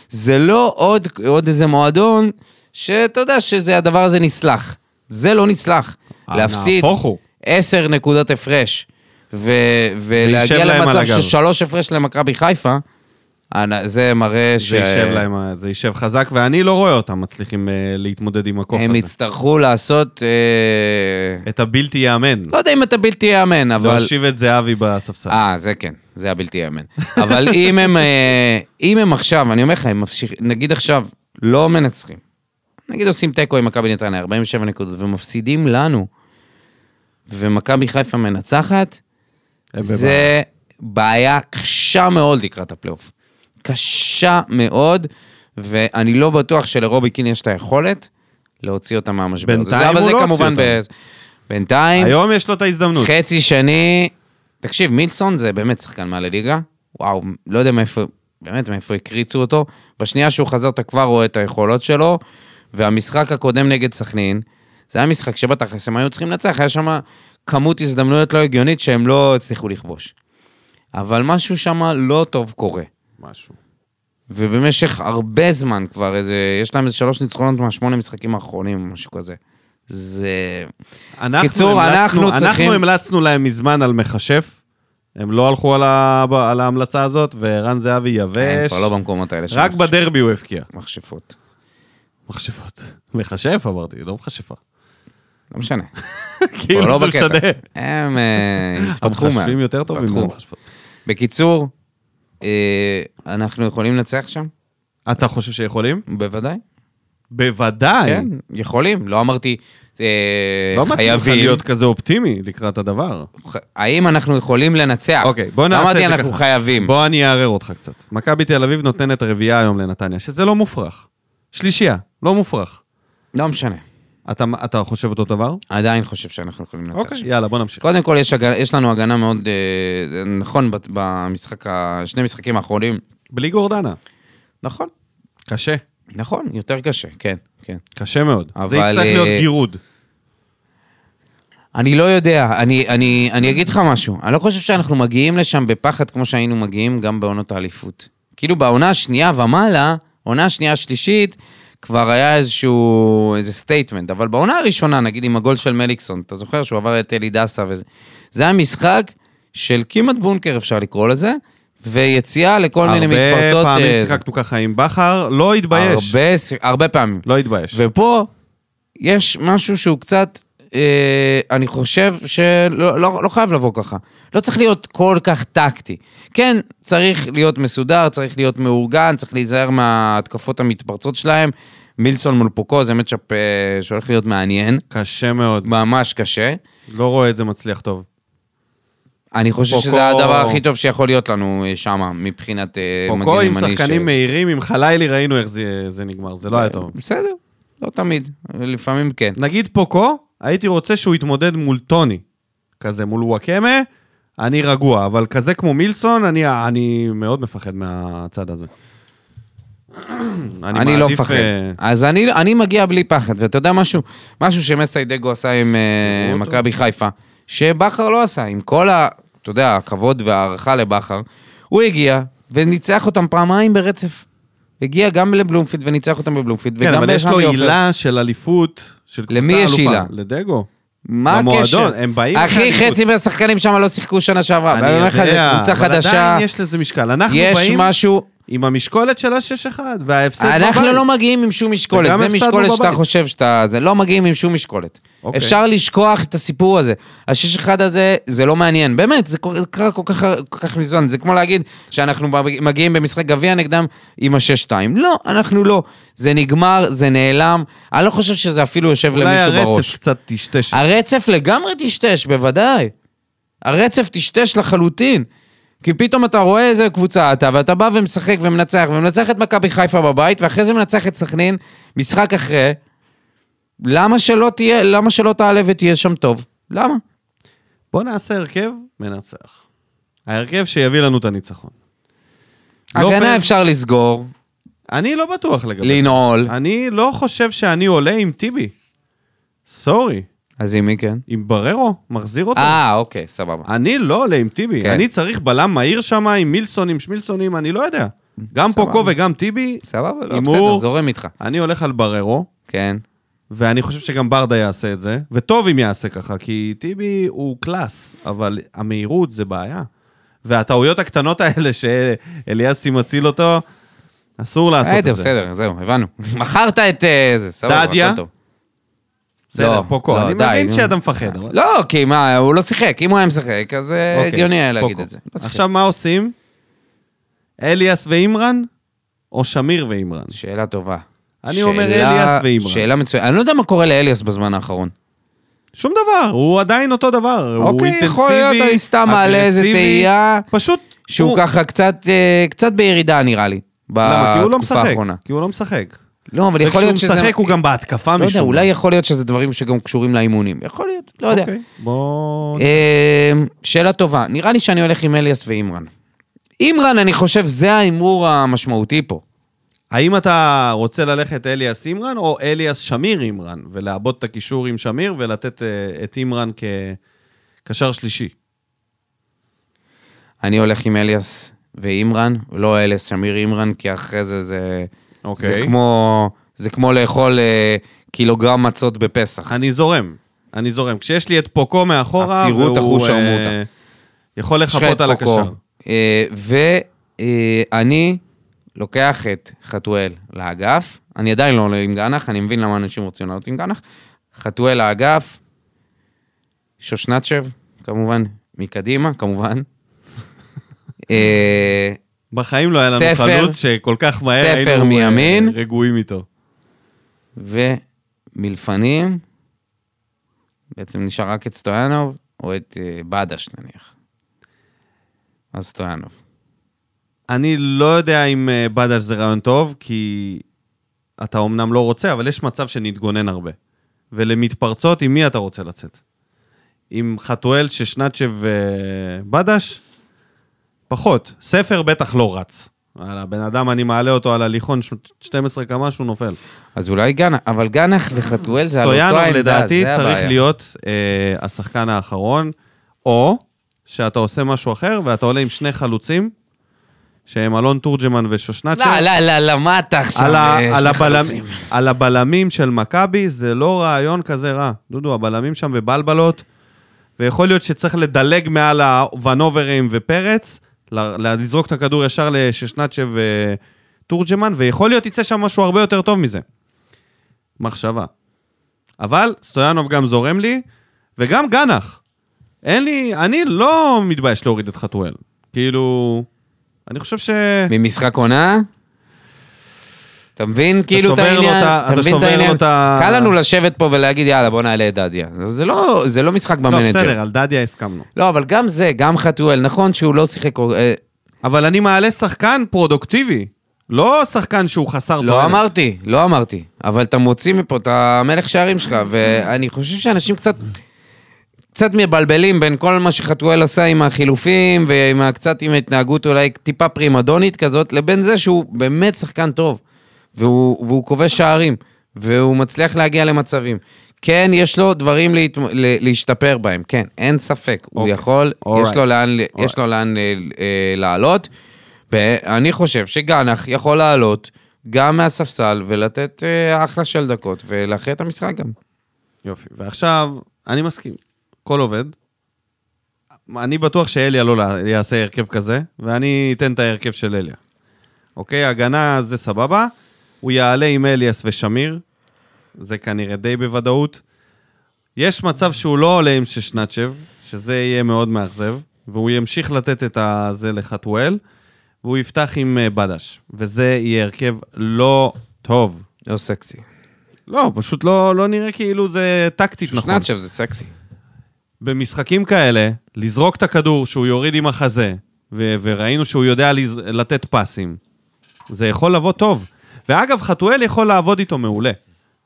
זה לא עוד, עוד איזה מועדון, שאתה יודע שהדבר הזה נסלח. זה לא נסלח. להפסיד
אה, נהפוך הוא.
עשר נקודות הפרש, ו- ולהגיע
יישב להם על
למצב
הגב.
ששלוש הפרש למכבי חיפה, אנ- זה מראה ש...
זה יישב להם, ה- זה יישב חזק, ואני לא רואה אותם מצליחים אה, להתמודד עם הקוף
הם
הזה.
יצטרכו לעשות... אה,
את הבלתי ייאמן.
לא יודע אם אתה בלתי
לא,
ייאמן, אבל...
להושיב את זהבי בספסל.
אה, זה כן, זה הבלתי ייאמן. אבל אם הם, אה, אם הם עכשיו, אני אומר לך, הם מפשיכים, נגיד עכשיו, לא מנצחים. נגיד עושים תיקו עם מכבי נתניה, 47 נקודות, ומפסידים לנו, ומכבי חיפה מנצחת,
הם
זה בעיה קשה מאוד לקראת הפלייאוף. קשה מאוד, ואני לא בטוח שלרוביקין יש את היכולת להוציא אותה מהמשבר. הזה.
בינתיים
אבל
הוא
זה
לא הוציא
כמובן
אותה.
ב- בינתיים,
היום יש לו את ההזדמנות.
חצי שני, תקשיב, מילסון זה באמת שחקן מעל הליגה. וואו, לא יודע מאיפה, באמת מאיפה הקריצו אותו. בשנייה שהוא חזר, אתה כבר רואה את היכולות שלו. והמשחק הקודם נגד סכנין, זה היה משחק שבתכלס הם היו צריכים לנצח, היה שם כמות הזדמנויות לא הגיונית שהם לא הצליחו לכבוש. אבל משהו שם לא טוב קורה.
משהו.
ובמשך הרבה זמן כבר, איזה, יש להם איזה שלוש ניצחונות מהשמונה משחקים האחרונים, משהו כזה. זה...
אנחנו
קיצור,
המלצנו-
אנחנו צריכים-
אנחנו המלצנו להם מזמן על מכשף, הם לא הלכו על ה- על ההמלצה הזאת, וערן זהבי
הם
יבש.
כבר לא במקומות האלה של
רק
מכש-
בדרבי הוא הבקיע.
מכשפות.
מכשפות. מכשף אמרתי, לא מכשפה.
לא
<laughs>
משנה. כבר
כאילו
לא
זה
בקטע.
משנה.
הם אה, התפתחו מאז.
המכשפים יותר טובים
התפתחו.
מהמכשפות.
בקיצור, אה, אנחנו יכולים לנצח שם?
אתה חושב שיכולים?
בוודאי.
בוודאי.
כן, יכולים. לא אמרתי אה,
אה, לא מתאים לך
חייבים.
להיות כזה אופטימי לקראת הדבר.
ח- האם אנחנו יכולים לנצח?
אוקיי, בוא
לא
נעשה את זה
אמרתי אנחנו
ככה.
חייבים.
בוא אני אערער אותך קצת. מכבי תל אביב נותנת רביעייה היום לנתניה, שזה לא מופרך. שלישייה, לא מופרך.
לא משנה.
אתה, אתה חושב אותו דבר?
עדיין חושב שאנחנו יכולים לנצח
אוקיי,
שם.
יאללה, בוא נמשיך.
קודם כל, יש, הגנה, יש לנו הגנה מאוד, אה, נכון, בת- במשחק, ה- שני משחקים האחרונים.
בלי גורדנה.
נכון,
קשה,
נכון, יותר קשה, כן, כן.
קשה מאוד.
אבל,
זה יצטרך
אה,
להיות גירוד.
אני לא יודע, אני, אני, אני אגיד לך משהו, אני לא חושב שאנחנו מגיעים לשם בפחד כמו שהיינו מגיעים גם בעונות האליפות. כאילו בעונה השנייה ומעלה, עונה השנייה השלישית, כבר היה איזשהו, איזה סטייטמנט, אבל בעונה הראשונה, נגיד עם הגול של מליקסון, אתה זוכר שהוא עבר את אלי דסה וזה, זה היה משחק של כמעט בונקר אפשר לקרוא לזה, ויציאה לכל מיני מתפרצות.
הרבה
אה,
פעמים שיחקנו ככה עם בכר, לא התבייש.
הרבה, ש- הרבה פעמים.
לא התבייש.
ופה יש משהו שהוא קצת, אה, אני חושב שלא לא, לא חייב לבוא ככה. לא צריך להיות כל כך טקטי. כן, צריך להיות מסודר, צריך להיות מאורגן, צריך להיזהר מההתקפות המתפרצות שלהם. מילסון מול פוקו זה מצ'אפ אה, שהולך להיות מעניין,
קשה מאוד.
ממש קשה.
לא רואה את זה מצליח טוב.
אני חושב
פוקו-
שזה הדבר הכי טוב שיכול להיות לנו שם, מבחינת אה, מגן ימני.
פוקו עם שחקנים
ש- אה,
מהירים, עם חלילי ראינו איך זה זה נגמר, זה לא היה טוב.
בסדר, לא תמיד, לפעמים כן.
נגיד פוקו, הייתי רוצה שהוא יתמודד מול טוני. כזה, מול וואקמה, אני רגוע, אבל כזה כמו מילסון, אני, אני מאוד מפחד מהצד הזה. <clears throat>
אני, אני לא
מעדיף,
מפחד.
אה,
אז אני, אני מגיע בלי פחד, ואתה יודע משהו? משהו שמסיידגו עשה עם אה,
אותו.
מכבי חיפה, שבכר לא עשה, עם כל ה... אתה יודע, הכבוד וההערכה לבכר, הוא הגיע וניצח אותם פעמיים ברצף. הגיע גם לבלומפילד וניצח אותם בבלומפילד,
כן,
וגם
אבל יש לו
ברחבי עופר.
עילה של אליפות, של קבוצה
למי יש
אלופה.
עילה?
לדגו.
מה
למועדון,
הקשר?
הם באים אחרי
אחי,
אליפות.
חצי מהשחקנים שם לא שיחקו שנה שעברה.
אני
ואני אומר לך, זה
יודע,
קבוצה
אבל
חדשה,
עדיין יש לזה משקל. אנחנו
יש
באים
משהו...
עם המשקולת של ה-6-1, וההפסד בבית.
אנחנו לא מגיעים עם שום משקולת,
וגם
זה
הפסדנו
משקולת שאתה
בבית.
חושב שאתה... זה לא מגיעים עם שום משקולת.
אוקיי.
אפשר לשכוח את הסיפור הזה. השש אחד הזה, זה לא מעניין. באמת, זה קורה- זה קרה כל כך, כל כך מזמן. זה כמו להגיד שאנחנו מג- מגיעים במשחק גביע נגדם עם השש-שתיים. לא, אנחנו לא. זה נגמר, זה נעלם. אני לא חושב שזה אפילו יושב
אולי
למישהו
הרצף
בראש. אה.
קצת טשטש.
הרצף לגמרי טשטש, בוודאי. הרצף טשטש לחלוטין. כי פתאום אתה רואה איזה קבוצה אתה, ואתה בא ומשחק ומנצח, ומנצח את מכבי חיפה בבית, ואחרי זה מנצח את סכנין, משחק אחרי. למה שלא תהיה, למה שלא תעלה ותהיה שם טוב? למה?
בוא נעשה הרכב מנצח. ההרכב שיביא לנו את הניצחון. לא
הגנה
פן-
אפשר לסגור,
אני לא בטוח לגבי זה.
לנעול.
אני לא חושב שאני עולה עם טיבי. סורי.
אז עם מי כן?
עם בררו, מחזיר אותו.
אה, אוקיי, סבבה.
אני לא עולה עם טיבי.
כן.
אני צריך בלם מהיר שם עם מילסונים, שמילסונים, אני לא יודע. גם
סבבה.
פוקו וגם טיבי,
סבבה, לא,
הימור.
בסדר, זורם איתך.
אני הולך על בררו,
כן.
ואני חושב שגם ברדה יעשה את זה, וטוב אם יעשה ככה, כי טיבי הוא קלאס, אבל המהירות זה בעיה. והטעויות הקטנות האלה שאליאסי מציל אותו, אסור לעשות
אה, בסדר,
את זה.
בסדר, זהו, הבנו. <laughs> מכרת את אה, זה, סבבה,
דדיה?
הכל טוב.
בסדר,
לא,
פוקו.
לא,
אני
די,
מבין
נו.
שאתה מפחד, אבל...
לא, כי מה, הוא לא שיחק. אם הוא היה משחק, אז אה,
אוקיי,
הגיוני היה להגיד
פוקו.
את זה. לא שיחק.
עכשיו מה עושים? אליאס ואימרן, או שמיר ואימרן?
שאלה טובה.
אני
שאלה-
אומר אליאס ואימרן.
שאלה מצוינת. אני לא יודע מה קורה לאליאס בזמן האחרון.
שום דבר, הוא עדיין אותו דבר. הוא
אוקיי, יכול להיות,
אינטנסיבי,
אני סתם מעלה איזה
אגרסיבי,
תהייה,
פשוט...
שהוא
הוא-
ככה קצת, אה, קצת בירידה נראה לי,
למה? כי הוא לא
בתקופה
משחק.
האחרונה.
כי הוא לא משחק.
לא, אבל יכול
וכשהוא
להיות שזה...
משחק הוא גם בהתקפה משום
לא יודע,
מה.
אולי יכול להיות שזה דברים שגם קשורים לאימונים. יכול להיות, לא יודע.
אוקיי, בוא...
אה, שאלה טובה, נראה לי שאני הולך עם אליאס ואימרן. אימרן, אני חושב, זה ההימור המשמעותי פה.
האם אתה רוצה ללכת אליאס אימרן או אליאס שמיר אימרן, ולעבוד את הקישור עם שמיר ולתת אה, את אימרן כקשר שלישי?
אני הולך עם אליאס ואימרן, לא אליאס, שמיר אימרן, כי אחרי זה זה...
אוקיי.
זה כמו, זה כמו לאכול אה, קילוגרם מצות בפסח.
אני זורם, אני זורם. כשיש לי את פוקו מאחורה,
עצירות
והוא
החוש
אה,
ערמוטה.
יכול
יש לך את
לחפות על
פוקו.
הקשר.
אה, ואני לוקח את חתואל לאגף, אני עדיין לא עולה עם גנח, אני מבין למה אנשים רוצים לעלות עם גנח. חתואל לאגף, שושנצ'ב, כמובן, מקדימה, כמובן. אה,
בחיים לא היה לנו
ספר-
חלוץ שכל כך מהר
ספר
היינו אה,
מימין.
רגועים איתו.
ומלפנים, בעצם נשאר רק את סטויאנוב, או את אה, בדש נניח. אז סטויאנוב.
אני לא יודע אם אה, בדש זה רעיון טוב, כי אתה אומנם לא רוצה, אבל יש מצב שנתגונן הרבה. ולמתפרצות, עם מי אתה רוצה לצאת? עם חתואל, ששנצ'ב ובדש? פחות. ספר בטח לא רץ. על הבן אדם, אני מעלה אותו על הליכון ש- 12 קמ"ש, הוא נופל.
אז אולי גנח, אבל גנח וחתואל זה על אותו העמדה,
סטויאנוב
זה הבעיה.
לדעתי צריך להיות אה, השחקן האחרון, או שאתה עושה משהו אחר ואתה עולה עם שני חלוצים, שהם אלון תורג'מן ושושנצ'ה.
לא, לא, לא, לא, מה אתה עכשיו?
על, ה,
אה,
על,
שני
הבלמ,
חלוצים?
על הבלמים של מכבי, זה לא רעיון כזה רע. דודו, הבלמים שם בבלבלות, ויכול להיות שצריך לדלג מעל הוונוברים ופרץ, ל- ל- לזרוק את הכדור ישר לששנצ'ה ותורג'מן, ויכול להיות יצא שם משהו הרבה יותר טוב מזה. מחשבה. אבל סטויאנוב גם זורם לי, וגם גנח. אין לי, אני לא מתבייש להוריד את חתואל. כאילו, אני חושב ש...
ממשחק עונה? אתה מבין כאילו את
שובר לו
העניין?
את ה- אתה
מבין
שובר לו
העניין?
את ה-
קל לנו לשבת פה ולהגיד, יאללה, בוא נעלה את דדיה. זה לא- זה לא משחק
לא,
במנג'ר.
בסדר, על דדיה הסכמנו.
לא, אבל גם זה, גם חתואל, נכון שהוא לא שיחק... אה,
אבל אני מעלה שחקן פרודוקטיבי, לא שחקן שהוא חסר
לא אמרתי, לא אמרתי. אבל אתה מוציא מפה את המלך שערים שלך, ואני חושב שאנשים קצת... קצת מבלבלים בין כל מה שחתואל עשה עם החילופים ועם ה- קצת עם התנהגות אולי טיפה פרימדונית כזאת, לבין זה שהוא באמת שחקן טוב. והוא, והוא כובש שערים, והוא מצליח להגיע למצבים. כן, יש לו דברים להת... ל- להשתפר בהם, כן, אין ספק. Okay. הוא
אוקיי.
יכול,
Alright.
יש לו לאן, יש לו לאן אה, אה, לעלות. ואני חושב שגנח יכול לעלות גם מהספסל ולתת אה, אחלה של דקות ולהכריע את המשחק גם.
יופי, ועכשיו, אני מסכים, הכל עובד. אני בטוח שאליה לא לה- יעשה הרכב כזה, ואני אתן את ההרכב של אליה. אוקיי, הגנה זה סבבה, הוא יעלה עם אליאס ושמיר, זה כנראה די בוודאות. יש מצב שהוא לא עולה עם ששנצ'ב, שזה יהיה מאוד מאכזב, והוא ימשיך לתת את ה- זה לחתואל, והוא יפתח עם אה, בדש, וזה יהיה הרכב לא טוב.
לא סקסי.
לא, פשוט לא, לא נראה כאילו זה טקטית נכון.
שושנצ'ב זה סקסי.
במשחקים כאלה, לזרוק את הכדור שהוא יוריד עם החזה, ו- וראינו שהוא יודע לז- לתת פסים, זה יכול לבוא טוב. ואגב, חתואל יכול לעבוד איתו מעולה.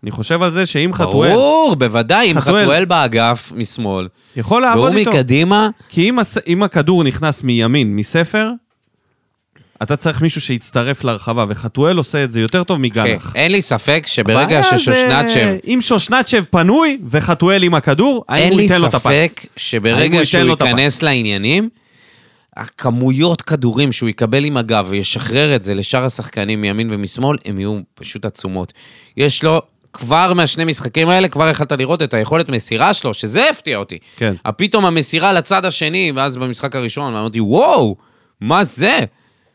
אני חושב על זה שאם חתואל
ברור, בוודאי, עם
חתואל.
חתואל באגף משמאל,
יכול
והוא
לעבוד איתו,
מקדימה,
כי אם, הס- אם הכדור נכנס מימין, מספר, אתה צריך מישהו שיצטרף להרחבה, וחתואל עושה את זה יותר טוב מגנח.
כן, אין לי ספק שברגע
הבעיה זה
ששושנצ'ב,
אם שושנצ'ב פנוי וחתואל עם הכדור, האם
אין
הוא
לי
ייתן לו את הפס?
ספק
האם הוא
שברגע
ייתן
שהוא
לו את הפס?
ייכנס לעניינים, הכמויות כדורים שהוא יקבל עם הגב וישחרר את זה לשאר השחקנים מימין ומשמאל, הם יהיו פשוט עצומות. יש לו, כבר מהשני משחקים האלה, כבר יכלת לראות את היכולת מסירה שלו, שזה הפתיע אותי.
כן.
פתאום המסירה לצד השני, ואז במשחק הראשון, ואמרתי, וואו, מה זה?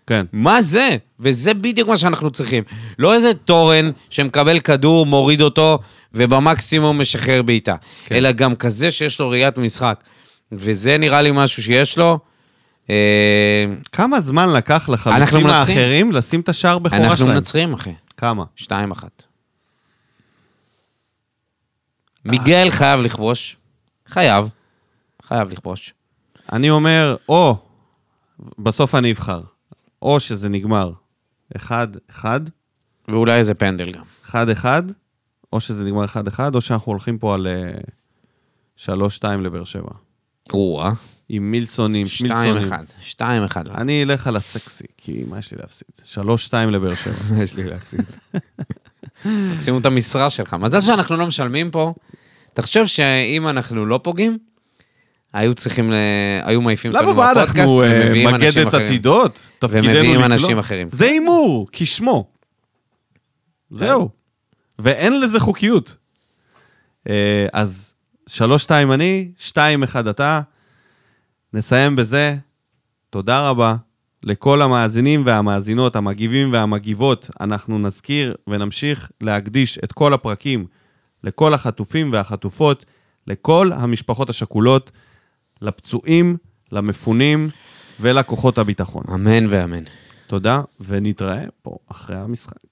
כן.
מה זה? וזה בדיוק מה שאנחנו צריכים. לא איזה תורן שמקבל כדור, מוריד אותו, ובמקסימום משחרר בעיטה. כן.
כן.
אלא גם כזה שיש לו ראיית משחק. וזה נראה לי משהו שיש לו. אה,
כמה זמן לקח
אנחנו
לחלוצים
מנצחים.
האחרים לשים את השער בכורה
אנחנו
שלהם?
מנצחים, אחי.
כמה?
שתיים אחת. מיגל חייב לכבוש. חייב. חייב לכבוש.
אני אומר, או, בסוף אני אבחר, או שזה נגמר 1-1,
ואולי איזה פנדל גם.
1-1, או שזה נגמר 1-1, או שאנחנו הולכים פה על אה, 3-2 לבאר שבע.
או-אה.
עם מילסונים, שמילסונים.
2-1. 2-1.
אני אלך על הסקסי, כי מה יש לי להפסיד? 3-2 לבאר
<laughs>
שבע.
יש לי להפסיד. שימו את המשרה שלך. מזל שאנחנו לא משלמים פה. תחשוב שאם אנחנו לא פוגעים, היו צריכים, ל... היו מעיפים
למה
אותנו
מה אנחנו אה,
ומביאים אנשים
מגדת
אחרים.
עתידות? תפקידנו
ומביאים
לקלוט.
אנשים אחרים. כן.
זה הימור, כשמו. זהו. ואין לזה חוקיות. אה, אז 3-2 אני, 2-1 אתה. נסיים בזה. תודה רבה לכל המאזינים והמאזינות, המגיבים והמגיבות. אנחנו נזכיר ונמשיך להקדיש את כל הפרקים לכל החטופים והחטופות, לכל המשפחות השכולות, לפצועים, למפונים ולכוחות הביטחון.
אמן ואמן.
תודה, ונתראה פה אחרי המשחק.